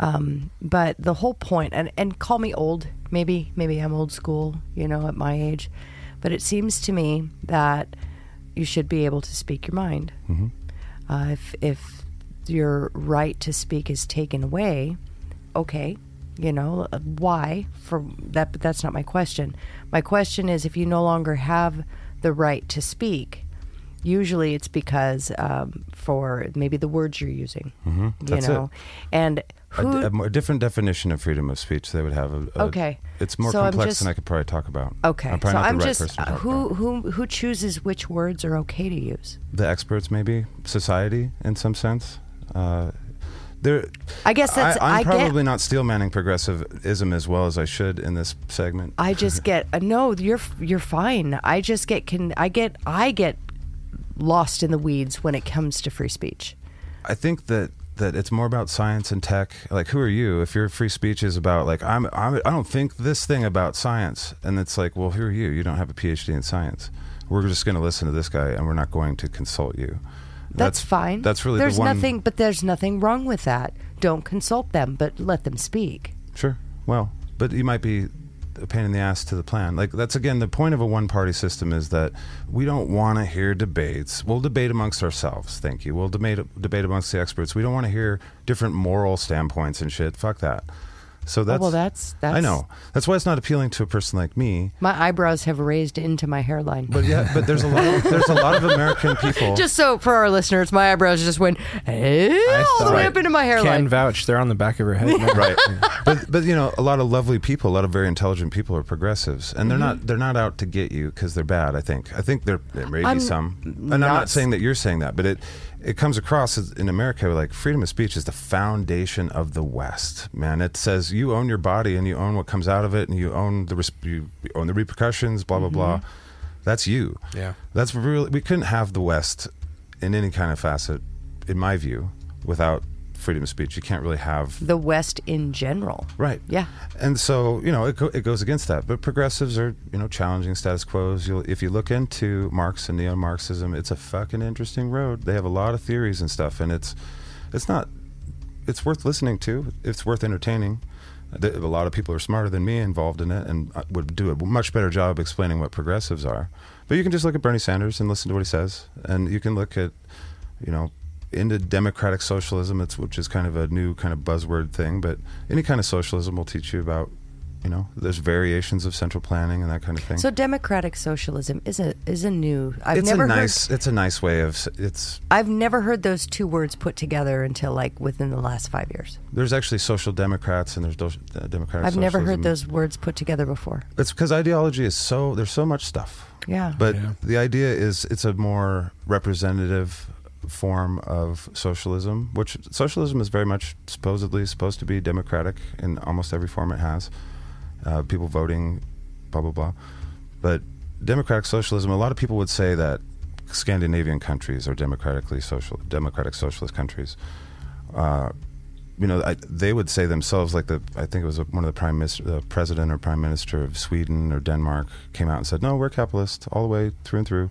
Um, but the whole point, and, and call me old, maybe, maybe I'm old school, you know, at my age, but it seems to me that you should be able to speak your mind. Mm-hmm. Uh, if, if your right to speak is taken away, okay, you know, uh, why for that, but that's not my question. My question is if you no longer have the right to speak, usually it's because um, for maybe the words you're using, mm-hmm. you That's it. know, and a, who, a more- different definition of freedom of speech they would have a, a- Okay. it's more So I'm complex just- than i could probably talk about okay, i'm probably so not the I'm right just, person to uh, talk who, about. who, who chooses which words are okay to use? the experts maybe society in some sense uh, there I guess that's, I, I, am probably get, not steelmanning progressivism as well as i should in this segment I just get, uh, no, you're, you're fine. I just get, can I get, I get lost in the weeds when it comes to free speech. I think that that it's more about science and tech. Like, who are you? If your free speech is about like I'm, I'm I don't think this thing about science, and it's like, well, who are you? You don't have a PhD in science. We're just going to listen to this guy, and we're not going to consult you. That's, fine. That's really there's the one, nothing, but there's nothing wrong with that. Don't consult them, but let them speak. Sure. Well, but you might be a pain in the ass to the plan. Like that's again the point of a one-party system is that we don't want to hear debates. We'll debate amongst ourselves. Thank you. We'll debate debate amongst the experts. We don't want to hear different moral standpoints and shit. Fuck that. So that's Oh, well, that's- I that's- know that's why it's not appealing to a person like me. My eyebrows have raised into my hairline. But yeah, but there's a lot of, there's a lot of American people. just so for our listeners, my eyebrows just went eh, all the way Right. up into my Can hairline. vouch. They're on the back of her head. now. right but but you know a lot of lovely people a lot of very intelligent people are progressives and they're not they're not out to get you because they're bad i think i think there there may be I'm some and i'm not not s- saying that you're saying that but it it comes across as- in america like freedom of speech is the foundation of the west man it says you own your body and you own what comes out of it and you own the res- you own the repercussions blah blah blah that's you Yeah. that's really we couldn't have the West in any kind of facet, in my view, without freedom of speech. You can't really have the West in general. right. Yeah. And so you know it go, it goes against that. But progressives are you know challenging status quo's. You'll, if you look into Marx and neo-Marxism, it's a fucking interesting road. They have a lot of theories and stuff, and it's it's not it's worth listening to. It's worth entertaining. The- A lot of people are smarter than me involved in it and uh, would do a much better job explaining what progressives are. But you can just look at Bernie Sanders and listen to what he says, and you can look at, you know, into democratic socialism, it's, which is kind of a new kind of buzzword thing. But any kind of socialism will teach you about, you know, there's variations of central planning and that kind of thing. So democratic socialism is a is a new. I've it's never a nice, heard. it's a nice way of s- it's I've never heard those two words put together until like within the last five years. there's actually social democrats and there's do- uh, democratic. I've never heard socialism. those words put together before. It's because ideology is so there's so much stuff. Oh, Yeah. But Yeah. the idea is it's a more representative form of socialism, which socialism is very much supposedly supposed to be democratic in almost every form it has. Uh, people voting, blah blah blah. But democratic socialism, a lot of people would say that Scandinavian countries are democratically social, democratic socialist countries uh, you know, I, they would say themselves, like the I think it was one of the prime minister, the president or prime minister of Sweden or Denmark came out and said, "No, we're capitalist all the way through and through."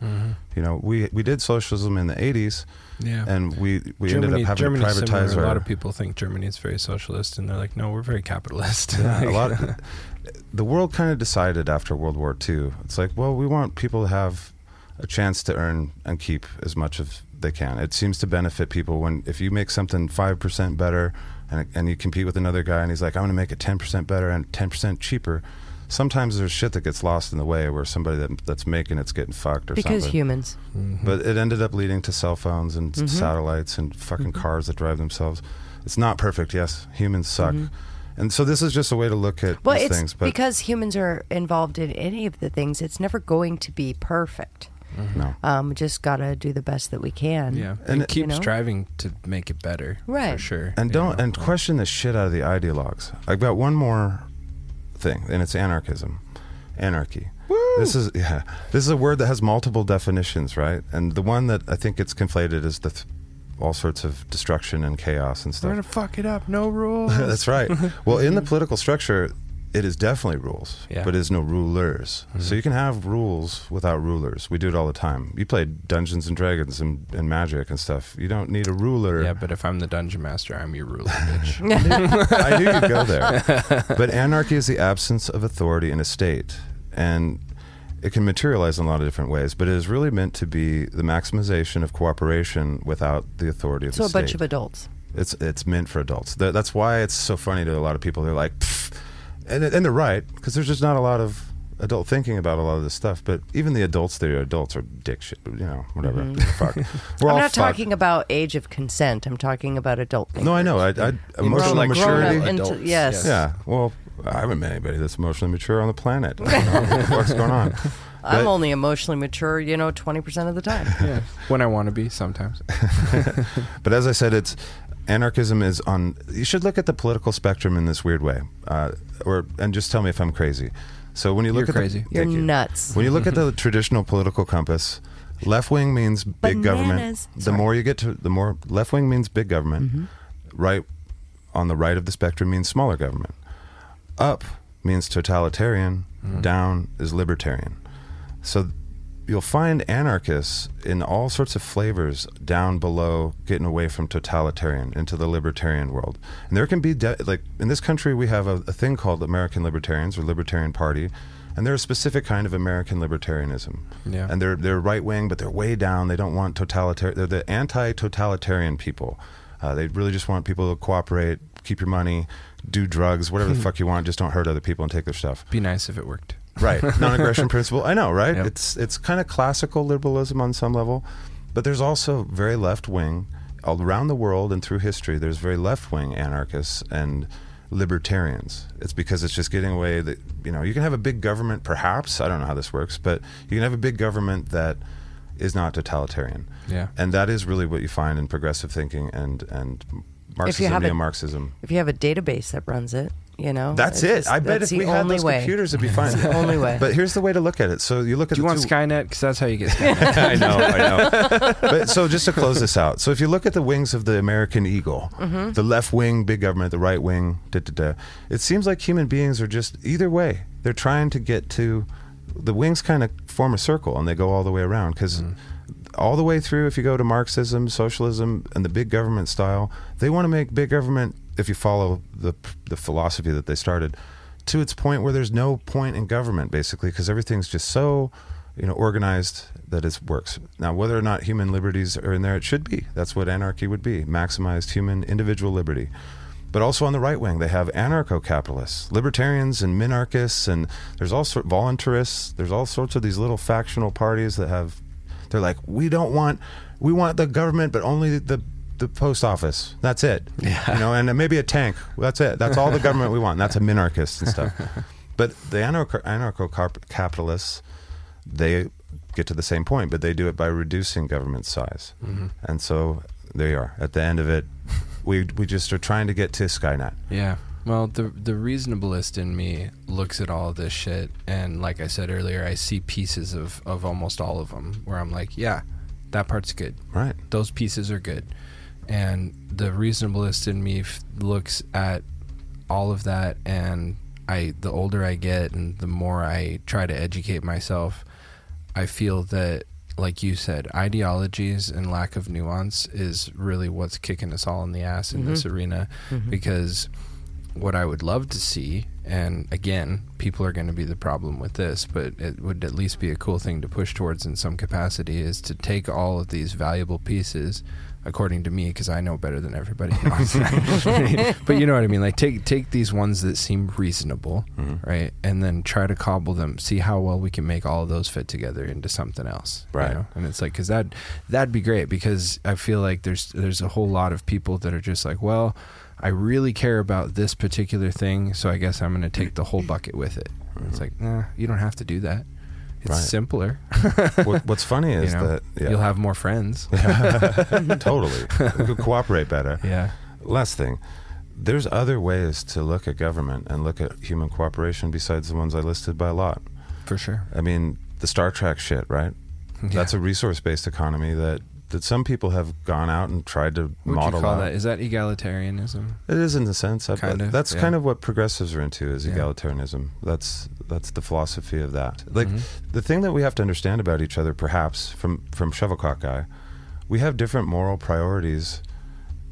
You know, we we did socialism in the '80s, Mm-hmm. Yeah. and we we ended Germany, up having Germany's to similar. privatize our, A lot of people think Germany is very socialist, and they're like, no, we're very capitalist. Yeah, a lot. Of, the world kind of decided after World War II. It's like, well, we want people to have a chance to earn and keep as much of they can. It seems to benefit people when if you make something five percent better, and and you compete with another guy, and he's like, I'm going to make it ten percent better and ten percent cheaper. Sometimes there's shit that gets lost in the way where somebody that, that's making it's getting fucked or because something. humans. But it ended up leading to cell phones and Mm-hmm. satellites and fucking cars that drive themselves. It's not perfect. Yes, humans suck. And so this is just a way to look at Mm-hmm. Well, these it's things. But because humans are involved in any of the things. It's never going to be perfect. no, Um, just gotta do the best that we can. yeah. And And it- it keeps You know? striving to make it better. For Right. sure. and you don't know? and question the shit out of the ideologues. I've got one more thing, and it's anarchism, anarchy. This is yeah. This is a word that has multiple definitions, right? And the one that I think it's conflated is the th- all sorts of destruction and chaos and We're stuff. going to fuck it up. No rules. That's right. Well, in the political structure, it is definitely rules, Yeah. but it is no rulers. So you can have rules without rulers. We do it all the time. You play Dungeons and Dragons and, and Magic and stuff. You don't need a ruler. yeah, but if I'm the dungeon master, I'm your ruler, bitch. I knew you'd go there. But anarchy is the absence of authority in a state, and it can materialize in a lot of different ways. But it is really meant to be the maximization of cooperation without the authority of So the a state. bunch of adults. It's it's meant for adults. That, that's why it's so funny to a lot of people. They're like, "Pff," and and they're right because there's just not a lot of adult thinking about a lot of this stuff. But even the adults, the adults are dick shit. You know, whatever. Fuck. We're Mm-hmm. I'm all not fucked. talking about age of consent. I'm talking about adult. Things. No, I know. I, I emotional like grown-up maturity. Grown up into, adults, yes. yes. yeah. Well, I haven't met anybody that's emotionally mature on the planet. I don't know what the fuck's going on? But- I'm only emotionally mature, you know, 20% of the time. yeah. When I want to be, sometimes. But as I said, it's anarchism is on. You should look at the political spectrum in this weird way, uh, or and just tell me if I'm crazy. So when you look You're at the- crazy. You're Thank you. nuts. When you look at the traditional political compass, left wing means big government. Bananas. The Sorry. Mm-hmm. more you get to, the more left wing means big government. Right on the right of the spectrum means smaller government. Up means totalitarian. Down is libertarian. So you'll find anarchists in all sorts of flavors down below getting away from totalitarian into the libertarian world and there can be de- like in this country we have a, a thing called american libertarians or libertarian party and they're a specific kind of american libertarianism Yeah. and they're they're right wing but they're way down they don't want totalitarian they're the anti-totalitarian people uh, they really just want people to cooperate keep your money do drugs whatever the fuck you want just don't hurt other people and take their stuff Be nice if it worked. right non-aggression principle i know right Yep. it's it's kind of classical liberalism on some level but there's also very left-wing all around the world and through history there's very left-wing anarchists and libertarians it's because it's just getting away that you know you can have a big government perhaps i don't know how this works but you can have a big government that is not totalitarian Yeah. and that is really what you find in progressive thinking and and have marxism a- neo-marxism If you have a database that runs it, you know that's it's it. just- I bet that's if we the had only those way. computers, it'd be fine. the only way. But here's the way to look at it. So you look at Do you the want two- Skynet? Because that's how you get Skynet. I know, I know. But so just to close this out, so if you look at the wings of the American eagle, Mm-hmm. the left wing, big government, the right wing, da da da, it seems like human beings are just either way. They're trying to get to the wings, kind of form a circle, and they go all the way around because. Mm-hmm. All the way through, if you go to Marxism, socialism, and the big government style, they want to make big government, if you follow the, the philosophy that they started, to its point where there's no point in government basically because everything's just so you know organized that it works now whether or not human liberties are in there it should be that's what anarchy would be maximized human individual liberty but also on the right wing they have anarcho-capitalists libertarians and minarchists and there's all sort voluntarists there's all sorts of these little factional parties that have they're like we don't want we want the government but only the the post office. That's it. You know, and maybe a tank. That's it. That's all the government we want. That's a minarchist and stuff. But the anarcho- anarcho-capitalists, they get to the same point, but they do it by reducing government size. Mm-hmm. And so there you are. At the end of it, we we just are trying to get to Skynet. Yeah. Well, the the reasonablest in me looks at all this shit, and like I said earlier, I see pieces of of almost all of them where I'm like, yeah, that part's good. Right. Those pieces are good, and the reasonablest in me f- looks at all of that, and I the older I get, and the more I try to educate myself, I feel that. Like you said, ideologies and lack of nuance is really what's kicking us all in the ass in this arena because what I would love to see, and again, people are going to be the problem with this, but it would at least be a cool thing to push towards in some capacity is to take all of these valuable pieces, according to me, because I know better than everybody. else. but you know what I mean? Like take take these ones that seem reasonable, right, and then try to cobble them, see how well we can make all of those fit together into something else, you Right. know? and it's like because that that'd be great because i feel like there's there's a whole lot of people that are just like well i really care about this particular thing so i guess i'm going to take the whole bucket with it it's like nah you don't have to do that it's Right. simpler What, what's funny you is know? that yeah, you'll have more friends totally we could cooperate better. yeah Last thing, there's other ways to look at government and look at human cooperation besides the ones I listed by lot. for sure I mean, the Star Trek shit, right? That's a resource-based economy that that some people have gone out and tried to what would model you call out. that is that egalitarianism It is in the sense of Kind of, that's yeah. kind of what progressives are into is Yeah. egalitarianism. That's that's the philosophy of that. Like Mm-hmm. the thing that we have to understand about each other, perhaps from from Shuttlecock guy, we have different moral priorities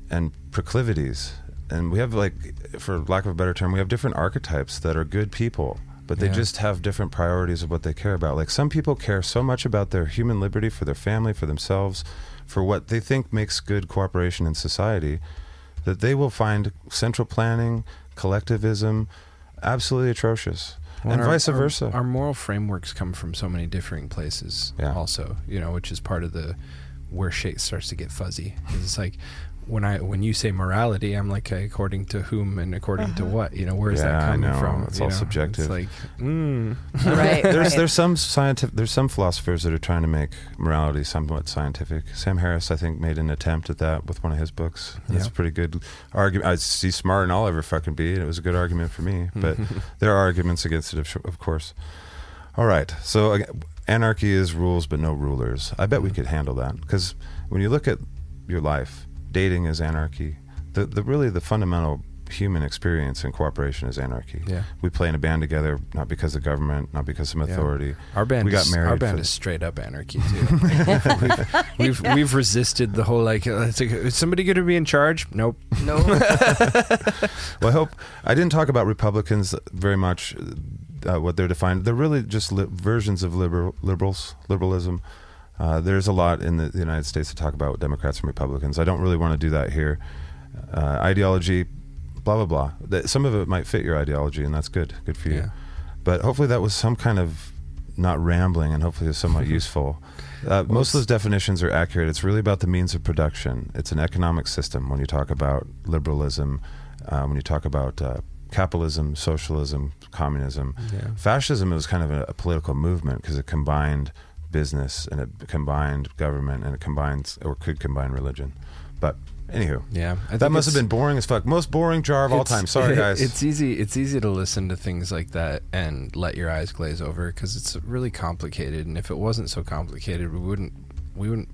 and proclivities, and we have like, for lack of a better term, we have different archetypes that are good people, but they Yeah. just have different priorities of what they care about. Like some people care so much about their human liberty for their family, for themselves, for what they think makes good cooperation in society that they will find central planning, collectivism, absolutely atrocious, Well, and our- vice our- versa. Our, moral frameworks come from so many differing places, Yeah. also, you know, which is part of the where shit starts to get fuzzy. 'Cause It's like when I when you say morality, I'm like, okay, according to whom and according to what? You know, where is that Yeah, I coming know. from? It's you all know? subjective. It's like, mm, right. there's right. there's some scientific there's some philosophers that are trying to make morality somewhat scientific. Sam Harris, I think, made an attempt at that with one of his books. That's Yeah. a pretty good argument. I see smart and I'll ever fucking be, and it was a good argument for me. But there are arguments against it, of, of course. All right, so uh, anarchy is rules but no rulers. I Mm-hmm. bet we could handle that because when you look at your life, dating is anarchy. The the really the fundamental human experience in cooperation is anarchy. Yeah. We play in a band together, not because of government, not because of some Yeah. authority. Our band, We got is, married Our band for- is straight up anarchy too. we've we've, we've resisted the whole like, uh, it's like, is somebody going to be in charge? Nope. No. Well, I hope I didn't talk about Republicans very much. Uh, what they're defined, they're really just li- versions of liberal liberals, liberalism. Uh, there's a lot in the, the United States to talk about Democrats and Republicans. I don't really want to do that here. Uh, ideology, blah blah blah. That, some of it might fit your ideology, and that's good. Good for you. Yeah. But hopefully, that was some kind of not rambling, and hopefully, it's somewhat useful. Uh, most of those definitions are accurate. It's really about the means of production. It's an economic system when you talk about liberalism, uh, when you talk about uh, capitalism, socialism, communism. Yeah. Fascism was kind of a, a political movement because it combined business and it combined government and it combines or could combine religion. But anywho, Yeah, I that think must have it's- been boring as fuck. Most boring jar of all It's- time. Sorry, guys. It's easy. It's easy to listen to things like that and let your eyes glaze over because it's really complicated. And if it wasn't so complicated, we wouldn't we wouldn't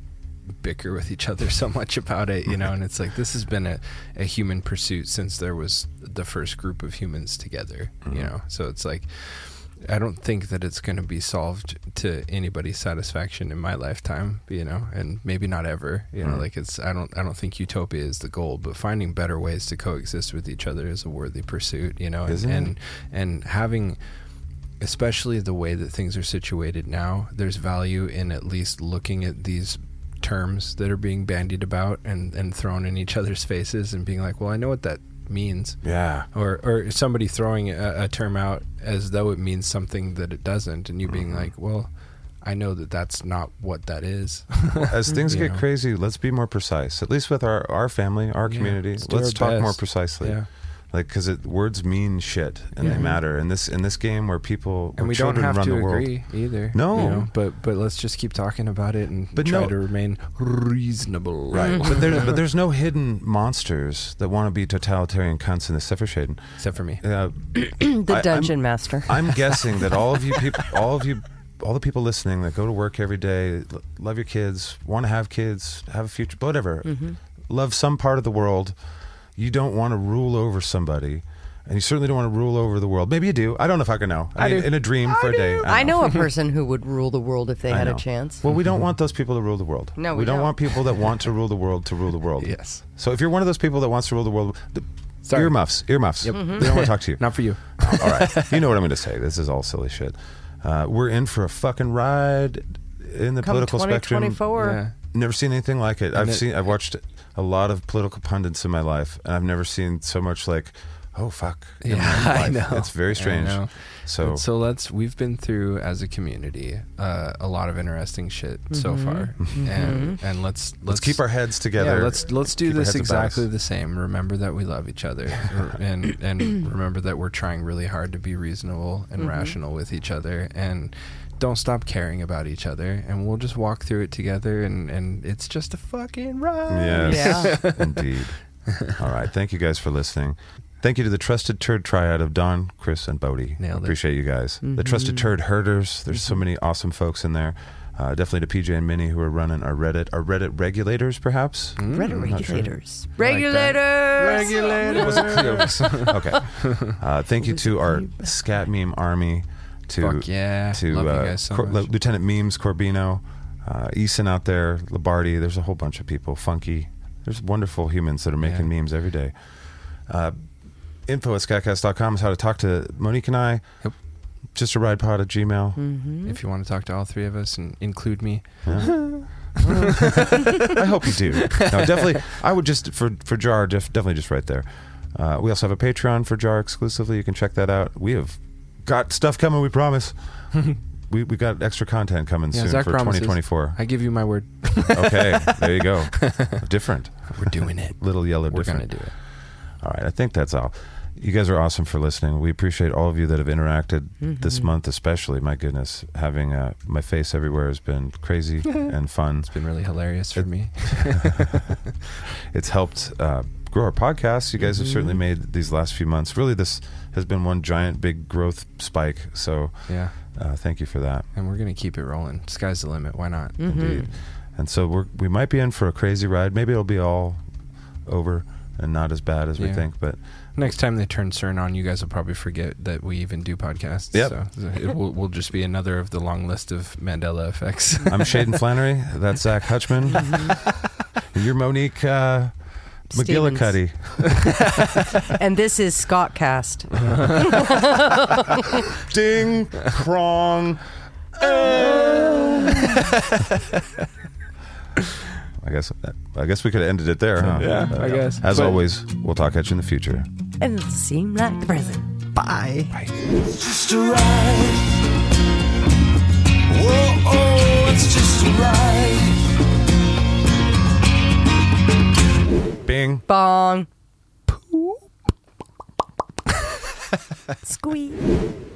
bicker with each other so much about it, you know. And it's like this has been a, a human pursuit since there was the first group of humans together, Mm-hmm. you know. So it's like. I don't think that it's going to be solved to anybody's satisfaction in my lifetime, you know, and maybe not ever, you know, Mm-hmm. like it's, I don't, I don't think utopia is the goal, but finding better ways to coexist with each other is a worthy pursuit, you know, and, Isn't it? and, and having, especially the way that things are situated now, there's value in at least looking at these terms that are being bandied about and, and thrown in each other's faces and being like, well, I know what that means yeah. or or somebody throwing a, a term out as though it means something that it doesn't, and you Mm-hmm. being like, "Well, I know that that's not what that is." as things You get know? crazy, let's be more precise. At least with our our family, our Yeah, community, let's let's, do our talk more best. precisely. Yeah. Like, because words mean shit and they Yeah. matter. In this in this game where people where and we don't children have run to the world. agree either. No. you know? but but let's just keep talking about it and But try no- to remain reasonable. Right, but there's but there's no hidden monsters that want to be totalitarian cunts in the Sephardshaden. except for me. Uh, the I'm- dungeon master. I'm guessing that all of you people, all of you, all the people listening that go to work every day, l- love your kids, want to have kids, have a future, whatever, Mm-hmm. love some part of the world. You don't want to rule over somebody, and you certainly don't want to rule over the world. Maybe you do. I don't know if I can know. I, mean, in a dream for a day. don't I know a person who would rule the world if they I had a know. chance. Mm-hmm. Well, we don't want those people to rule the world. No, we we, don't, don't. want people that want to rule the world to rule the world. Yes. So if you're one of those people that wants to rule the world, the, Sorry. earmuffs, earmuffs. We Mm-hmm. don't want to talk to you. Not for you. all right. You know what I'm going to say. This is all silly shit. Uh, we're in for a fucking ride in the Come political spectrum. 2024. Yeah. Never seen anything like it. I've it- seen. I've watched a lot of political pundits in my life, and I've never seen so much like, oh fuck. in my Yeah, I life. know. uh, It's very I strange. know. So, So let's. We've been through as a community uh, a lot of interesting shit so far, and and let's let's, Mm-hmm. let's keep our heads together. Yeah, let's let's do Keep our this heads about us. exactly the same. Remember that we love each other, r- and and remember that we're trying really hard to be reasonable and rational with each other, and don't stop caring about each other. And we'll just walk through it together, and and it's just a fucking ride. Yes, indeed. All right. Thank you guys for listening. Thank you to the Trusted Turd Triad of Don, Chris, and Bodie. Nailed it. Mm-hmm. Appreciate you guys. The Trusted Turd Herders. There's so many awesome folks in there. Uh, definitely to PJ and Minnie who are running our Reddit, our Reddit regulators, perhaps. Mm-hmm. Reddit Hmm, not sure. regulators. that. regulators. Regulators. Wasn't clear. okay. Uh, thank you to our Scat Meme Army. To Fuck yeah. To Love you uh, guys so Cor- much. Lieutenant Memes Corbino, uh, Eason out there, Labardi. There's a whole bunch of people. Funky. There's wonderful humans that are making memes every day. Uh, info at scatcast.com is how to talk to Monique and I. Yep. Mm. Just a ride pod at Gmail. If you want to talk to all three of us and include me, I hope you do. No, definitely. I would just for for Jar def, definitely just right there. Uh, we also have a Patreon for Jar exclusively. You can check that out. We have got stuff coming. We promise. we we got extra content coming yeah, soon Zach for promises. 2024. I give you my word. okay, there you go. Different. We're doing it. Little yellow. We're different. gonna do it. All right, I think that's all. You guys are awesome for listening. We appreciate all of you that have interacted this Mm-hmm. month, especially. My goodness, having uh, my face everywhere has been crazy and fun. It's been really hilarious for me. it's helped uh, grow our podcast. You guys have certainly Mm-hmm. made these last few months. Really, this has been one giant big growth spike. So, Yeah. uh, thank you for that. And we're gonna keep it rolling. Sky's the limit. Why not? Mm-hmm. Indeed. And so we're, we might be in for a crazy ride. Maybe it'll be all over and not as bad as we Yeah. think. But Next time they turn CERN on, you guys will probably forget that we even do podcasts. Yep. So it will, will just be another of the long list of Mandela effects. I'm Shaden Flannery. That's Zach Hutchman. Mm-hmm. You're Monique uh, Stevens. McGillicuddy. And this is Scott Cast. Ding, crong. I guess I guess we could have ended it there, huh? Yeah, I guess. As But- always, we'll talk at you in the future. and it seemed like the present. Bye. just a ride. Whoa, oh, it's just a ride. Bing. Bong. Poop. Squeak.